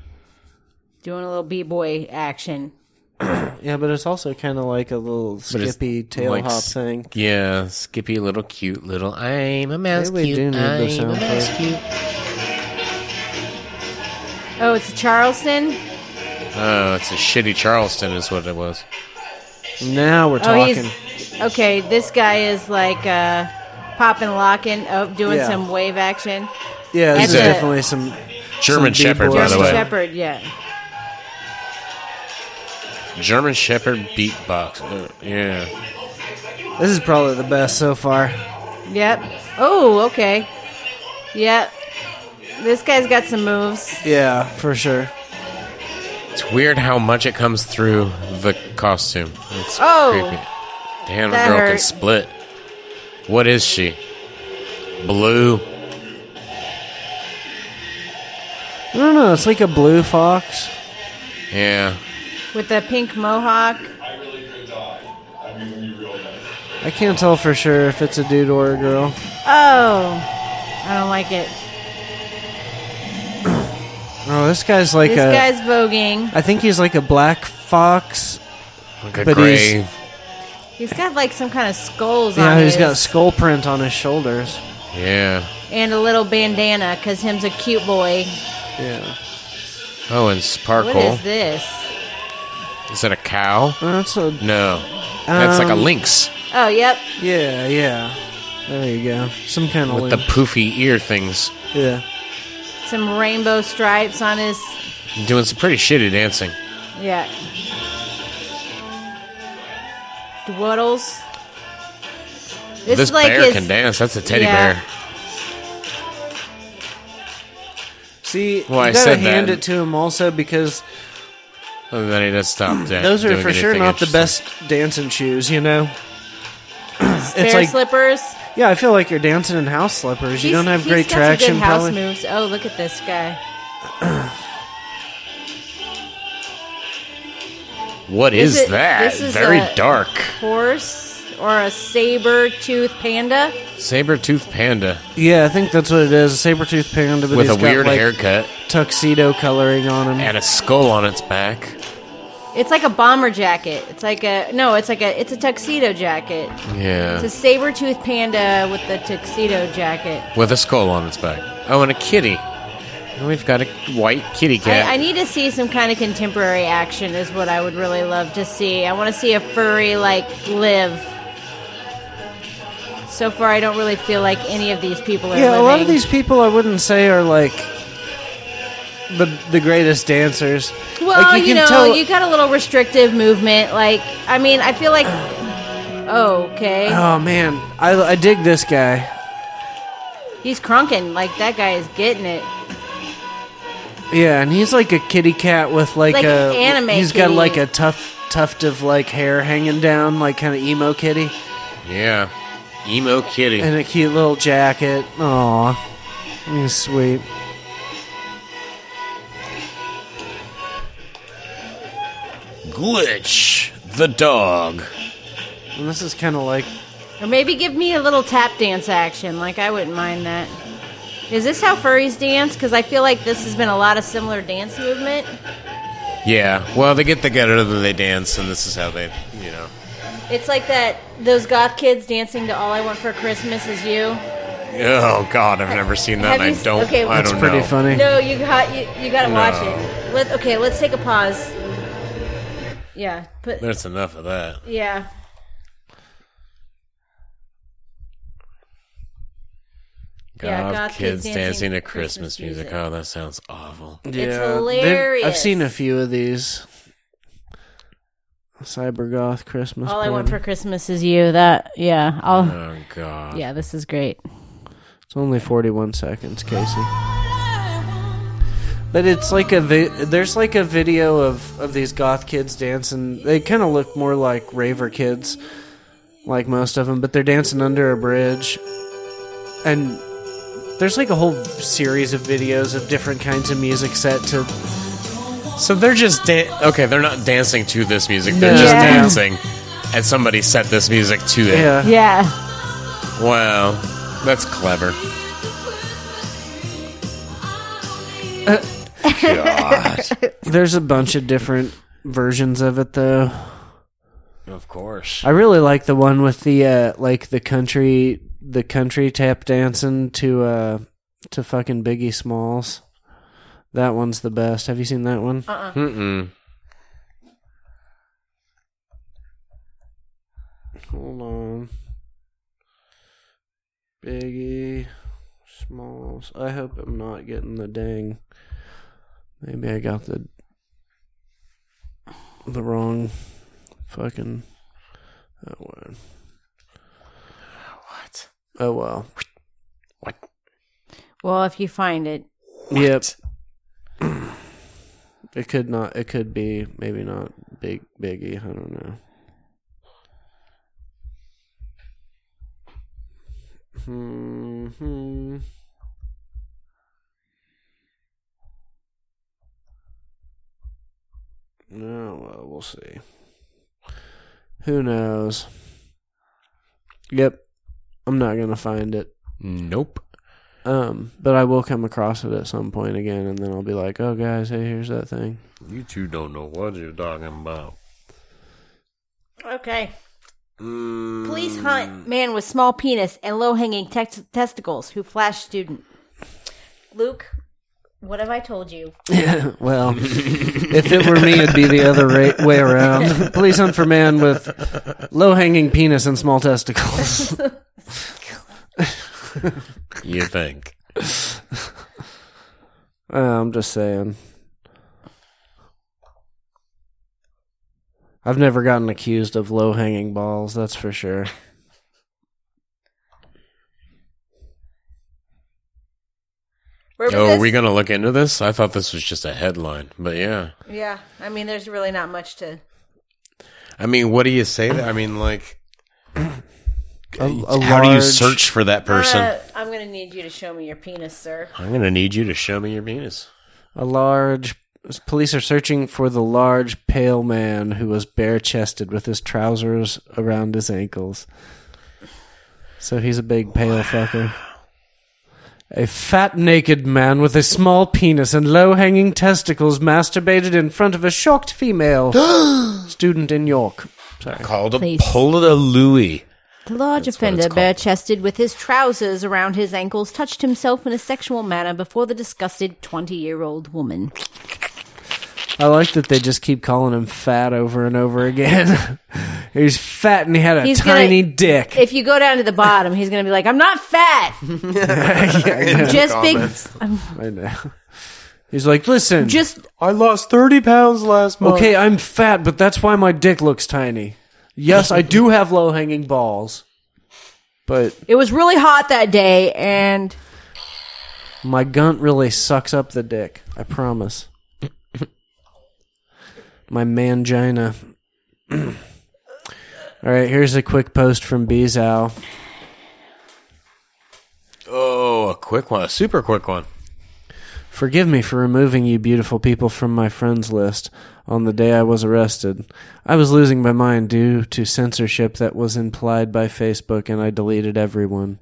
Speaker 2: Doing a little b-boy action.
Speaker 1: yeah, but it's also kind of like a little
Speaker 3: it's
Speaker 1: skippy tail
Speaker 3: like
Speaker 1: hop
Speaker 3: s-
Speaker 1: thing.
Speaker 3: Yeah, Skippy, little cute little. I'm a mouse
Speaker 1: Maybe we
Speaker 3: cute.
Speaker 1: do need the
Speaker 3: I'm
Speaker 1: sound
Speaker 3: a mouse
Speaker 1: for
Speaker 3: cute.
Speaker 2: Oh, it's a Charleston.
Speaker 3: Oh, it's a shitty Charleston, is what it was.
Speaker 1: Now we're
Speaker 2: Oh,
Speaker 1: talking.
Speaker 2: he's okay. This guy is like uh, popping, locking, oh, doing
Speaker 1: Yeah.
Speaker 2: some wave action.
Speaker 1: yeah,
Speaker 2: That's
Speaker 1: there's
Speaker 2: a-
Speaker 1: definitely some.
Speaker 3: German
Speaker 1: Some
Speaker 3: Shepherd,
Speaker 1: B-boy.
Speaker 3: by the
Speaker 2: German
Speaker 3: way.
Speaker 2: Shepherd, yeah.
Speaker 3: German Shepherd beatbox. Uh, yeah.
Speaker 1: This is probably the best so far.
Speaker 2: Yep. Oh, okay. Yep. This guy's got some moves.
Speaker 1: Yeah, for sure.
Speaker 3: It's weird how much it comes through the costume. It's
Speaker 2: Oh.
Speaker 3: creepy. Damn, the
Speaker 2: That
Speaker 3: girl can
Speaker 2: hurt.
Speaker 3: split. What is she? Blue.
Speaker 1: I don't know. It's like a blue fox.
Speaker 3: Yeah.
Speaker 2: With the pink mohawk.
Speaker 1: I can't tell for sure if it's a dude or a girl.
Speaker 2: Oh. I don't like it.
Speaker 1: Oh, this guy's like
Speaker 2: This
Speaker 1: a.
Speaker 2: guy's voguing.
Speaker 1: I think he's like a black fox
Speaker 3: Like a
Speaker 1: But he's-
Speaker 3: gray.
Speaker 2: He's got like some kind of skulls
Speaker 1: Yeah,
Speaker 2: on
Speaker 1: he's
Speaker 2: his
Speaker 1: got skull print on his shoulders.
Speaker 3: Yeah.
Speaker 2: and a little bandana because him's a cute boy.
Speaker 1: Yeah,
Speaker 3: Oh, and
Speaker 2: What is
Speaker 3: sparkle. Is,
Speaker 2: this?
Speaker 3: that a cow?
Speaker 1: that's a
Speaker 3: No. That's like a
Speaker 1: Um,
Speaker 3: lynx
Speaker 2: Oh, yep.
Speaker 1: yeah, yeah. There you go. Some kind of
Speaker 3: with the poofy ear things.
Speaker 1: yeah.
Speaker 2: Some rainbow stripes on his.
Speaker 3: Doing some pretty shitty dancing.
Speaker 2: Yeah. Dwaddles.
Speaker 3: This, bear can dance. That's a teddy
Speaker 2: Yeah.
Speaker 3: bear.
Speaker 1: See,
Speaker 3: Well, I
Speaker 1: you gotta
Speaker 3: said that.
Speaker 1: hand it to him also because
Speaker 3: And Oh, then he does stop. da-
Speaker 1: those are
Speaker 3: doing
Speaker 1: for sure
Speaker 3: anything
Speaker 1: not the
Speaker 3: interesting.
Speaker 1: best dancing shoes. You know,
Speaker 2: Bear
Speaker 1: it's like
Speaker 2: slippers.
Speaker 1: yeah, I feel like you're dancing in house slippers. You
Speaker 2: He's-
Speaker 1: don't have
Speaker 2: he's
Speaker 1: great
Speaker 2: got some good
Speaker 1: traction.
Speaker 2: house
Speaker 1: probably.
Speaker 2: moves. Oh, look at this guy.
Speaker 3: What
Speaker 2: Is
Speaker 3: is,
Speaker 2: it-
Speaker 3: that?
Speaker 2: this is
Speaker 3: Very
Speaker 2: a-
Speaker 3: dark.
Speaker 2: Horse or a saber tooth panda?
Speaker 3: Saber-toothed panda
Speaker 1: Yeah, I think that's what it is. A saber tooth panda, but
Speaker 3: with
Speaker 1: he's
Speaker 3: a
Speaker 1: got,
Speaker 3: weird
Speaker 1: like,
Speaker 3: haircut
Speaker 1: tuxedo coloring on him.
Speaker 3: and a skull on its back.
Speaker 2: It's like a bomber jacket. It's like a no. It's like a it's a tuxedo jacket. It's
Speaker 3: Yeah.
Speaker 2: a saber tooth panda with the tuxedo jacket.
Speaker 3: With a skull on its back. Oh, and a kitty. And we've got a white kitty cat.
Speaker 2: I, I need to see some kind of contemporary action. Is what I would really love to see. I want to see a furry like live. So far, I don't really feel like any of these people are.
Speaker 1: yeah, a lot of
Speaker 2: living.
Speaker 1: these people I wouldn't say are like the the greatest dancers.
Speaker 2: Well,
Speaker 1: Like,
Speaker 2: you, know, you got a little restrictive movement. Like, I mean, I feel like. Okay.
Speaker 1: Oh man, I, I dig this guy.
Speaker 2: He's crunking. Like, that guy is getting it.
Speaker 1: Yeah, and he's like a kitty cat with like,
Speaker 2: Like
Speaker 1: a
Speaker 2: an anime
Speaker 1: He's got
Speaker 2: kitty.
Speaker 1: like a tuft tuft of like hair hanging down, like kind of emo kitty,
Speaker 3: yeah. Emo kitty.
Speaker 1: and a cute little jacket. Aw, he's sweet.
Speaker 3: Glitch the dog.
Speaker 1: And this is kind of like
Speaker 2: Or maybe give me a little tap dance action. Like, I wouldn't mind that. Is this how furries dance? Because I feel like this has been a lot of similar dance movement.
Speaker 3: Yeah. Well, they get together, then they dance, and this is how they, you know.
Speaker 2: It's like that those goth kids dancing to "All I Want for Christmas Is You."
Speaker 3: Oh God, I've never seen that.
Speaker 2: Have
Speaker 3: and I
Speaker 2: you s-
Speaker 3: don't.
Speaker 2: okay,
Speaker 3: I
Speaker 1: it's
Speaker 3: don't
Speaker 1: pretty
Speaker 3: know.
Speaker 1: funny.
Speaker 2: No, you got you, you got to watch
Speaker 3: No.
Speaker 2: it. Let okay, let's take a pause. Yeah, put
Speaker 3: That's enough of that.
Speaker 2: yeah.
Speaker 3: God,
Speaker 2: Yeah, goth
Speaker 3: kids dancing, to Christmas, music.
Speaker 2: music.
Speaker 3: Oh, that sounds awful.
Speaker 1: Yeah, they've- I've
Speaker 2: hilarious.
Speaker 1: seen a few of these. Cyber goth Christmas.
Speaker 2: All I want
Speaker 1: party.
Speaker 2: for Christmas is you. That yeah. I'll
Speaker 3: Oh God.
Speaker 2: yeah. This is great.
Speaker 1: It's only 41 seconds, Casey. But it's like a vi- there's like a video of of these goth kids dancing. They kind of look more like raver kids, like most of them. But they're dancing under a bridge, and there's like a whole series of videos of different kinds of music set to.
Speaker 3: So they're just da- okay. They're not dancing to this music. They're
Speaker 1: No.
Speaker 3: just
Speaker 2: Yeah.
Speaker 3: dancing, and somebody set this music to it.
Speaker 1: Yeah,
Speaker 2: Yeah.
Speaker 3: Wow, that's clever.
Speaker 2: Uh.
Speaker 3: God.
Speaker 1: there's a bunch of different versions of it though.
Speaker 3: Of course.
Speaker 1: I really like the one with the uh like the country the country tap dancing to uh to fucking Biggie Smalls. That one's the best. Have you seen that one?
Speaker 3: Mm-mm.
Speaker 1: Hold on. Biggie Smalls. I hope I'm not getting the dang. Maybe I got the the wrong fucking oh well.
Speaker 3: What?
Speaker 1: Oh well.
Speaker 3: What?
Speaker 2: Well, if you find it,
Speaker 1: Yep. It could not. It could be maybe not big biggie. I don't know. Hmm. No, Oh, well, we'll see. Who knows? Yep, I'm not gonna find it.
Speaker 3: Nope.
Speaker 1: Um, but I will come across it at some point again, and then I'll be like, "Oh, guys, hey, here's that thing."
Speaker 3: You two don't know what you're talking about.
Speaker 2: okay. Police
Speaker 3: Mm.
Speaker 2: hunt man with small penis and low hanging tex testicles who flashed student. Luke, what have I told you?
Speaker 1: Well, if it were me, it'd be the other ra- way around. Police hunt for man with low-hanging penis and small testicles.
Speaker 3: You think?
Speaker 1: Uh, I'm just saying. I've never gotten accused of low-hanging balls. That's for sure.
Speaker 2: Where was
Speaker 3: Oh, are
Speaker 2: this?
Speaker 3: we gonna look into this? I thought this was just a headline, but yeah.
Speaker 2: yeah. I mean, there's really not much to.
Speaker 3: I mean, what do you say? That I mean, like,
Speaker 1: a, a
Speaker 3: How do you
Speaker 1: large-
Speaker 3: search for that person?
Speaker 2: Uh, I'm gonna need you to show me your penis, sir.
Speaker 3: I'm gonna need you to show me your penis.
Speaker 1: A large police are searching for the large pale man who was bare chested with his trousers around his ankles. So he's a big pale fucker. A fat naked man with a small penis and low hanging testicles masturbated in front of a shocked female student in York. Sorry.
Speaker 3: Called a
Speaker 2: Please.
Speaker 3: pulled a Louis.
Speaker 2: The large offender, bare chested, with his trousers around his ankles, touched himself in a sexual manner before the disgusted 20 year old woman.
Speaker 1: I like that they just keep calling him fat over and over again. he's fat and he had a
Speaker 2: He's gonna-
Speaker 1: tiny dick.
Speaker 2: If you go down to the bottom, he's going to be like, I'm not fat. I'm just big. I'm
Speaker 1: I know. He's like, listen,
Speaker 2: just.
Speaker 8: I lost 30 pounds last month.
Speaker 1: okay, I'm fat, but that's why my dick looks tiny. Yes, I do have low hanging balls, but
Speaker 2: It was really hot that day, and
Speaker 1: my gunt really sucks up the dick. I promise. my mangina. All right, here's a quick post from Bezow.
Speaker 3: Oh, a quick one, a super quick one.
Speaker 1: Forgive me for removing you beautiful people from my friends list on the day I was arrested. I was losing my mind due to censorship that was implied by Facebook and I deleted everyone.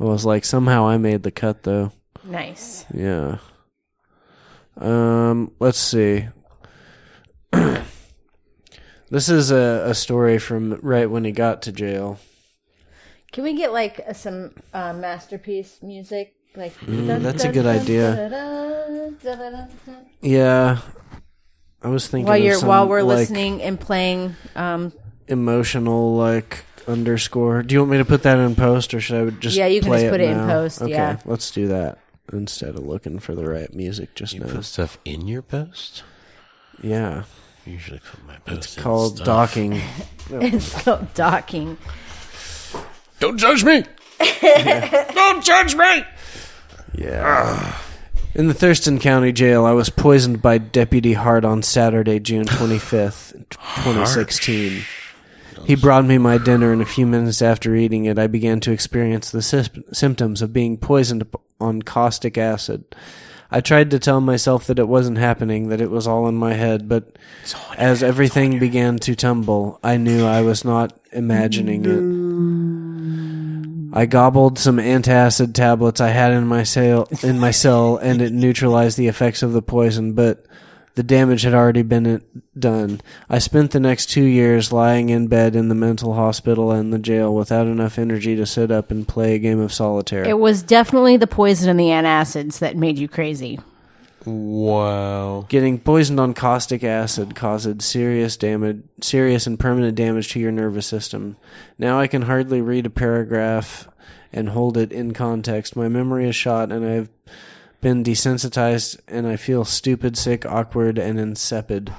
Speaker 1: I was like, somehow I made the cut though.
Speaker 2: nice.
Speaker 1: Yeah. Um, let's see. this is a, a story from right when he got to jail.
Speaker 2: Can we get like uh, some uh, masterpiece music? Like
Speaker 1: Mm, that's a good idea. Yeah. I was thinking
Speaker 2: While
Speaker 1: of
Speaker 2: you're
Speaker 1: some,
Speaker 2: while we're
Speaker 1: like,
Speaker 2: listening and playing, um,
Speaker 1: emotional like underscore. Do you want me to put that in post or should I just
Speaker 2: Yeah, you can
Speaker 1: play
Speaker 2: just put it in
Speaker 1: now?
Speaker 2: post,
Speaker 1: Okay,
Speaker 2: yeah.
Speaker 1: let's do that instead of looking for the right music just
Speaker 3: You
Speaker 1: now.
Speaker 3: put stuff in your post.
Speaker 1: yeah,
Speaker 3: I usually put my post. in
Speaker 1: called
Speaker 3: stuff.
Speaker 1: docking.
Speaker 2: it's called docking.
Speaker 3: Don't judge me. Don't judge me.
Speaker 1: Yeah. In the Thurston County Jail, I was poisoned by Deputy Hart on Saturday, June 25th, 2016. He brought me my dinner, and a few minutes after eating it, I began to experience the sys- symptoms of being poisoned p- on caustic acid. I tried to tell myself that it wasn't happening, that it was all in my head, but as everything began to tumble, I knew I was not imagining it. I gobbled some antacid tablets I had in my cell, in my cell, and it neutralized the effects of the poison, but the damage had already been done. I spent the next two years lying in bed in the mental hospital and the jail without enough energy to sit up and play a game of solitaire.
Speaker 2: It was definitely the poison and the antacids that made you crazy.
Speaker 3: Wow.
Speaker 1: Getting poisoned on caustic acid caused serious damage, serious and permanent damage to your nervous system. Now I can hardly read a paragraph and hold it in context. My memory is shot and I've been desensitized and I feel stupid, sick, awkward, and insipid.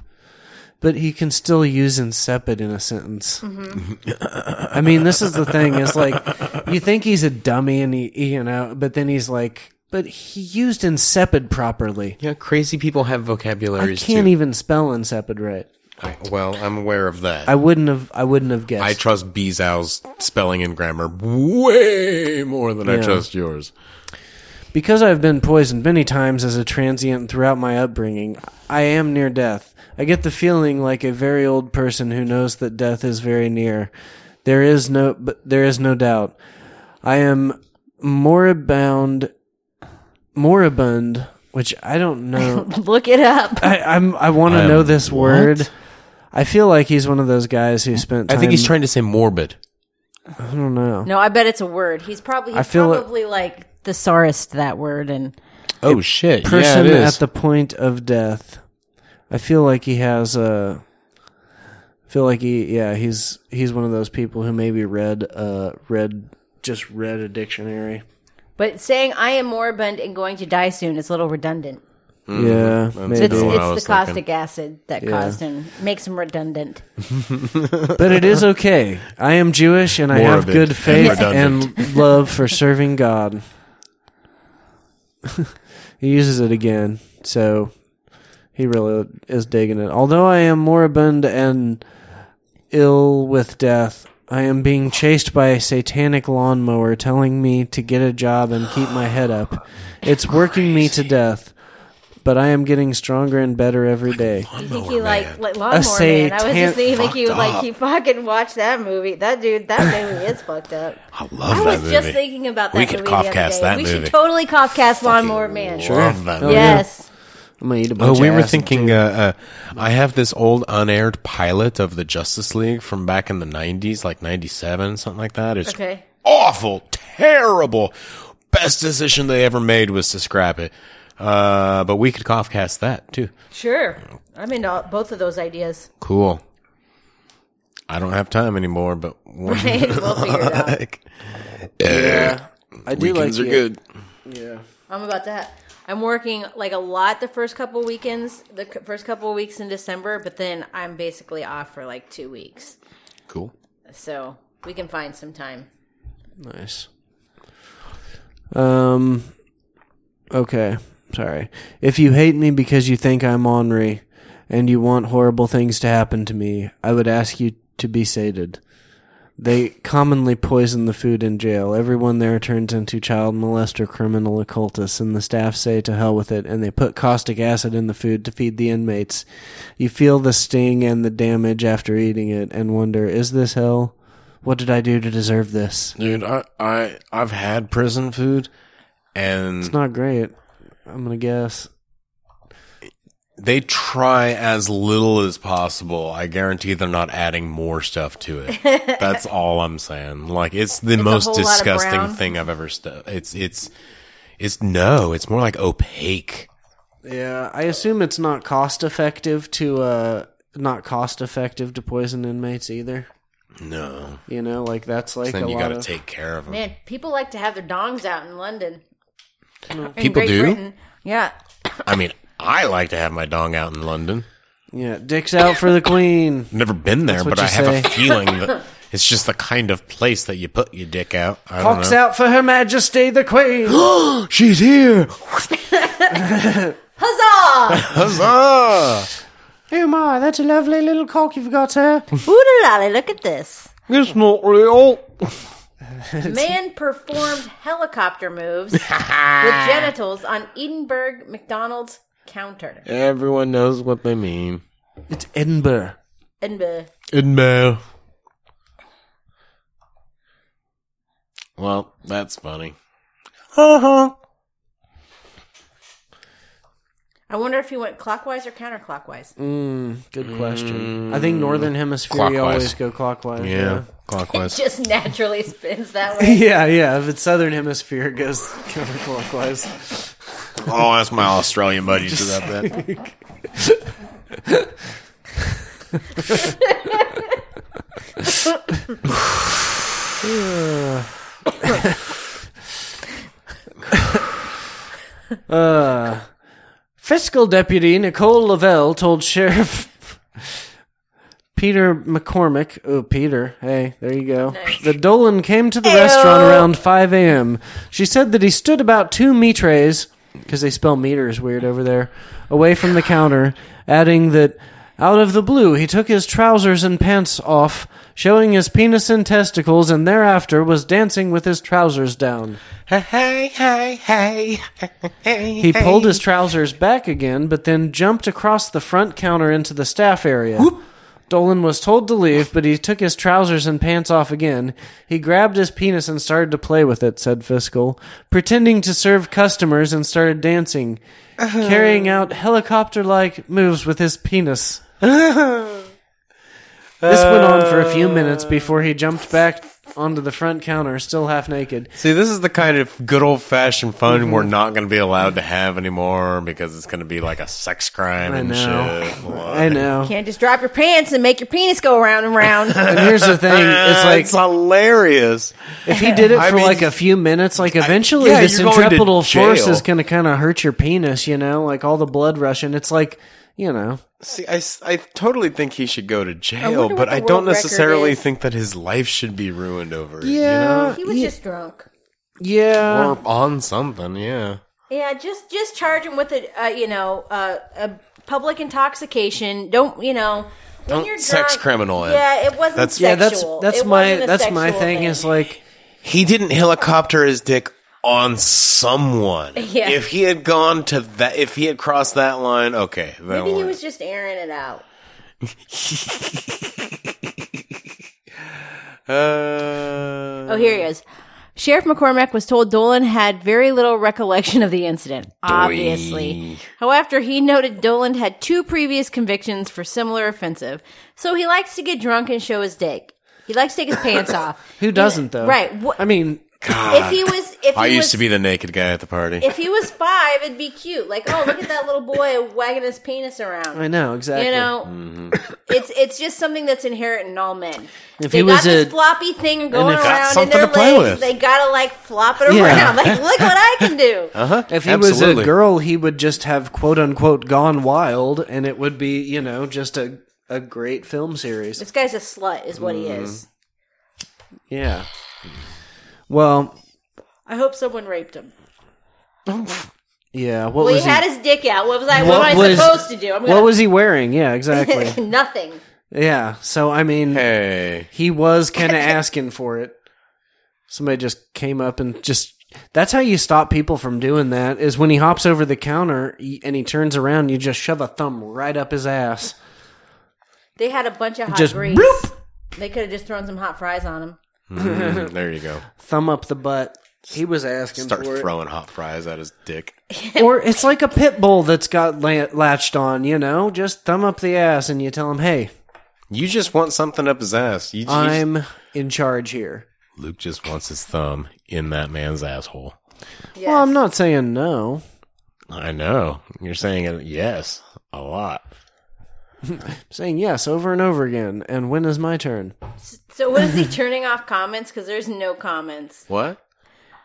Speaker 1: But he can still use insipid in a sentence. I mean, this is the thing is like, you think he's a dummy and he, you know, but then he's like, but he used insipid properly.
Speaker 3: Yeah, crazy people have
Speaker 1: I
Speaker 3: vocabularies
Speaker 1: can't
Speaker 3: too.
Speaker 1: even spell insipid right.
Speaker 3: I- well, I'm aware of that.
Speaker 1: I
Speaker 3: I,
Speaker 1: wouldn't have. I wouldn't have guessed.
Speaker 3: trust Bezow's spelling and grammar way more than I
Speaker 1: Yeah.
Speaker 3: trust yours.
Speaker 1: because I've been poisoned many times as a transient throughout my upbringing. I am near death. I get the feeling like a very old person who knows that death is very near. There is no, but there is no doubt. I am moribund, moribund, which I don't know.
Speaker 2: Look it up.
Speaker 1: I, I'm. I want to
Speaker 3: am
Speaker 1: know this
Speaker 3: what?
Speaker 1: word. I feel like he's one of those guys who spent.
Speaker 3: I
Speaker 1: Time,
Speaker 3: think he's trying to say morbid.
Speaker 1: I don't know.
Speaker 2: No, I bet it's a word. He's probably he's
Speaker 1: I feel it-
Speaker 2: probably like thesaurused that word and
Speaker 3: Oh shit!
Speaker 1: person
Speaker 3: yeah, it is.
Speaker 1: at the point of death. I feel like he has a. I feel like he, yeah, he's he's one of those people who maybe read, uh, read just read a dictionary.
Speaker 2: but saying I am moribund and going to die soon is a little redundant.
Speaker 3: Mm-hmm.
Speaker 1: Yeah, maybe.
Speaker 2: It's,
Speaker 3: what I
Speaker 2: it's
Speaker 3: was
Speaker 2: the
Speaker 3: thinking.
Speaker 2: caustic acid that caused him makes him redundant.
Speaker 1: but it is okay. I am Jewish and I have
Speaker 3: Morbid
Speaker 1: good
Speaker 3: and
Speaker 1: faith
Speaker 3: redundant.
Speaker 1: and love for serving God. he uses it again, so he really is digging it. Although I am moribund and ill with death, I am being chased by a satanic lawnmower telling me to get a job and keep my head up. It's working me to death, but I am getting stronger and better every day.
Speaker 2: You think he like like
Speaker 1: A
Speaker 2: lawnmower man? I was
Speaker 1: satan-
Speaker 2: just thinking like he would
Speaker 3: Fucked
Speaker 2: like
Speaker 3: up.
Speaker 2: he fucking watched that movie. That dude, that movie is fucked up.
Speaker 3: I love
Speaker 2: I
Speaker 3: that
Speaker 2: was
Speaker 3: movie.
Speaker 2: just thinking about that.
Speaker 3: We could
Speaker 2: movie
Speaker 3: cough
Speaker 2: the other
Speaker 3: cast
Speaker 2: day.
Speaker 3: that
Speaker 2: We
Speaker 3: movie.
Speaker 2: should totally cough cast lawnmower man.
Speaker 3: Love that
Speaker 1: Oh,
Speaker 3: movie.
Speaker 1: yeah.
Speaker 2: Yes.
Speaker 1: I'm gonna eat a bunch
Speaker 3: Oh,
Speaker 1: of
Speaker 3: we were
Speaker 1: acid,
Speaker 3: thinking.
Speaker 1: too.
Speaker 3: Uh, uh, I have this old unaired pilot of the Justice League from back in the '90s, like '97, something like that. It's
Speaker 2: Okay.
Speaker 3: awful, terrible. Best decision they ever made was to scrap it. Uh, but we could cough cast that too.
Speaker 2: Sure. I'm into all, both of those ideas.
Speaker 3: Cool. I don't have time anymore, but we'll
Speaker 2: Right? We'll figure it out.
Speaker 1: I do like
Speaker 3: weekends are
Speaker 1: the-
Speaker 3: good.
Speaker 2: I'm about to. Ha- I'm working like a lot the first couple weekends, the c- first couple weeks in December, but then I'm basically off for like two weeks.
Speaker 3: Cool.
Speaker 2: So we can find some time.
Speaker 1: Nice. Um. Okay. Sorry. If you hate me because you think I'm ornery, and you want horrible things to happen to me, I would ask you to be sated. They commonly poison the food in jail. Everyone there turns into child molester criminal occultists, and the staff say to hell with it, and they put caustic acid in the food to feed the inmates. You feel the sting and the damage after eating it, and wonder, is this hell? What did I do to deserve this?
Speaker 3: Dude, I, I I've had prison food and
Speaker 1: It's not great. I'm gonna guess.
Speaker 3: they try as little as possible. I guarantee they're not adding more stuff to it. That's all I'm saying. Like it's the most
Speaker 2: whole lot of
Speaker 3: disgusting
Speaker 2: brown.
Speaker 3: thing I've ever stu- it's it's it's no, it's more like opaque.
Speaker 1: Yeah, I assume it's not cost effective to uh not cost effective to poison inmates either.
Speaker 3: No.
Speaker 1: You know, like that's like
Speaker 3: Then
Speaker 1: a
Speaker 3: you
Speaker 1: lot
Speaker 3: got to
Speaker 1: of
Speaker 3: take care of them.
Speaker 2: Man, people like to have their dongs out in London. In
Speaker 3: People
Speaker 2: Great
Speaker 3: do?
Speaker 2: Britain. Yeah.
Speaker 3: I mean, I like to have my dong out in London.
Speaker 1: yeah, dicks out for the queen.
Speaker 3: Never been there,
Speaker 1: what
Speaker 3: but I
Speaker 1: you
Speaker 3: have
Speaker 1: say.
Speaker 3: a feeling that it's just the kind of place that you put your dick out. I don't
Speaker 1: Cocks
Speaker 3: know.
Speaker 1: out for her majesty the queen.
Speaker 3: She's here.
Speaker 2: Huzzah!
Speaker 3: Huzzah!
Speaker 1: oh my, that's a lovely little cock you've got there.
Speaker 2: Ooh la la, look at this.
Speaker 3: It's not real.
Speaker 2: Man performed helicopter moves with genitals on Edinburgh McDonald's counter.
Speaker 3: Everyone knows what they mean.
Speaker 1: It's Edinburgh.
Speaker 2: Edinburgh.
Speaker 3: Edinburgh. Well, that's funny. Uh-huh.
Speaker 2: I wonder if he went clockwise or counterclockwise.
Speaker 3: Mm.
Speaker 1: Good question. I think northern hemisphere you
Speaker 3: Clockwise.
Speaker 1: always go clockwise.
Speaker 3: Yeah,
Speaker 1: Yeah.
Speaker 3: clockwise.
Speaker 2: Just naturally spins that way.
Speaker 1: Yeah, yeah. If it's southern hemisphere, it goes counterclockwise.
Speaker 3: oh, that's my Australian buddies about that.
Speaker 1: Fiscal Deputy Nicole Lavelle told Sheriff Peter McCormick, oh, Peter, hey, there you go, that Dolan came to the restaurant around 5 a.m. She said that he stood about two mitres, because they spell meters weird over there, away from the counter, adding that out of the blue he took his trousers and pants off, showing his penis and testicles, and thereafter was dancing with his trousers down.
Speaker 3: Hey, hey, hey, hey.
Speaker 1: He pulled his trousers back again, but then jumped across the front counter into the staff area. Dolan was told to leave, but he took his trousers and pants off again. He grabbed his penis and started to play with it, said Fiscal, pretending to serve customers and started dancing,
Speaker 3: Uh-huh.
Speaker 1: carrying out helicopter like moves with his penis. this went on for a few
Speaker 3: Uh.
Speaker 1: minutes before he jumped back onto the front counter, still half naked.
Speaker 3: See, this is the kind of good old fashioned fun we're not going to be allowed to have anymore because it's going to be like a sex crime
Speaker 1: I
Speaker 3: and
Speaker 1: know.
Speaker 3: shit.
Speaker 1: I know.
Speaker 2: Can't just drop your pants and make your penis go around and round.
Speaker 1: And here's the thing it's like.
Speaker 3: it's hilarious.
Speaker 1: If he did it
Speaker 3: I
Speaker 1: for
Speaker 3: mean,
Speaker 1: like a few minutes, like eventually
Speaker 3: yeah,
Speaker 1: this
Speaker 3: you're going to
Speaker 1: intrepidable force
Speaker 3: jail.
Speaker 1: is going to kind of hurt your penis, you know, like all the blood rushing. It's like, you know,
Speaker 3: See, I, s- I totally think he should go to
Speaker 2: wonder
Speaker 3: jail,
Speaker 2: what
Speaker 3: but
Speaker 2: the
Speaker 3: I don't
Speaker 2: world record
Speaker 3: necessarily
Speaker 2: is.
Speaker 3: think that his life should be ruined over
Speaker 1: yeah,
Speaker 2: he was just drunk.
Speaker 1: yeah.
Speaker 3: it. Or on something, yeah.
Speaker 2: Yeah, just just charge him with a uh, you know uh, a public intoxication. Don't you know? When
Speaker 3: Don't
Speaker 2: you're
Speaker 3: sex
Speaker 2: drunk-
Speaker 3: criminal it.
Speaker 2: Yeah, it wasn't
Speaker 3: That's-
Speaker 1: yeah,
Speaker 2: sexual.
Speaker 1: that's that's
Speaker 2: It
Speaker 1: my
Speaker 2: wasn't a
Speaker 1: that's my
Speaker 2: sexual
Speaker 1: thing, is like
Speaker 3: He didn't helicopter his dick on someone.
Speaker 2: Yeah.
Speaker 3: If he had gone to that, if he had crossed that line, okay. that
Speaker 2: maybe he
Speaker 3: one.
Speaker 2: was just airing it out.
Speaker 3: Uh,
Speaker 2: Oh, here he is. Sheriff McCormack was told Dolan had very little recollection of the incident, obviously. However, he noted Dolan had two previous convictions for similar offensive, so he likes to get drunk and show his dick. He likes to take his pants off.
Speaker 1: who doesn't though?
Speaker 2: Right, what-
Speaker 1: I mean,
Speaker 2: If he was, if he
Speaker 3: I
Speaker 2: was-
Speaker 3: used to be the naked guy at the party.
Speaker 2: If he was five, it'd be cute. Like, oh, look at that little boy wagging his penis around.
Speaker 1: I know exactly.
Speaker 2: You know,
Speaker 3: Mm-hmm.
Speaker 2: it's it's just something that's inherent in all men.
Speaker 1: If
Speaker 2: they
Speaker 1: he
Speaker 2: got
Speaker 1: was
Speaker 2: this
Speaker 1: a-
Speaker 2: floppy thing going
Speaker 1: if- Got
Speaker 2: around in
Speaker 3: something
Speaker 2: their
Speaker 3: to play
Speaker 2: legs,
Speaker 3: with.
Speaker 2: they gotta like flop it
Speaker 1: Yeah.
Speaker 2: around. Like, look what I can do.
Speaker 1: If he was
Speaker 3: Absolutely.
Speaker 1: a girl, he would just have quote unquote gone wild, and it would be you know just a a great film series.
Speaker 2: This guy's a slut, is what he
Speaker 3: Mm-hmm.
Speaker 2: is.
Speaker 1: Yeah. Well,
Speaker 2: I hope someone raped him.
Speaker 1: yeah. What
Speaker 2: Well,
Speaker 1: was
Speaker 2: he
Speaker 1: he?
Speaker 2: had his dick out. What was I? What, am I
Speaker 1: was-
Speaker 2: supposed to do? I'm
Speaker 1: what was he wearing? Yeah, exactly.
Speaker 2: nothing?
Speaker 1: yeah. So I mean,
Speaker 3: hey,
Speaker 1: he was kind of asking for it. Somebody just came up and just. That's how you stop people from doing that. Is when he hops over the counter y- and he turns around, you just shove a thumb right up his ass.
Speaker 2: They had a bunch of hot
Speaker 1: Just
Speaker 2: grease.
Speaker 1: bloop.
Speaker 2: They could have just thrown some hot fries on him.
Speaker 3: mm, there you go.
Speaker 1: Thumb up the butt. He was asking
Speaker 3: Start
Speaker 1: for it.
Speaker 3: throwing hot fries at his dick.
Speaker 1: or it's like a pit bull that's got la- latched on, you know? Just thumb up the ass and you tell him, hey,
Speaker 3: You just want something up his ass. You just,
Speaker 1: I'm in charge here.
Speaker 3: Luke just wants his thumb in that man's asshole.
Speaker 1: Well, I'm not saying no.
Speaker 3: I know. You're saying it, yes a lot.
Speaker 1: I'm saying yes over and over again. And when is my turn?
Speaker 2: So, what is he turning off comments? Because there's no comments.
Speaker 3: What?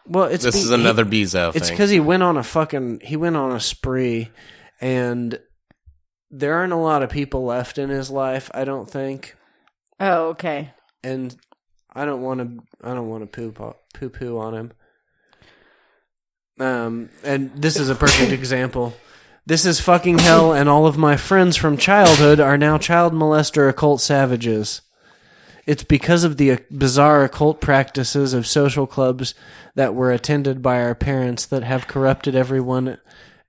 Speaker 1: Well, it's
Speaker 3: This
Speaker 1: be-
Speaker 3: is another Bezo
Speaker 1: He, it's
Speaker 3: thing.
Speaker 1: because he went on a fucking. He went on a spree, and there aren't a lot of people left in his life. I don't think,
Speaker 2: Oh, okay.
Speaker 1: and I don't want to. I don't want to poo poo poo on him. Um, and this is a perfect example. This is fucking hell, and all of my friends from childhood are now child molester occult savages. It's because of the uh, bizarre occult practices of social clubs that were attended by our parents that have corrupted everyone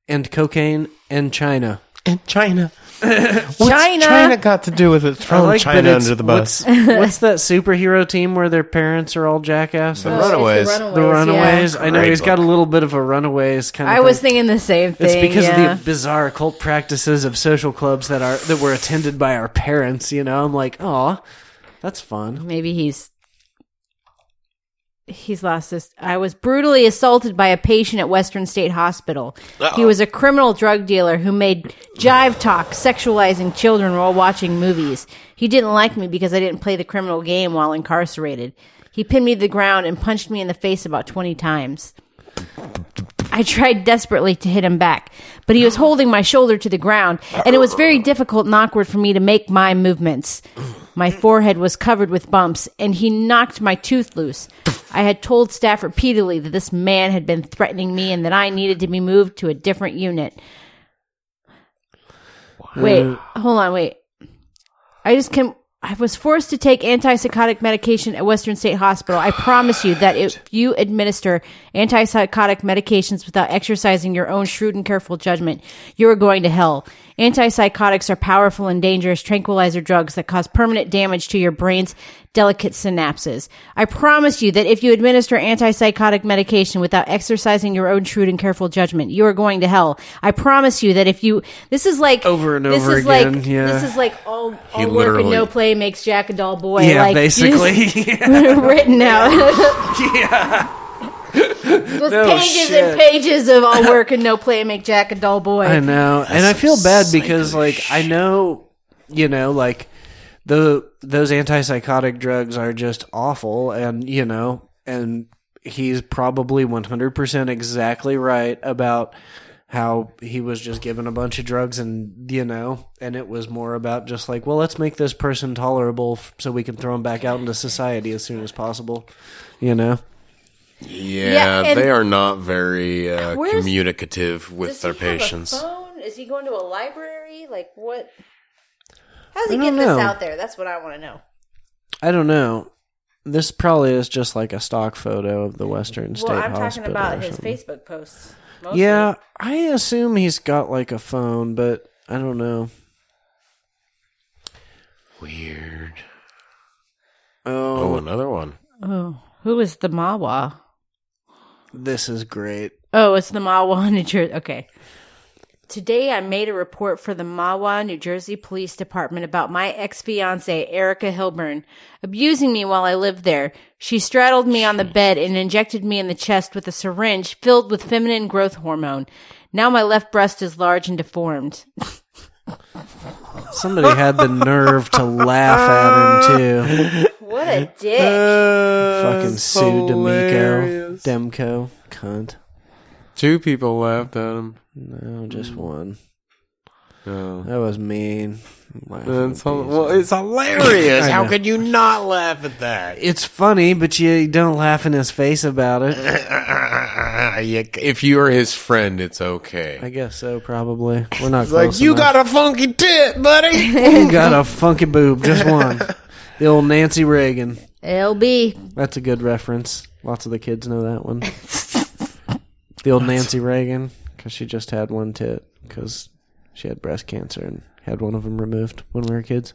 Speaker 1: and cocaine and China.
Speaker 3: And China.
Speaker 2: China.
Speaker 3: got to do with it. Throwing
Speaker 1: that it's- What's, what's that superhero team where their parents are all jackass?
Speaker 3: The
Speaker 2: Oh,
Speaker 3: Runaways.
Speaker 1: The Runaways. I know
Speaker 3: Great
Speaker 1: he's got a
Speaker 3: book.
Speaker 1: little bit of a Runaways kind of
Speaker 2: I was thinking the same thing.
Speaker 1: It's because
Speaker 2: yeah.
Speaker 1: of the bizarre occult practices of social clubs that are that were attended by our parents. You know, I'm like, oh, that's fun.
Speaker 2: maybe he's he's lost his. I was brutally assaulted by a patient at Western State Hospital. He was a criminal drug dealer who made jive talk, sexualizing children while watching movies. He didn't like me because I didn't play the criminal game while incarcerated. He pinned me to the ground and punched me in the face about twenty times. I tried desperately to hit him back, but he was holding my shoulder to the ground, and it was very difficult and awkward for me to make my movements. My forehead was covered with bumps, and he knocked my tooth loose. I had told staff repeatedly that this man had been threatening me and that I needed to be moved to a different unit. Wait, hold on, wait. I just can. I was forced to take antipsychotic medication at Western State Hospital. I promise you that if you administer antipsychotic medications without exercising your own shrewd and careful judgment, you are going to hell. Antipsychotics are powerful and dangerous tranquilizer drugs that cause permanent damage to your brain's delicate synapses. I promise you that if you administer antipsychotic medication without exercising your own shrewd and careful judgment, you are going to hell. I promise you that if you this is like
Speaker 1: Over and
Speaker 2: this
Speaker 1: over
Speaker 2: is
Speaker 1: again,
Speaker 2: like
Speaker 1: yeah.
Speaker 2: this is like all, all work and
Speaker 3: literally-
Speaker 2: no play makes Jack a dull boy.
Speaker 1: Yeah,
Speaker 2: like,
Speaker 1: basically.
Speaker 2: just written out. yeah. Just pages and pages of all work and no play make Jack a dull boy.
Speaker 1: I know, and I feel bad because, like, I know, you know, like the those antipsychotic drugs are just awful, and you know, and he's probably one hundred percent exactly right about how he was just given a bunch of drugs and you know and it was more about just like well let's make this person tolerable f- so we can throw him back out into society as soon as possible you know
Speaker 3: Yeah,
Speaker 2: Yeah, and-
Speaker 3: they are not very uh,
Speaker 2: Where's-
Speaker 3: communicative with
Speaker 2: Does
Speaker 3: their
Speaker 2: he have a
Speaker 3: patients.
Speaker 2: phone? Is he going to a library? Like what? How's he
Speaker 1: I
Speaker 2: get
Speaker 1: don't
Speaker 2: this
Speaker 1: know.
Speaker 2: out there? That's what I want to know.
Speaker 1: I don't know. This probably is just like a stock photo of the Western State
Speaker 2: well, I'm
Speaker 1: Hospital.
Speaker 2: talking about
Speaker 1: or
Speaker 2: his
Speaker 1: something.
Speaker 2: Facebook posts. mostly.
Speaker 1: Yeah, I assume he's got like a phone, but I don't know.
Speaker 3: Weird.
Speaker 1: Oh,
Speaker 3: Oh, another one.
Speaker 2: Oh, who is the Mawa?
Speaker 1: this is great.
Speaker 2: Oh, it's the Mawa, New Jersey. Okay. Today, I made a report for the Mawa, New Jersey Police Department about my ex fiance, Erica Hilburn, abusing me while I lived there. She straddled me on the bed and injected me in the chest with a syringe filled with feminine growth hormone. Now my left breast is large and deformed.
Speaker 1: Somebody had the nerve to laugh at him too.
Speaker 2: What a dick.
Speaker 1: Fucking Sue D'Amico,
Speaker 8: hilarious.
Speaker 1: Demko, cunt.
Speaker 8: Two people laughed at him.
Speaker 1: No, just
Speaker 2: Mm.
Speaker 1: one.
Speaker 8: Oh.
Speaker 1: That was mean. Laughing at
Speaker 8: That's all,
Speaker 1: these-
Speaker 8: well, it's
Speaker 3: Hilarious.
Speaker 1: I
Speaker 3: How
Speaker 1: know.
Speaker 3: could you not laugh at that?
Speaker 1: it's funny, but you don't laugh in his face about it.
Speaker 3: You-
Speaker 8: if you are his friend, it's okay.
Speaker 1: I guess so. Probably. We're not
Speaker 3: like
Speaker 1: close
Speaker 3: you
Speaker 1: enough.
Speaker 3: got a funky tit, buddy.
Speaker 1: You got a funky boob, just one. The old Nancy Reagan.
Speaker 2: LB.
Speaker 1: That's a good reference. Lots of the kids know that one. The old Nancy Reagan, because she just had one tit, because she had breast cancer and had one of them removed when we were kids.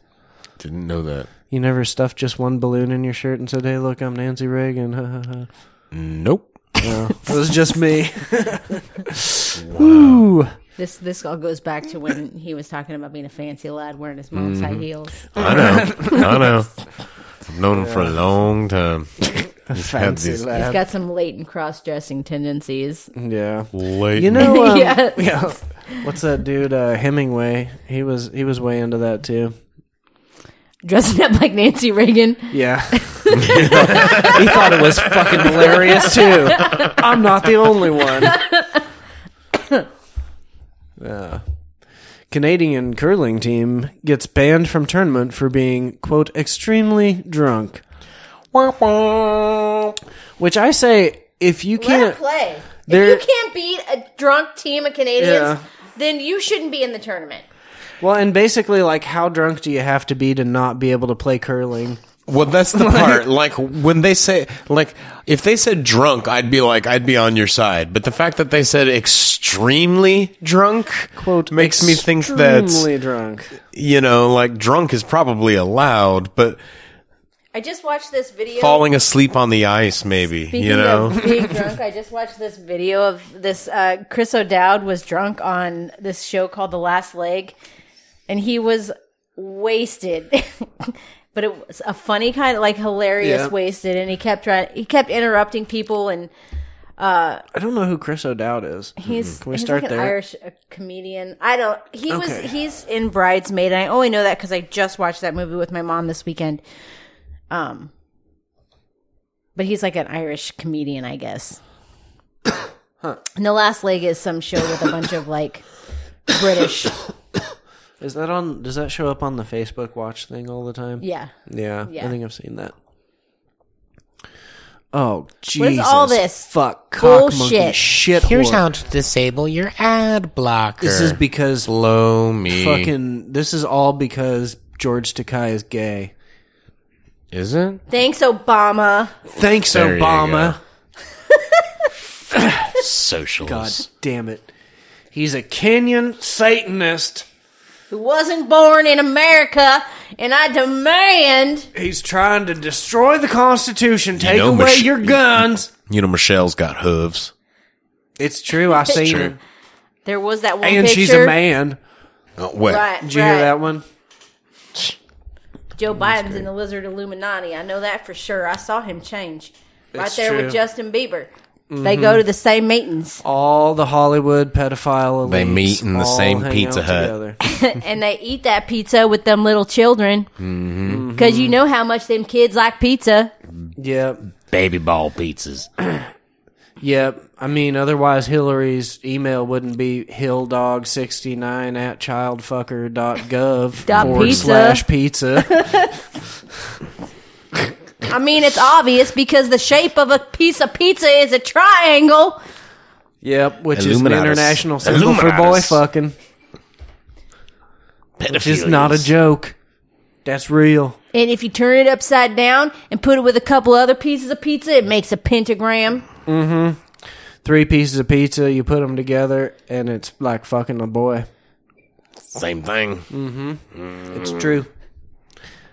Speaker 8: Didn't know that.
Speaker 1: You never stuffed just one balloon in your shirt and said, "Hey, look, I'm Nancy Reagan." Ha ha ha.
Speaker 8: Nope.
Speaker 1: No, it was just me. Ooh.
Speaker 2: This this all goes back to when he was talking about being a fancy lad wearing his mom's high heels.
Speaker 8: I know. I know. I've known him for a long time.
Speaker 1: Fancy
Speaker 8: these-
Speaker 1: lad.
Speaker 2: He's got some latent cross dressing tendencies.
Speaker 1: yeah.
Speaker 8: Late.
Speaker 1: You know, um,
Speaker 2: Yes.
Speaker 1: yeah. What's that dude uh, Hemingway? He was he was way into that too.
Speaker 2: Dressing up like Nancy Reagan.
Speaker 1: Yeah, he thought it was fucking hilarious too. I'm not the only one. Uh, Canadian curling team gets banned from tournament for being quote extremely drunk, which I say if you
Speaker 2: Let
Speaker 1: can't
Speaker 2: her play.
Speaker 1: There-
Speaker 2: if you can't beat a drunk team of Canadians,
Speaker 1: Yeah.
Speaker 2: then you shouldn't be in the tournament.
Speaker 1: well, and basically like how drunk do you have to be to not be able to play curling?
Speaker 3: Well, that's the part. Like when they say, like if they said drunk, I'd be like, I'd be on your side. But the fact that they said extremely drunk
Speaker 1: Quote
Speaker 3: makes me think that's
Speaker 1: extremely drunk.
Speaker 3: you know, like drunk is probably allowed, but
Speaker 2: I just watched this video.
Speaker 3: falling asleep on the ice, maybe
Speaker 2: Speaking
Speaker 3: you know.
Speaker 2: of being drunk, I just watched this video of this. Uh, Chris O'Dowd was drunk on this show called The Last Leg, and he was wasted. But it was a funny kind of like hilarious
Speaker 1: Yeah.
Speaker 2: wasted, and he kept trying. He kept interrupting people, and
Speaker 1: I don't know who Chris O'Dowd is.
Speaker 2: He's,
Speaker 1: Mm-hmm. Can we
Speaker 2: he's
Speaker 1: start
Speaker 2: like an
Speaker 1: there?
Speaker 2: Irish uh, comedian. I don't. He
Speaker 1: Okay.
Speaker 2: was. He's in Bridesmaid. And I only know that because I just watched that movie with my mom this weekend. Um, but he's like an Irish comedian, I guess. And the last leg is some show with a bunch of like British.
Speaker 1: Is that on? Does that show up on the Facebook Watch thing all the time?
Speaker 2: Yeah.
Speaker 1: yeah.
Speaker 2: Yeah.
Speaker 1: I think I've seen that. Oh Jesus!
Speaker 2: What is all this
Speaker 1: fuck cock monkey
Speaker 2: bullshit?
Speaker 1: shit? whore.
Speaker 3: to disable your ad blocker.
Speaker 1: this is because
Speaker 3: blow me.
Speaker 1: fucking. This is all because George Takai is gay.
Speaker 3: is it?
Speaker 2: Thanks, Obama.
Speaker 1: Thanks,
Speaker 3: There you
Speaker 1: Obama.
Speaker 3: go.
Speaker 1: God
Speaker 3: Socialist.
Speaker 1: damn it! He's a Kenyan Satanist.
Speaker 2: Who wasn't born in America, and I demand.
Speaker 1: He's trying to destroy the Constitution. Take
Speaker 3: know,
Speaker 1: away
Speaker 3: Mich-
Speaker 1: your guns.
Speaker 3: You know, Michelle's got hooves.
Speaker 1: It's true. I seen
Speaker 3: true.
Speaker 1: her,
Speaker 2: There was that one
Speaker 1: and
Speaker 2: picture.
Speaker 1: she's a man.
Speaker 3: Oh, wait.
Speaker 2: Right.
Speaker 1: Did you
Speaker 2: right.
Speaker 1: hear that one?
Speaker 2: Joe Biden's in the Lizard Illuminati. I know that for sure. I saw him change right
Speaker 1: It's
Speaker 2: there
Speaker 1: true. Mm-hmm.
Speaker 2: with Justin Bieber. They go to the same meetings
Speaker 1: all the Hollywood pedophile elites
Speaker 3: They meet in the
Speaker 1: all
Speaker 3: same
Speaker 1: hang
Speaker 3: Pizza
Speaker 1: out
Speaker 3: Hut.
Speaker 1: together.
Speaker 2: and they eat that pizza with them little children because
Speaker 1: Mm-hmm.
Speaker 2: you know how much them kids like pizza.
Speaker 1: yep,
Speaker 3: Baby ball pizzas.
Speaker 1: yep. I mean, otherwise Hillary's email wouldn't be hilldog69 at childfucker.gov
Speaker 2: Dot
Speaker 1: forward
Speaker 2: pizza.
Speaker 1: slash pizza.
Speaker 2: I mean, it's obvious because the shape of a piece of pizza is a triangle.
Speaker 1: yep, which is an
Speaker 3: Illuminatus.
Speaker 1: international symbol for boy
Speaker 3: Illuminatus.
Speaker 1: fucking. Which is not a joke. That's real.
Speaker 2: And if you turn it upside down and put it with a couple other pieces of pizza, it makes a pentagram.
Speaker 1: Three pieces of pizza, you put them together, and it's like fucking a boy. Mm-hmm.
Speaker 3: Same thing.
Speaker 1: It's true.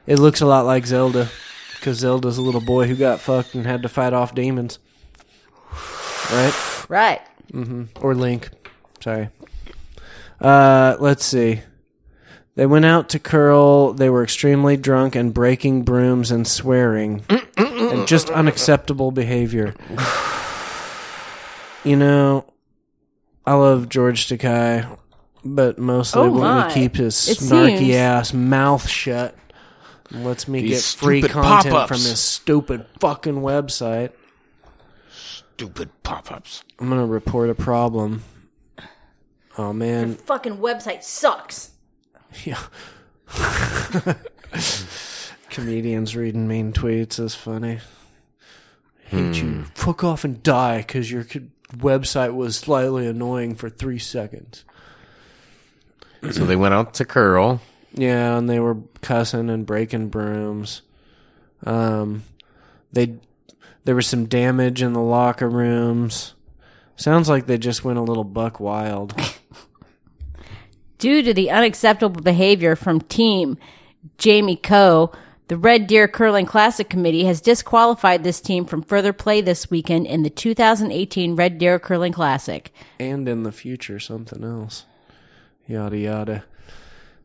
Speaker 1: It looks a lot like Zelda, because Zelda's a little boy who got fucked and had to fight off demons. Right?
Speaker 2: Right.
Speaker 1: or Link. Sorry. Uh, let's see. They went out to curl. They were extremely drunk and breaking brooms and swearing, and just unacceptable behavior. you know, I love George Takai, but mostly
Speaker 2: Oh
Speaker 1: want
Speaker 2: my.
Speaker 1: to keep his
Speaker 2: It
Speaker 1: snarky
Speaker 2: seems.
Speaker 1: ass mouth shut. and Lets me
Speaker 3: These
Speaker 1: get free
Speaker 3: stupid
Speaker 1: content
Speaker 3: pop-ups.
Speaker 1: from his stupid fucking website.
Speaker 3: Stupid pop ups.
Speaker 1: I'm gonna report a problem. Oh man,
Speaker 2: Fucking website sucks.
Speaker 1: Yeah. Comedians reading mean tweets is funny. Hate you. Fuck off and die because your co- website was slightly annoying for three seconds.
Speaker 3: So they went out to curl.
Speaker 1: Yeah, and they were cussing and breaking brooms. Um, they there was some damage in the locker rooms. Sounds like they just went a little buck wild.
Speaker 2: Due to the unacceptable behavior from Team Jamie Coe, the Red Deer Curling Classic Committee has disqualified this team from further play this weekend in the 2018 Red Deer Curling Classic.
Speaker 1: and in the future something else. Yada yada.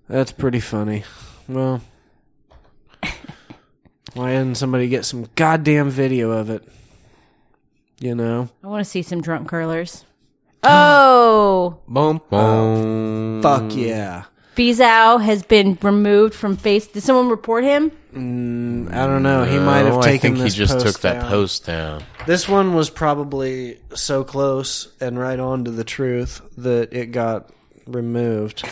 Speaker 1: That's pretty funny. Well, why didn't somebody get some goddamn video of it? You know,
Speaker 2: I want to see some drunk curlers. Oh!
Speaker 3: Boom, boom.
Speaker 1: fuck yeah.
Speaker 2: Bizao has been removed from face. Did someone report him?
Speaker 1: I don't know. He might have
Speaker 3: Oh,
Speaker 1: taken.
Speaker 3: I think he
Speaker 1: this
Speaker 3: just
Speaker 1: post
Speaker 3: took that
Speaker 1: down.
Speaker 3: post down.
Speaker 1: This one was probably so close and right on to the truth that it got removed.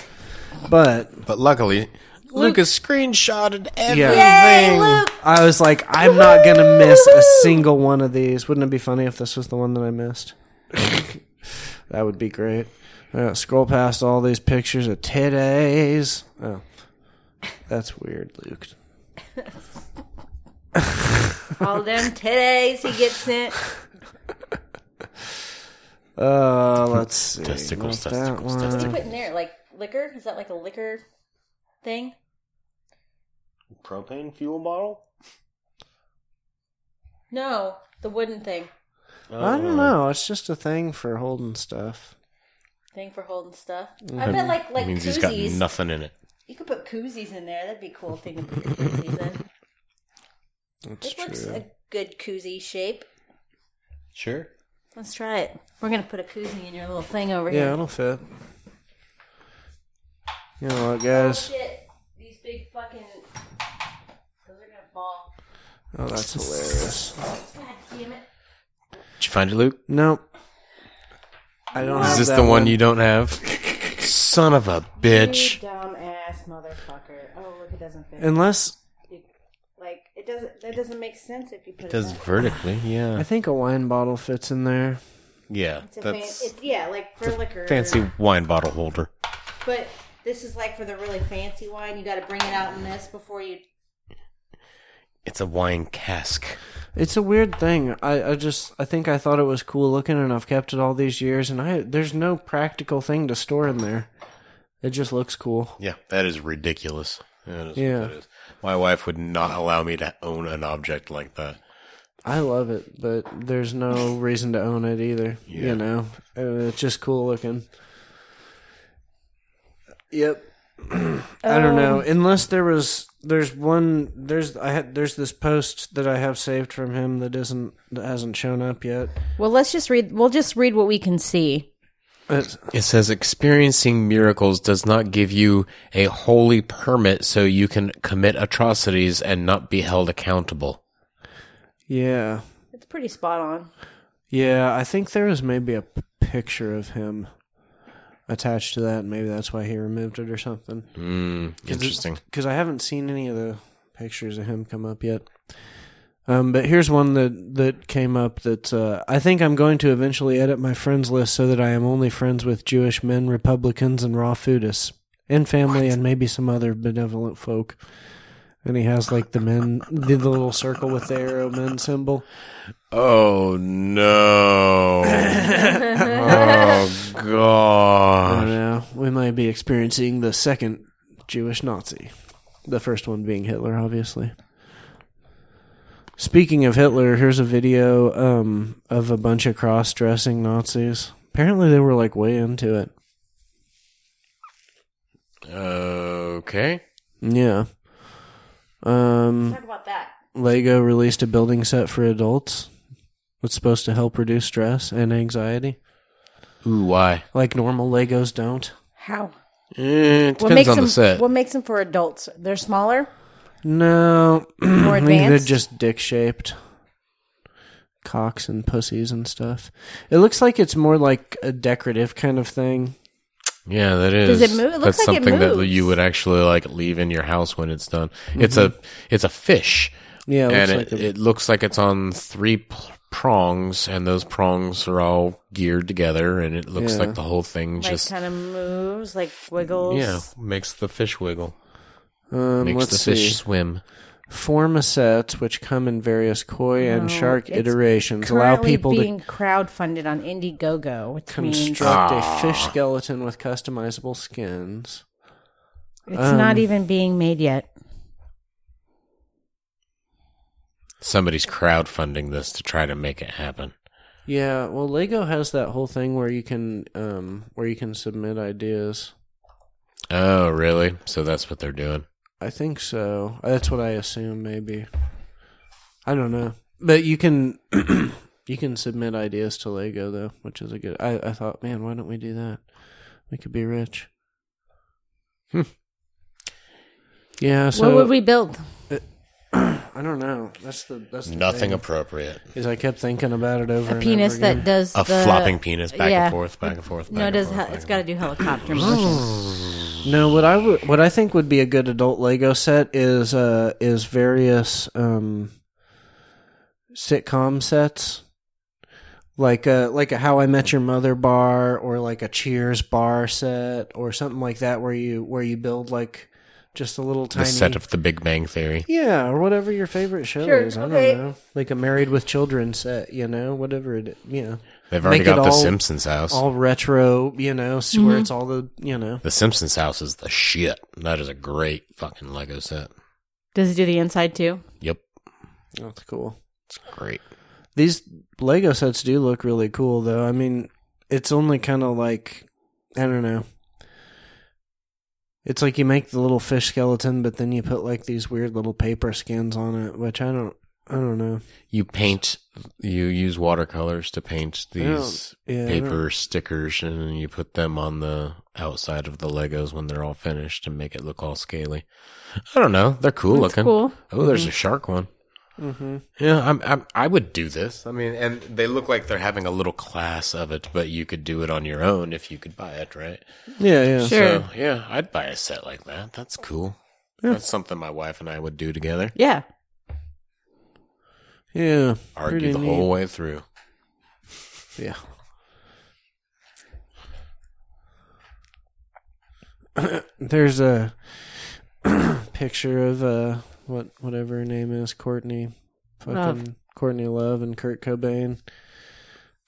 Speaker 1: But
Speaker 3: But luckily, Lucas screenshotted everything.
Speaker 1: Yeah. I was like, I'm not gonna miss a single one of these. Wouldn't it be funny if this was the one that I missed? that would be great. Uh, scroll past all these pictures of titties. Oh, that's weird, Luke.
Speaker 2: All them today's he gets sent.
Speaker 1: Uh, let's see.
Speaker 3: Testicles,
Speaker 1: Not
Speaker 3: testicles,
Speaker 1: that one.
Speaker 3: testicles.
Speaker 2: Put in there like liquor. Is that like a liquor thing?
Speaker 3: Propane fuel bottle?
Speaker 2: No, the wooden thing.
Speaker 1: I don't know. It's just a thing for holding stuff.
Speaker 2: Thing for holding stuff. I bet like like
Speaker 3: means he's got
Speaker 2: koozies.
Speaker 3: nothing in it.
Speaker 2: You could put koozies in there. That'd be a cool thing to put your koozies in.
Speaker 1: That's
Speaker 2: It looks
Speaker 1: true.
Speaker 2: a good koozie shape.
Speaker 3: Sure.
Speaker 2: Let's try it. We're gonna put a koozie in your little thing over
Speaker 1: Yeah,
Speaker 2: here.
Speaker 1: it'll fit. You know what, guys?
Speaker 2: Shit. These big fucking those are gonna fall.
Speaker 1: Oh, that's hilarious.
Speaker 2: God damn it.
Speaker 3: Did you find it, Luke?
Speaker 1: Nope. I don't have
Speaker 3: Is this
Speaker 1: that
Speaker 3: the one you don't have? Son of a bitch.
Speaker 2: Dumb ass motherfucker. Oh look it doesn't fit.
Speaker 1: Unless
Speaker 2: Like it doesn't. That doesn't make sense if you put it.
Speaker 3: does
Speaker 2: back.
Speaker 3: vertically,
Speaker 1: I
Speaker 3: yeah.
Speaker 1: think a wine bottle fits in there.
Speaker 3: Yeah,
Speaker 2: It's a fan-
Speaker 3: that's
Speaker 2: it's, yeah, like for liquor.
Speaker 3: fancy wine bottle holder.
Speaker 2: But this is like for the really fancy wine. You got to bring it out in this before you.
Speaker 3: It's a wine cask.
Speaker 1: It's a weird thing. I, I just I think I thought it was cool looking, and I've kept it all these years. And I there's no practical thing to store in there. It just looks cool.
Speaker 3: Yeah, that is ridiculous. That is what
Speaker 1: Yeah.
Speaker 3: that is. My wife would not allow me to own an object like that.
Speaker 1: I love it, but there's no reason to own it either. You know, Uh, it's just cool looking. Yep. I don't know. Unless there was, there's one, there's I had, there's this post that I have saved from him that isn't that hasn't shown up yet.
Speaker 2: Well, let's just read. We'll just read what we can see.
Speaker 1: It's,
Speaker 3: It says experiencing miracles does not give you a holy permit so you can commit atrocities and not be held accountable.
Speaker 1: yeah,
Speaker 2: It's pretty spot on.
Speaker 1: Yeah, I think there is maybe a p- picture of him attached to that, and maybe that's why he removed it or something.
Speaker 3: Mm, interesting.
Speaker 1: Because I haven't seen any of the pictures of him come up yet. Um, but here's one that that came up that uh, I think I'm going to eventually edit my friends list so that I am only friends with Jewish men, Republicans, and raw foodists, and family, and maybe some other benevolent folk. And he has like the men, the little circle with the arrow men symbol.
Speaker 3: Oh no! oh
Speaker 1: I
Speaker 3: god!
Speaker 1: know. uh, We might be experiencing the second Jewish Nazi. The first one being Hitler, obviously. Speaking of Hitler, here's a video um, of a bunch of cross dressing Nazis. Apparently, they were like way into it.
Speaker 3: Okay.
Speaker 1: Yeah. Um,
Speaker 2: Talk about that.
Speaker 1: Lego released a building set for adults. It's supposed to help reduce stress and anxiety,
Speaker 3: Ooh, why?
Speaker 1: like normal Legos don't.
Speaker 2: How?
Speaker 3: Eh, it
Speaker 2: What makes
Speaker 3: depends on
Speaker 2: them?
Speaker 3: the set.
Speaker 2: What makes them for adults? They're smaller.
Speaker 1: No,
Speaker 2: More
Speaker 1: I think they're
Speaker 2: advanced?
Speaker 1: just dick shaped cocks and pussies and stuff. It looks like it's more like a decorative kind of thing.
Speaker 3: Yeah, that is.
Speaker 2: Does it move? It looks
Speaker 3: That's
Speaker 2: like it
Speaker 3: something that
Speaker 2: moves.
Speaker 3: you would actually like leave in your house when it's done. It's a it's a fish,
Speaker 1: Yeah, it looks
Speaker 3: and it,
Speaker 1: like a,
Speaker 3: it looks like it's on three p- prongs, and those prongs are all geared together, and it looks
Speaker 1: Yeah.
Speaker 3: like the whole thing
Speaker 2: Like
Speaker 3: just
Speaker 2: kind of moves, like wiggles.
Speaker 3: yeah makes the fish wiggle,
Speaker 1: um,
Speaker 3: makes
Speaker 1: let's
Speaker 3: the
Speaker 1: see.
Speaker 3: fish swim.
Speaker 1: Forma sets, which come in various koi and
Speaker 2: No,
Speaker 1: shark
Speaker 2: it's
Speaker 1: iterations, allow
Speaker 2: Currently
Speaker 1: people to
Speaker 2: being crowdfunded on Indiegogo, which means it's
Speaker 1: construct a fish skeleton with customizable skins. um,
Speaker 2: not even being made yet.
Speaker 3: Somebody's crowdfunding this to try to make it happen.
Speaker 1: Yeah, well, Lego has that whole thing where you can um where you can submit ideas.
Speaker 3: Oh, really? So that's what they're doing.
Speaker 1: I think so. That's what I assume. Maybe I don't know, but you can you can submit ideas to Lego though, which is a good. I I thought, man, why don't we do that? We could be rich. yeah. So
Speaker 2: what would we build?
Speaker 1: I don't know. That's the that's the
Speaker 3: Nothing
Speaker 1: thing,
Speaker 3: appropriate.
Speaker 1: is I kept thinking about it over
Speaker 2: A
Speaker 1: and
Speaker 2: penis
Speaker 1: over again.
Speaker 2: that does
Speaker 3: A
Speaker 2: the
Speaker 3: flopping penis back
Speaker 2: yeah.
Speaker 3: and forth, back and forth. Back
Speaker 2: No, it
Speaker 3: and
Speaker 2: does.
Speaker 3: forth,
Speaker 2: Ha-
Speaker 3: back
Speaker 2: it's
Speaker 3: and
Speaker 2: got to do helicopter motion.
Speaker 1: No, what I would what I think would be a good adult Lego set is uh is various um sitcom sets. Like a like a How I Met Your Mother bar or like a Cheers bar set or something like that where you where you build like just a little
Speaker 3: the
Speaker 1: tiny
Speaker 3: set of The Big Bang Theory.
Speaker 1: yeah, or whatever your favorite show
Speaker 2: Sure,
Speaker 1: is. I
Speaker 2: okay.
Speaker 1: don't know, like a Married with Children set, you know, whatever it, you know,
Speaker 3: They've already
Speaker 1: Make it
Speaker 3: got The
Speaker 1: all-
Speaker 3: Simpsons house.
Speaker 1: all retro, you know, s-
Speaker 2: Mm-hmm.
Speaker 1: where it's all the, you know,
Speaker 3: the Simpsons house is the shit. That is a great fucking Lego set.
Speaker 2: Does it do the inside too?
Speaker 3: Yep,
Speaker 1: Oh, that's cool.
Speaker 3: it's great.
Speaker 1: These Lego sets do look really cool, though. I mean, it's only kind of like I don't know. It's like you make the little fish skeleton, but then you put like these weird little paper skins on it, which I don't, I don't know.
Speaker 3: You paint. You use watercolors to paint these
Speaker 1: don't- Oh, yeah, I
Speaker 3: paper stickers, and then you put them on the outside of the Legos when they're all finished and make it look all scaly. I don't know. They're cool
Speaker 2: That's
Speaker 3: looking.
Speaker 2: cool.
Speaker 3: Oh, there's a shark one.
Speaker 1: Mm-hmm.
Speaker 3: Yeah, I'm, I'm. I would do this. I mean, and they look like they're having a little class of it, but you could do it on your own if you could buy it, right?
Speaker 1: Yeah, yeah.
Speaker 2: Sure.
Speaker 3: So, yeah, I'd buy a set like that. That's cool. That's something my wife and I would do together.
Speaker 2: Yeah.
Speaker 1: Yeah.
Speaker 3: Argue
Speaker 1: Pretty
Speaker 3: the
Speaker 1: neat.
Speaker 3: whole way through.
Speaker 1: Yeah. There's a picture of uh what whatever her name is, Courtney fucking
Speaker 2: Love.
Speaker 1: Courtney Love and Kurt Cobain.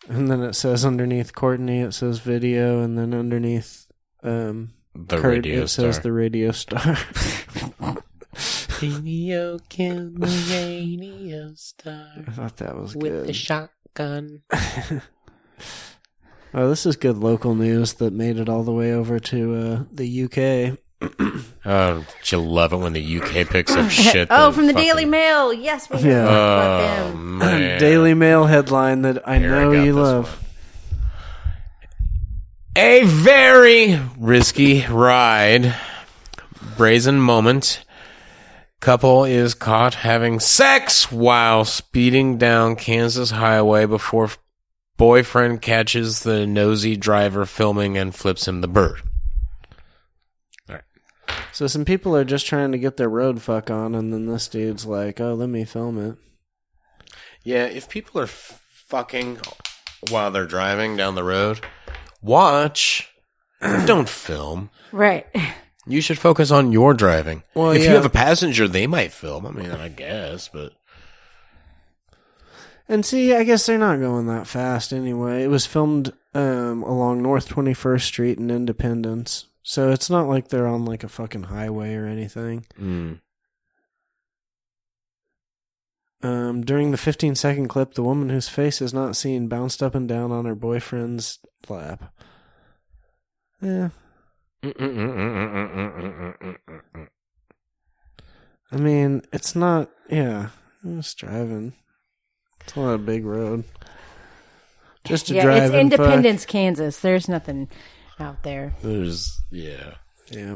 Speaker 1: And then it says underneath Courtney it says video and then underneath um
Speaker 3: The
Speaker 1: Kurt
Speaker 3: radio
Speaker 1: it
Speaker 3: star.
Speaker 1: says the radio star.
Speaker 3: radio kill the radio star
Speaker 1: I thought that was
Speaker 3: with the
Speaker 1: good.
Speaker 3: shotgun.
Speaker 1: oh, this is good local news that made it all the way over to uh the UK.
Speaker 3: Oh, you love it when the UK picks up shit.
Speaker 2: Oh,
Speaker 3: that
Speaker 2: from the
Speaker 3: fucking-
Speaker 2: Daily Mail. Yes,
Speaker 3: Uh,
Speaker 2: we
Speaker 1: Yeah.
Speaker 2: yeah.
Speaker 3: Oh man,
Speaker 1: Daily Mail headline that I
Speaker 3: Here, I
Speaker 1: know
Speaker 3: got
Speaker 1: you
Speaker 3: this
Speaker 1: love.
Speaker 3: A very risky ride. Brazen moment. Couple is caught having sex while speeding down Kansas highway before f- boyfriend catches the nosy driver filming and flips him the bird. All right.
Speaker 1: So some people are just trying to get their road fuck on, and then this dude's like, "Oh, let me film it."
Speaker 3: Yeah, if people are f- fucking while they're driving down the road, watch. Don't film.
Speaker 2: Right.
Speaker 3: You should focus on your driving.
Speaker 1: Well,
Speaker 3: if
Speaker 1: yeah.
Speaker 3: you have a passenger, they might film. I mean, I guess, but
Speaker 1: And see, I guess they're not going that fast anyway. It was filmed um, along North 21st Street in Independence. So it's not like they're on like a fucking highway or anything.
Speaker 3: Hmm.
Speaker 1: Um, during the 15 second clip, the woman whose face is not seen bounced up and down on her boyfriend's lap. Eh, Yeah. I mean, it's not. Yeah, it's driving. It's not a big road. Just a
Speaker 2: yeah,
Speaker 1: drive.
Speaker 2: it's Independence, Kansas. There's nothing out there.
Speaker 3: there's yeah.
Speaker 1: Yeah.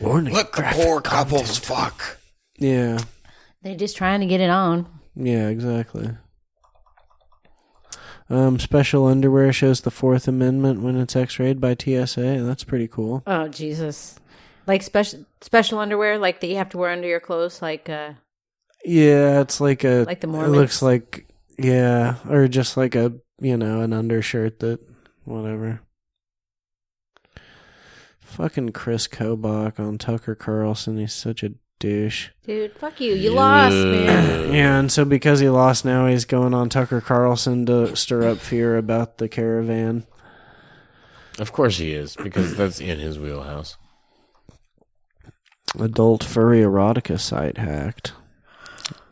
Speaker 1: Warning.
Speaker 3: Look, the poor couples fuck.
Speaker 1: Yeah.
Speaker 2: They're just trying to get it on.
Speaker 1: Yeah. Exactly. Um, special underwear shows the Fourth Amendment when it's X-rayed by TSA. That's pretty cool.
Speaker 2: Oh Jesus! Like special special underwear, like that you have to wear under your clothes, like uh,
Speaker 1: Yeah, it's like a
Speaker 2: Like the
Speaker 1: It
Speaker 2: Mormons?
Speaker 1: looks like yeah, or just like a you know an undershirt that whatever. Fucking Chris Kobach on Tucker Carlson. He's such a douche.
Speaker 2: dude. Fuck you. You lost, man.
Speaker 1: Yeah, and so because he lost, now he's going on Tucker Carlson to stir up fear about the caravan.
Speaker 3: Of course he is, because that's in his wheelhouse.
Speaker 1: Adult furry erotica site hacked.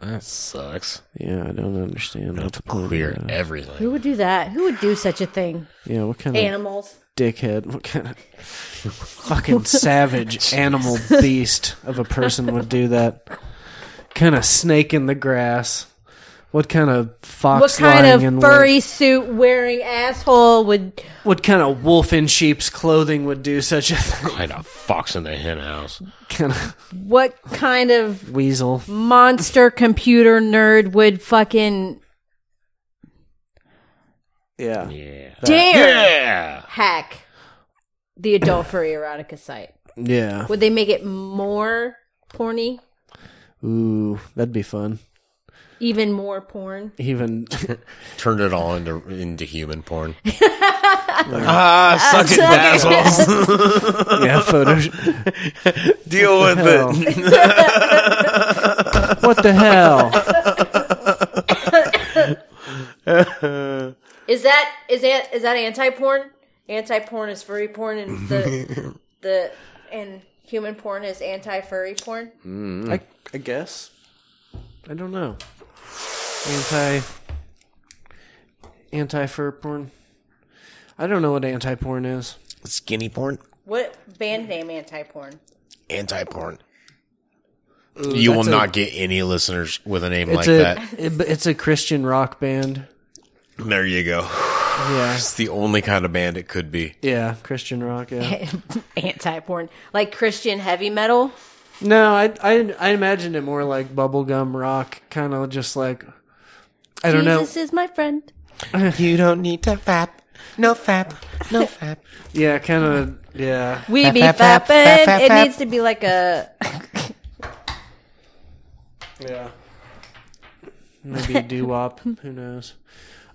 Speaker 3: That sucks.
Speaker 1: Yeah, I don't understand.
Speaker 3: Not
Speaker 1: What
Speaker 3: to
Speaker 1: the point of
Speaker 3: clear
Speaker 1: that-
Speaker 3: everything.
Speaker 2: Who would do that? Who would do such a thing?
Speaker 1: Yeah, what kind of
Speaker 2: Animals.
Speaker 1: dickhead? What kind of fucking savage animal beast of a person would do that? Kind of snake in the grass. What kind of fox?
Speaker 2: What kind
Speaker 1: lying
Speaker 2: of
Speaker 1: in
Speaker 2: furry suit wearing asshole would?
Speaker 1: What, what kind of wolf in sheep's clothing would do such a thing?
Speaker 3: Kind of fox in the hen house.
Speaker 1: kind of
Speaker 2: What kind of
Speaker 1: weasel?
Speaker 2: monster computer nerd would fucking
Speaker 1: Yeah.
Speaker 3: Yeah.
Speaker 2: dare
Speaker 3: Yeah.
Speaker 2: hack the adult furry erotica site?
Speaker 1: Yeah.
Speaker 2: Would they make it more porny?
Speaker 1: Ooh, that'd be fun.
Speaker 2: Even more porn?
Speaker 1: Even
Speaker 3: Turned it all into into human porn.
Speaker 6: Ah, suck it, assholes.
Speaker 1: yeah, photo.
Speaker 6: Deal with
Speaker 1: hell.
Speaker 6: it.
Speaker 1: what the hell?
Speaker 2: Is that is that is that anti porn? Anti porn is furry porn, and the the and human porn is anti furry porn.
Speaker 1: I,
Speaker 3: Hmm.
Speaker 1: I guess. I don't know. Anti. Anti fur porn. I don't know what anti porn is.
Speaker 3: Skinny porn.
Speaker 2: What band name anti porn?
Speaker 3: Anti porn. You will
Speaker 1: that's a-
Speaker 3: not get any listeners with a name
Speaker 1: It's
Speaker 3: like
Speaker 1: a
Speaker 3: that.
Speaker 1: it- it's a Christian rock band.
Speaker 3: There you go.
Speaker 1: Yeah,
Speaker 3: It's the only kind of band it could be.
Speaker 1: yeah, Christian rock. Yeah.
Speaker 2: anti porn, like Christian heavy metal.
Speaker 1: No, I I I imagined it more like bubblegum rock, kind of just like I don't know.
Speaker 2: Jesus is my friend.
Speaker 3: You don't need to fap. No fap. No fap.
Speaker 1: Yeah, kind of. Yeah,
Speaker 2: We be
Speaker 3: fap, fap,
Speaker 2: fapping.
Speaker 3: fap, fap,
Speaker 2: It
Speaker 3: fap.
Speaker 2: needs to be like a
Speaker 1: Yeah. Maybe doo wop. Who knows?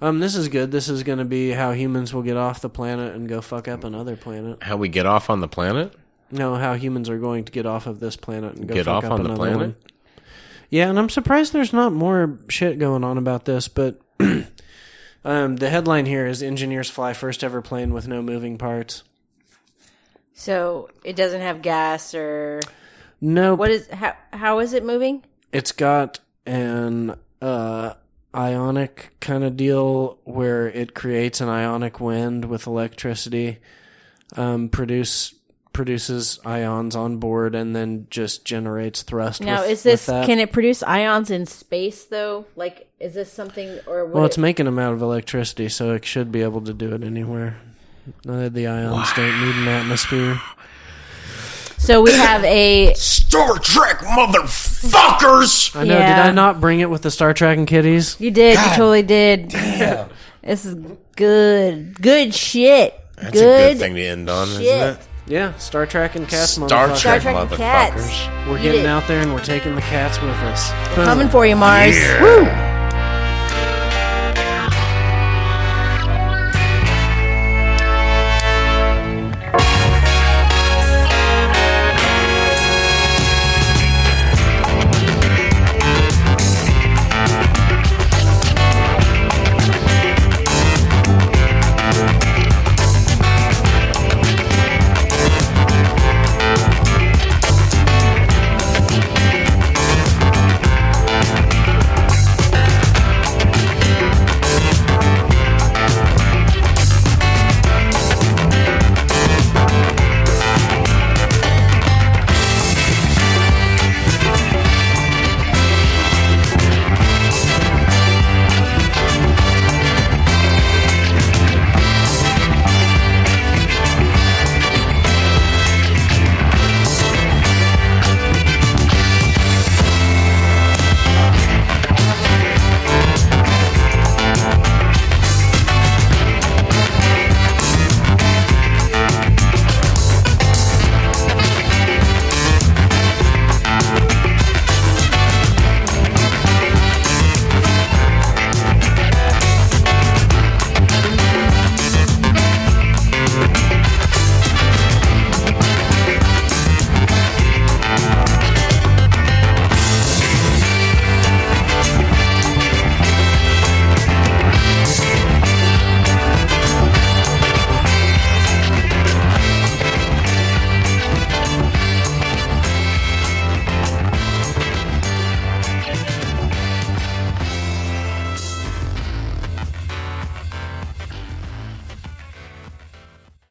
Speaker 1: Um, this is good. This is going to be how humans will get off the planet and go fuck up another planet.
Speaker 3: How we get off on the planet?
Speaker 1: No, how humans are going to get off of this planet and go
Speaker 3: Get
Speaker 1: fuck
Speaker 3: off
Speaker 1: up
Speaker 3: on the
Speaker 1: another
Speaker 3: planet?
Speaker 1: one. Yeah, and I'm surprised there's not more shit going on about this, but um, the headline here is "Engineers fly first ever plane with no moving parts."
Speaker 2: so it doesn't have gas or
Speaker 1: Nope.
Speaker 2: what is how how is it moving?
Speaker 1: it's got an uh, ionic kind of deal where it creates an ionic wind with electricity, um, produce produces ions on board, and then just generates thrust.
Speaker 2: Now
Speaker 1: with-
Speaker 2: is this
Speaker 1: with that.
Speaker 2: can it produce ions in space though? Like is this something or would
Speaker 1: well, it's
Speaker 2: it-
Speaker 1: making them out of electricity, so it should be able to do it anywhere. None of the ions don't need an atmosphere.
Speaker 2: so we have a
Speaker 3: Star Trek motherfuckers!
Speaker 1: I know.
Speaker 2: Yeah.
Speaker 1: Did I not bring it with the Star Trek and kitties?
Speaker 2: you did you totally did. this is good good shit.
Speaker 3: That's a
Speaker 2: good
Speaker 3: good thing to end on,
Speaker 2: shit.
Speaker 3: isn't
Speaker 1: Yeah, Star Trek and cats.
Speaker 3: it? Star
Speaker 1: motherfucker.
Speaker 3: Trek,
Speaker 2: Trek and
Speaker 3: motherfuckers.
Speaker 2: cats.
Speaker 1: We're
Speaker 2: You
Speaker 1: getting
Speaker 2: did.
Speaker 1: out there and we're taking the cats with us. Boom.
Speaker 2: Coming for you, Mars. Woo.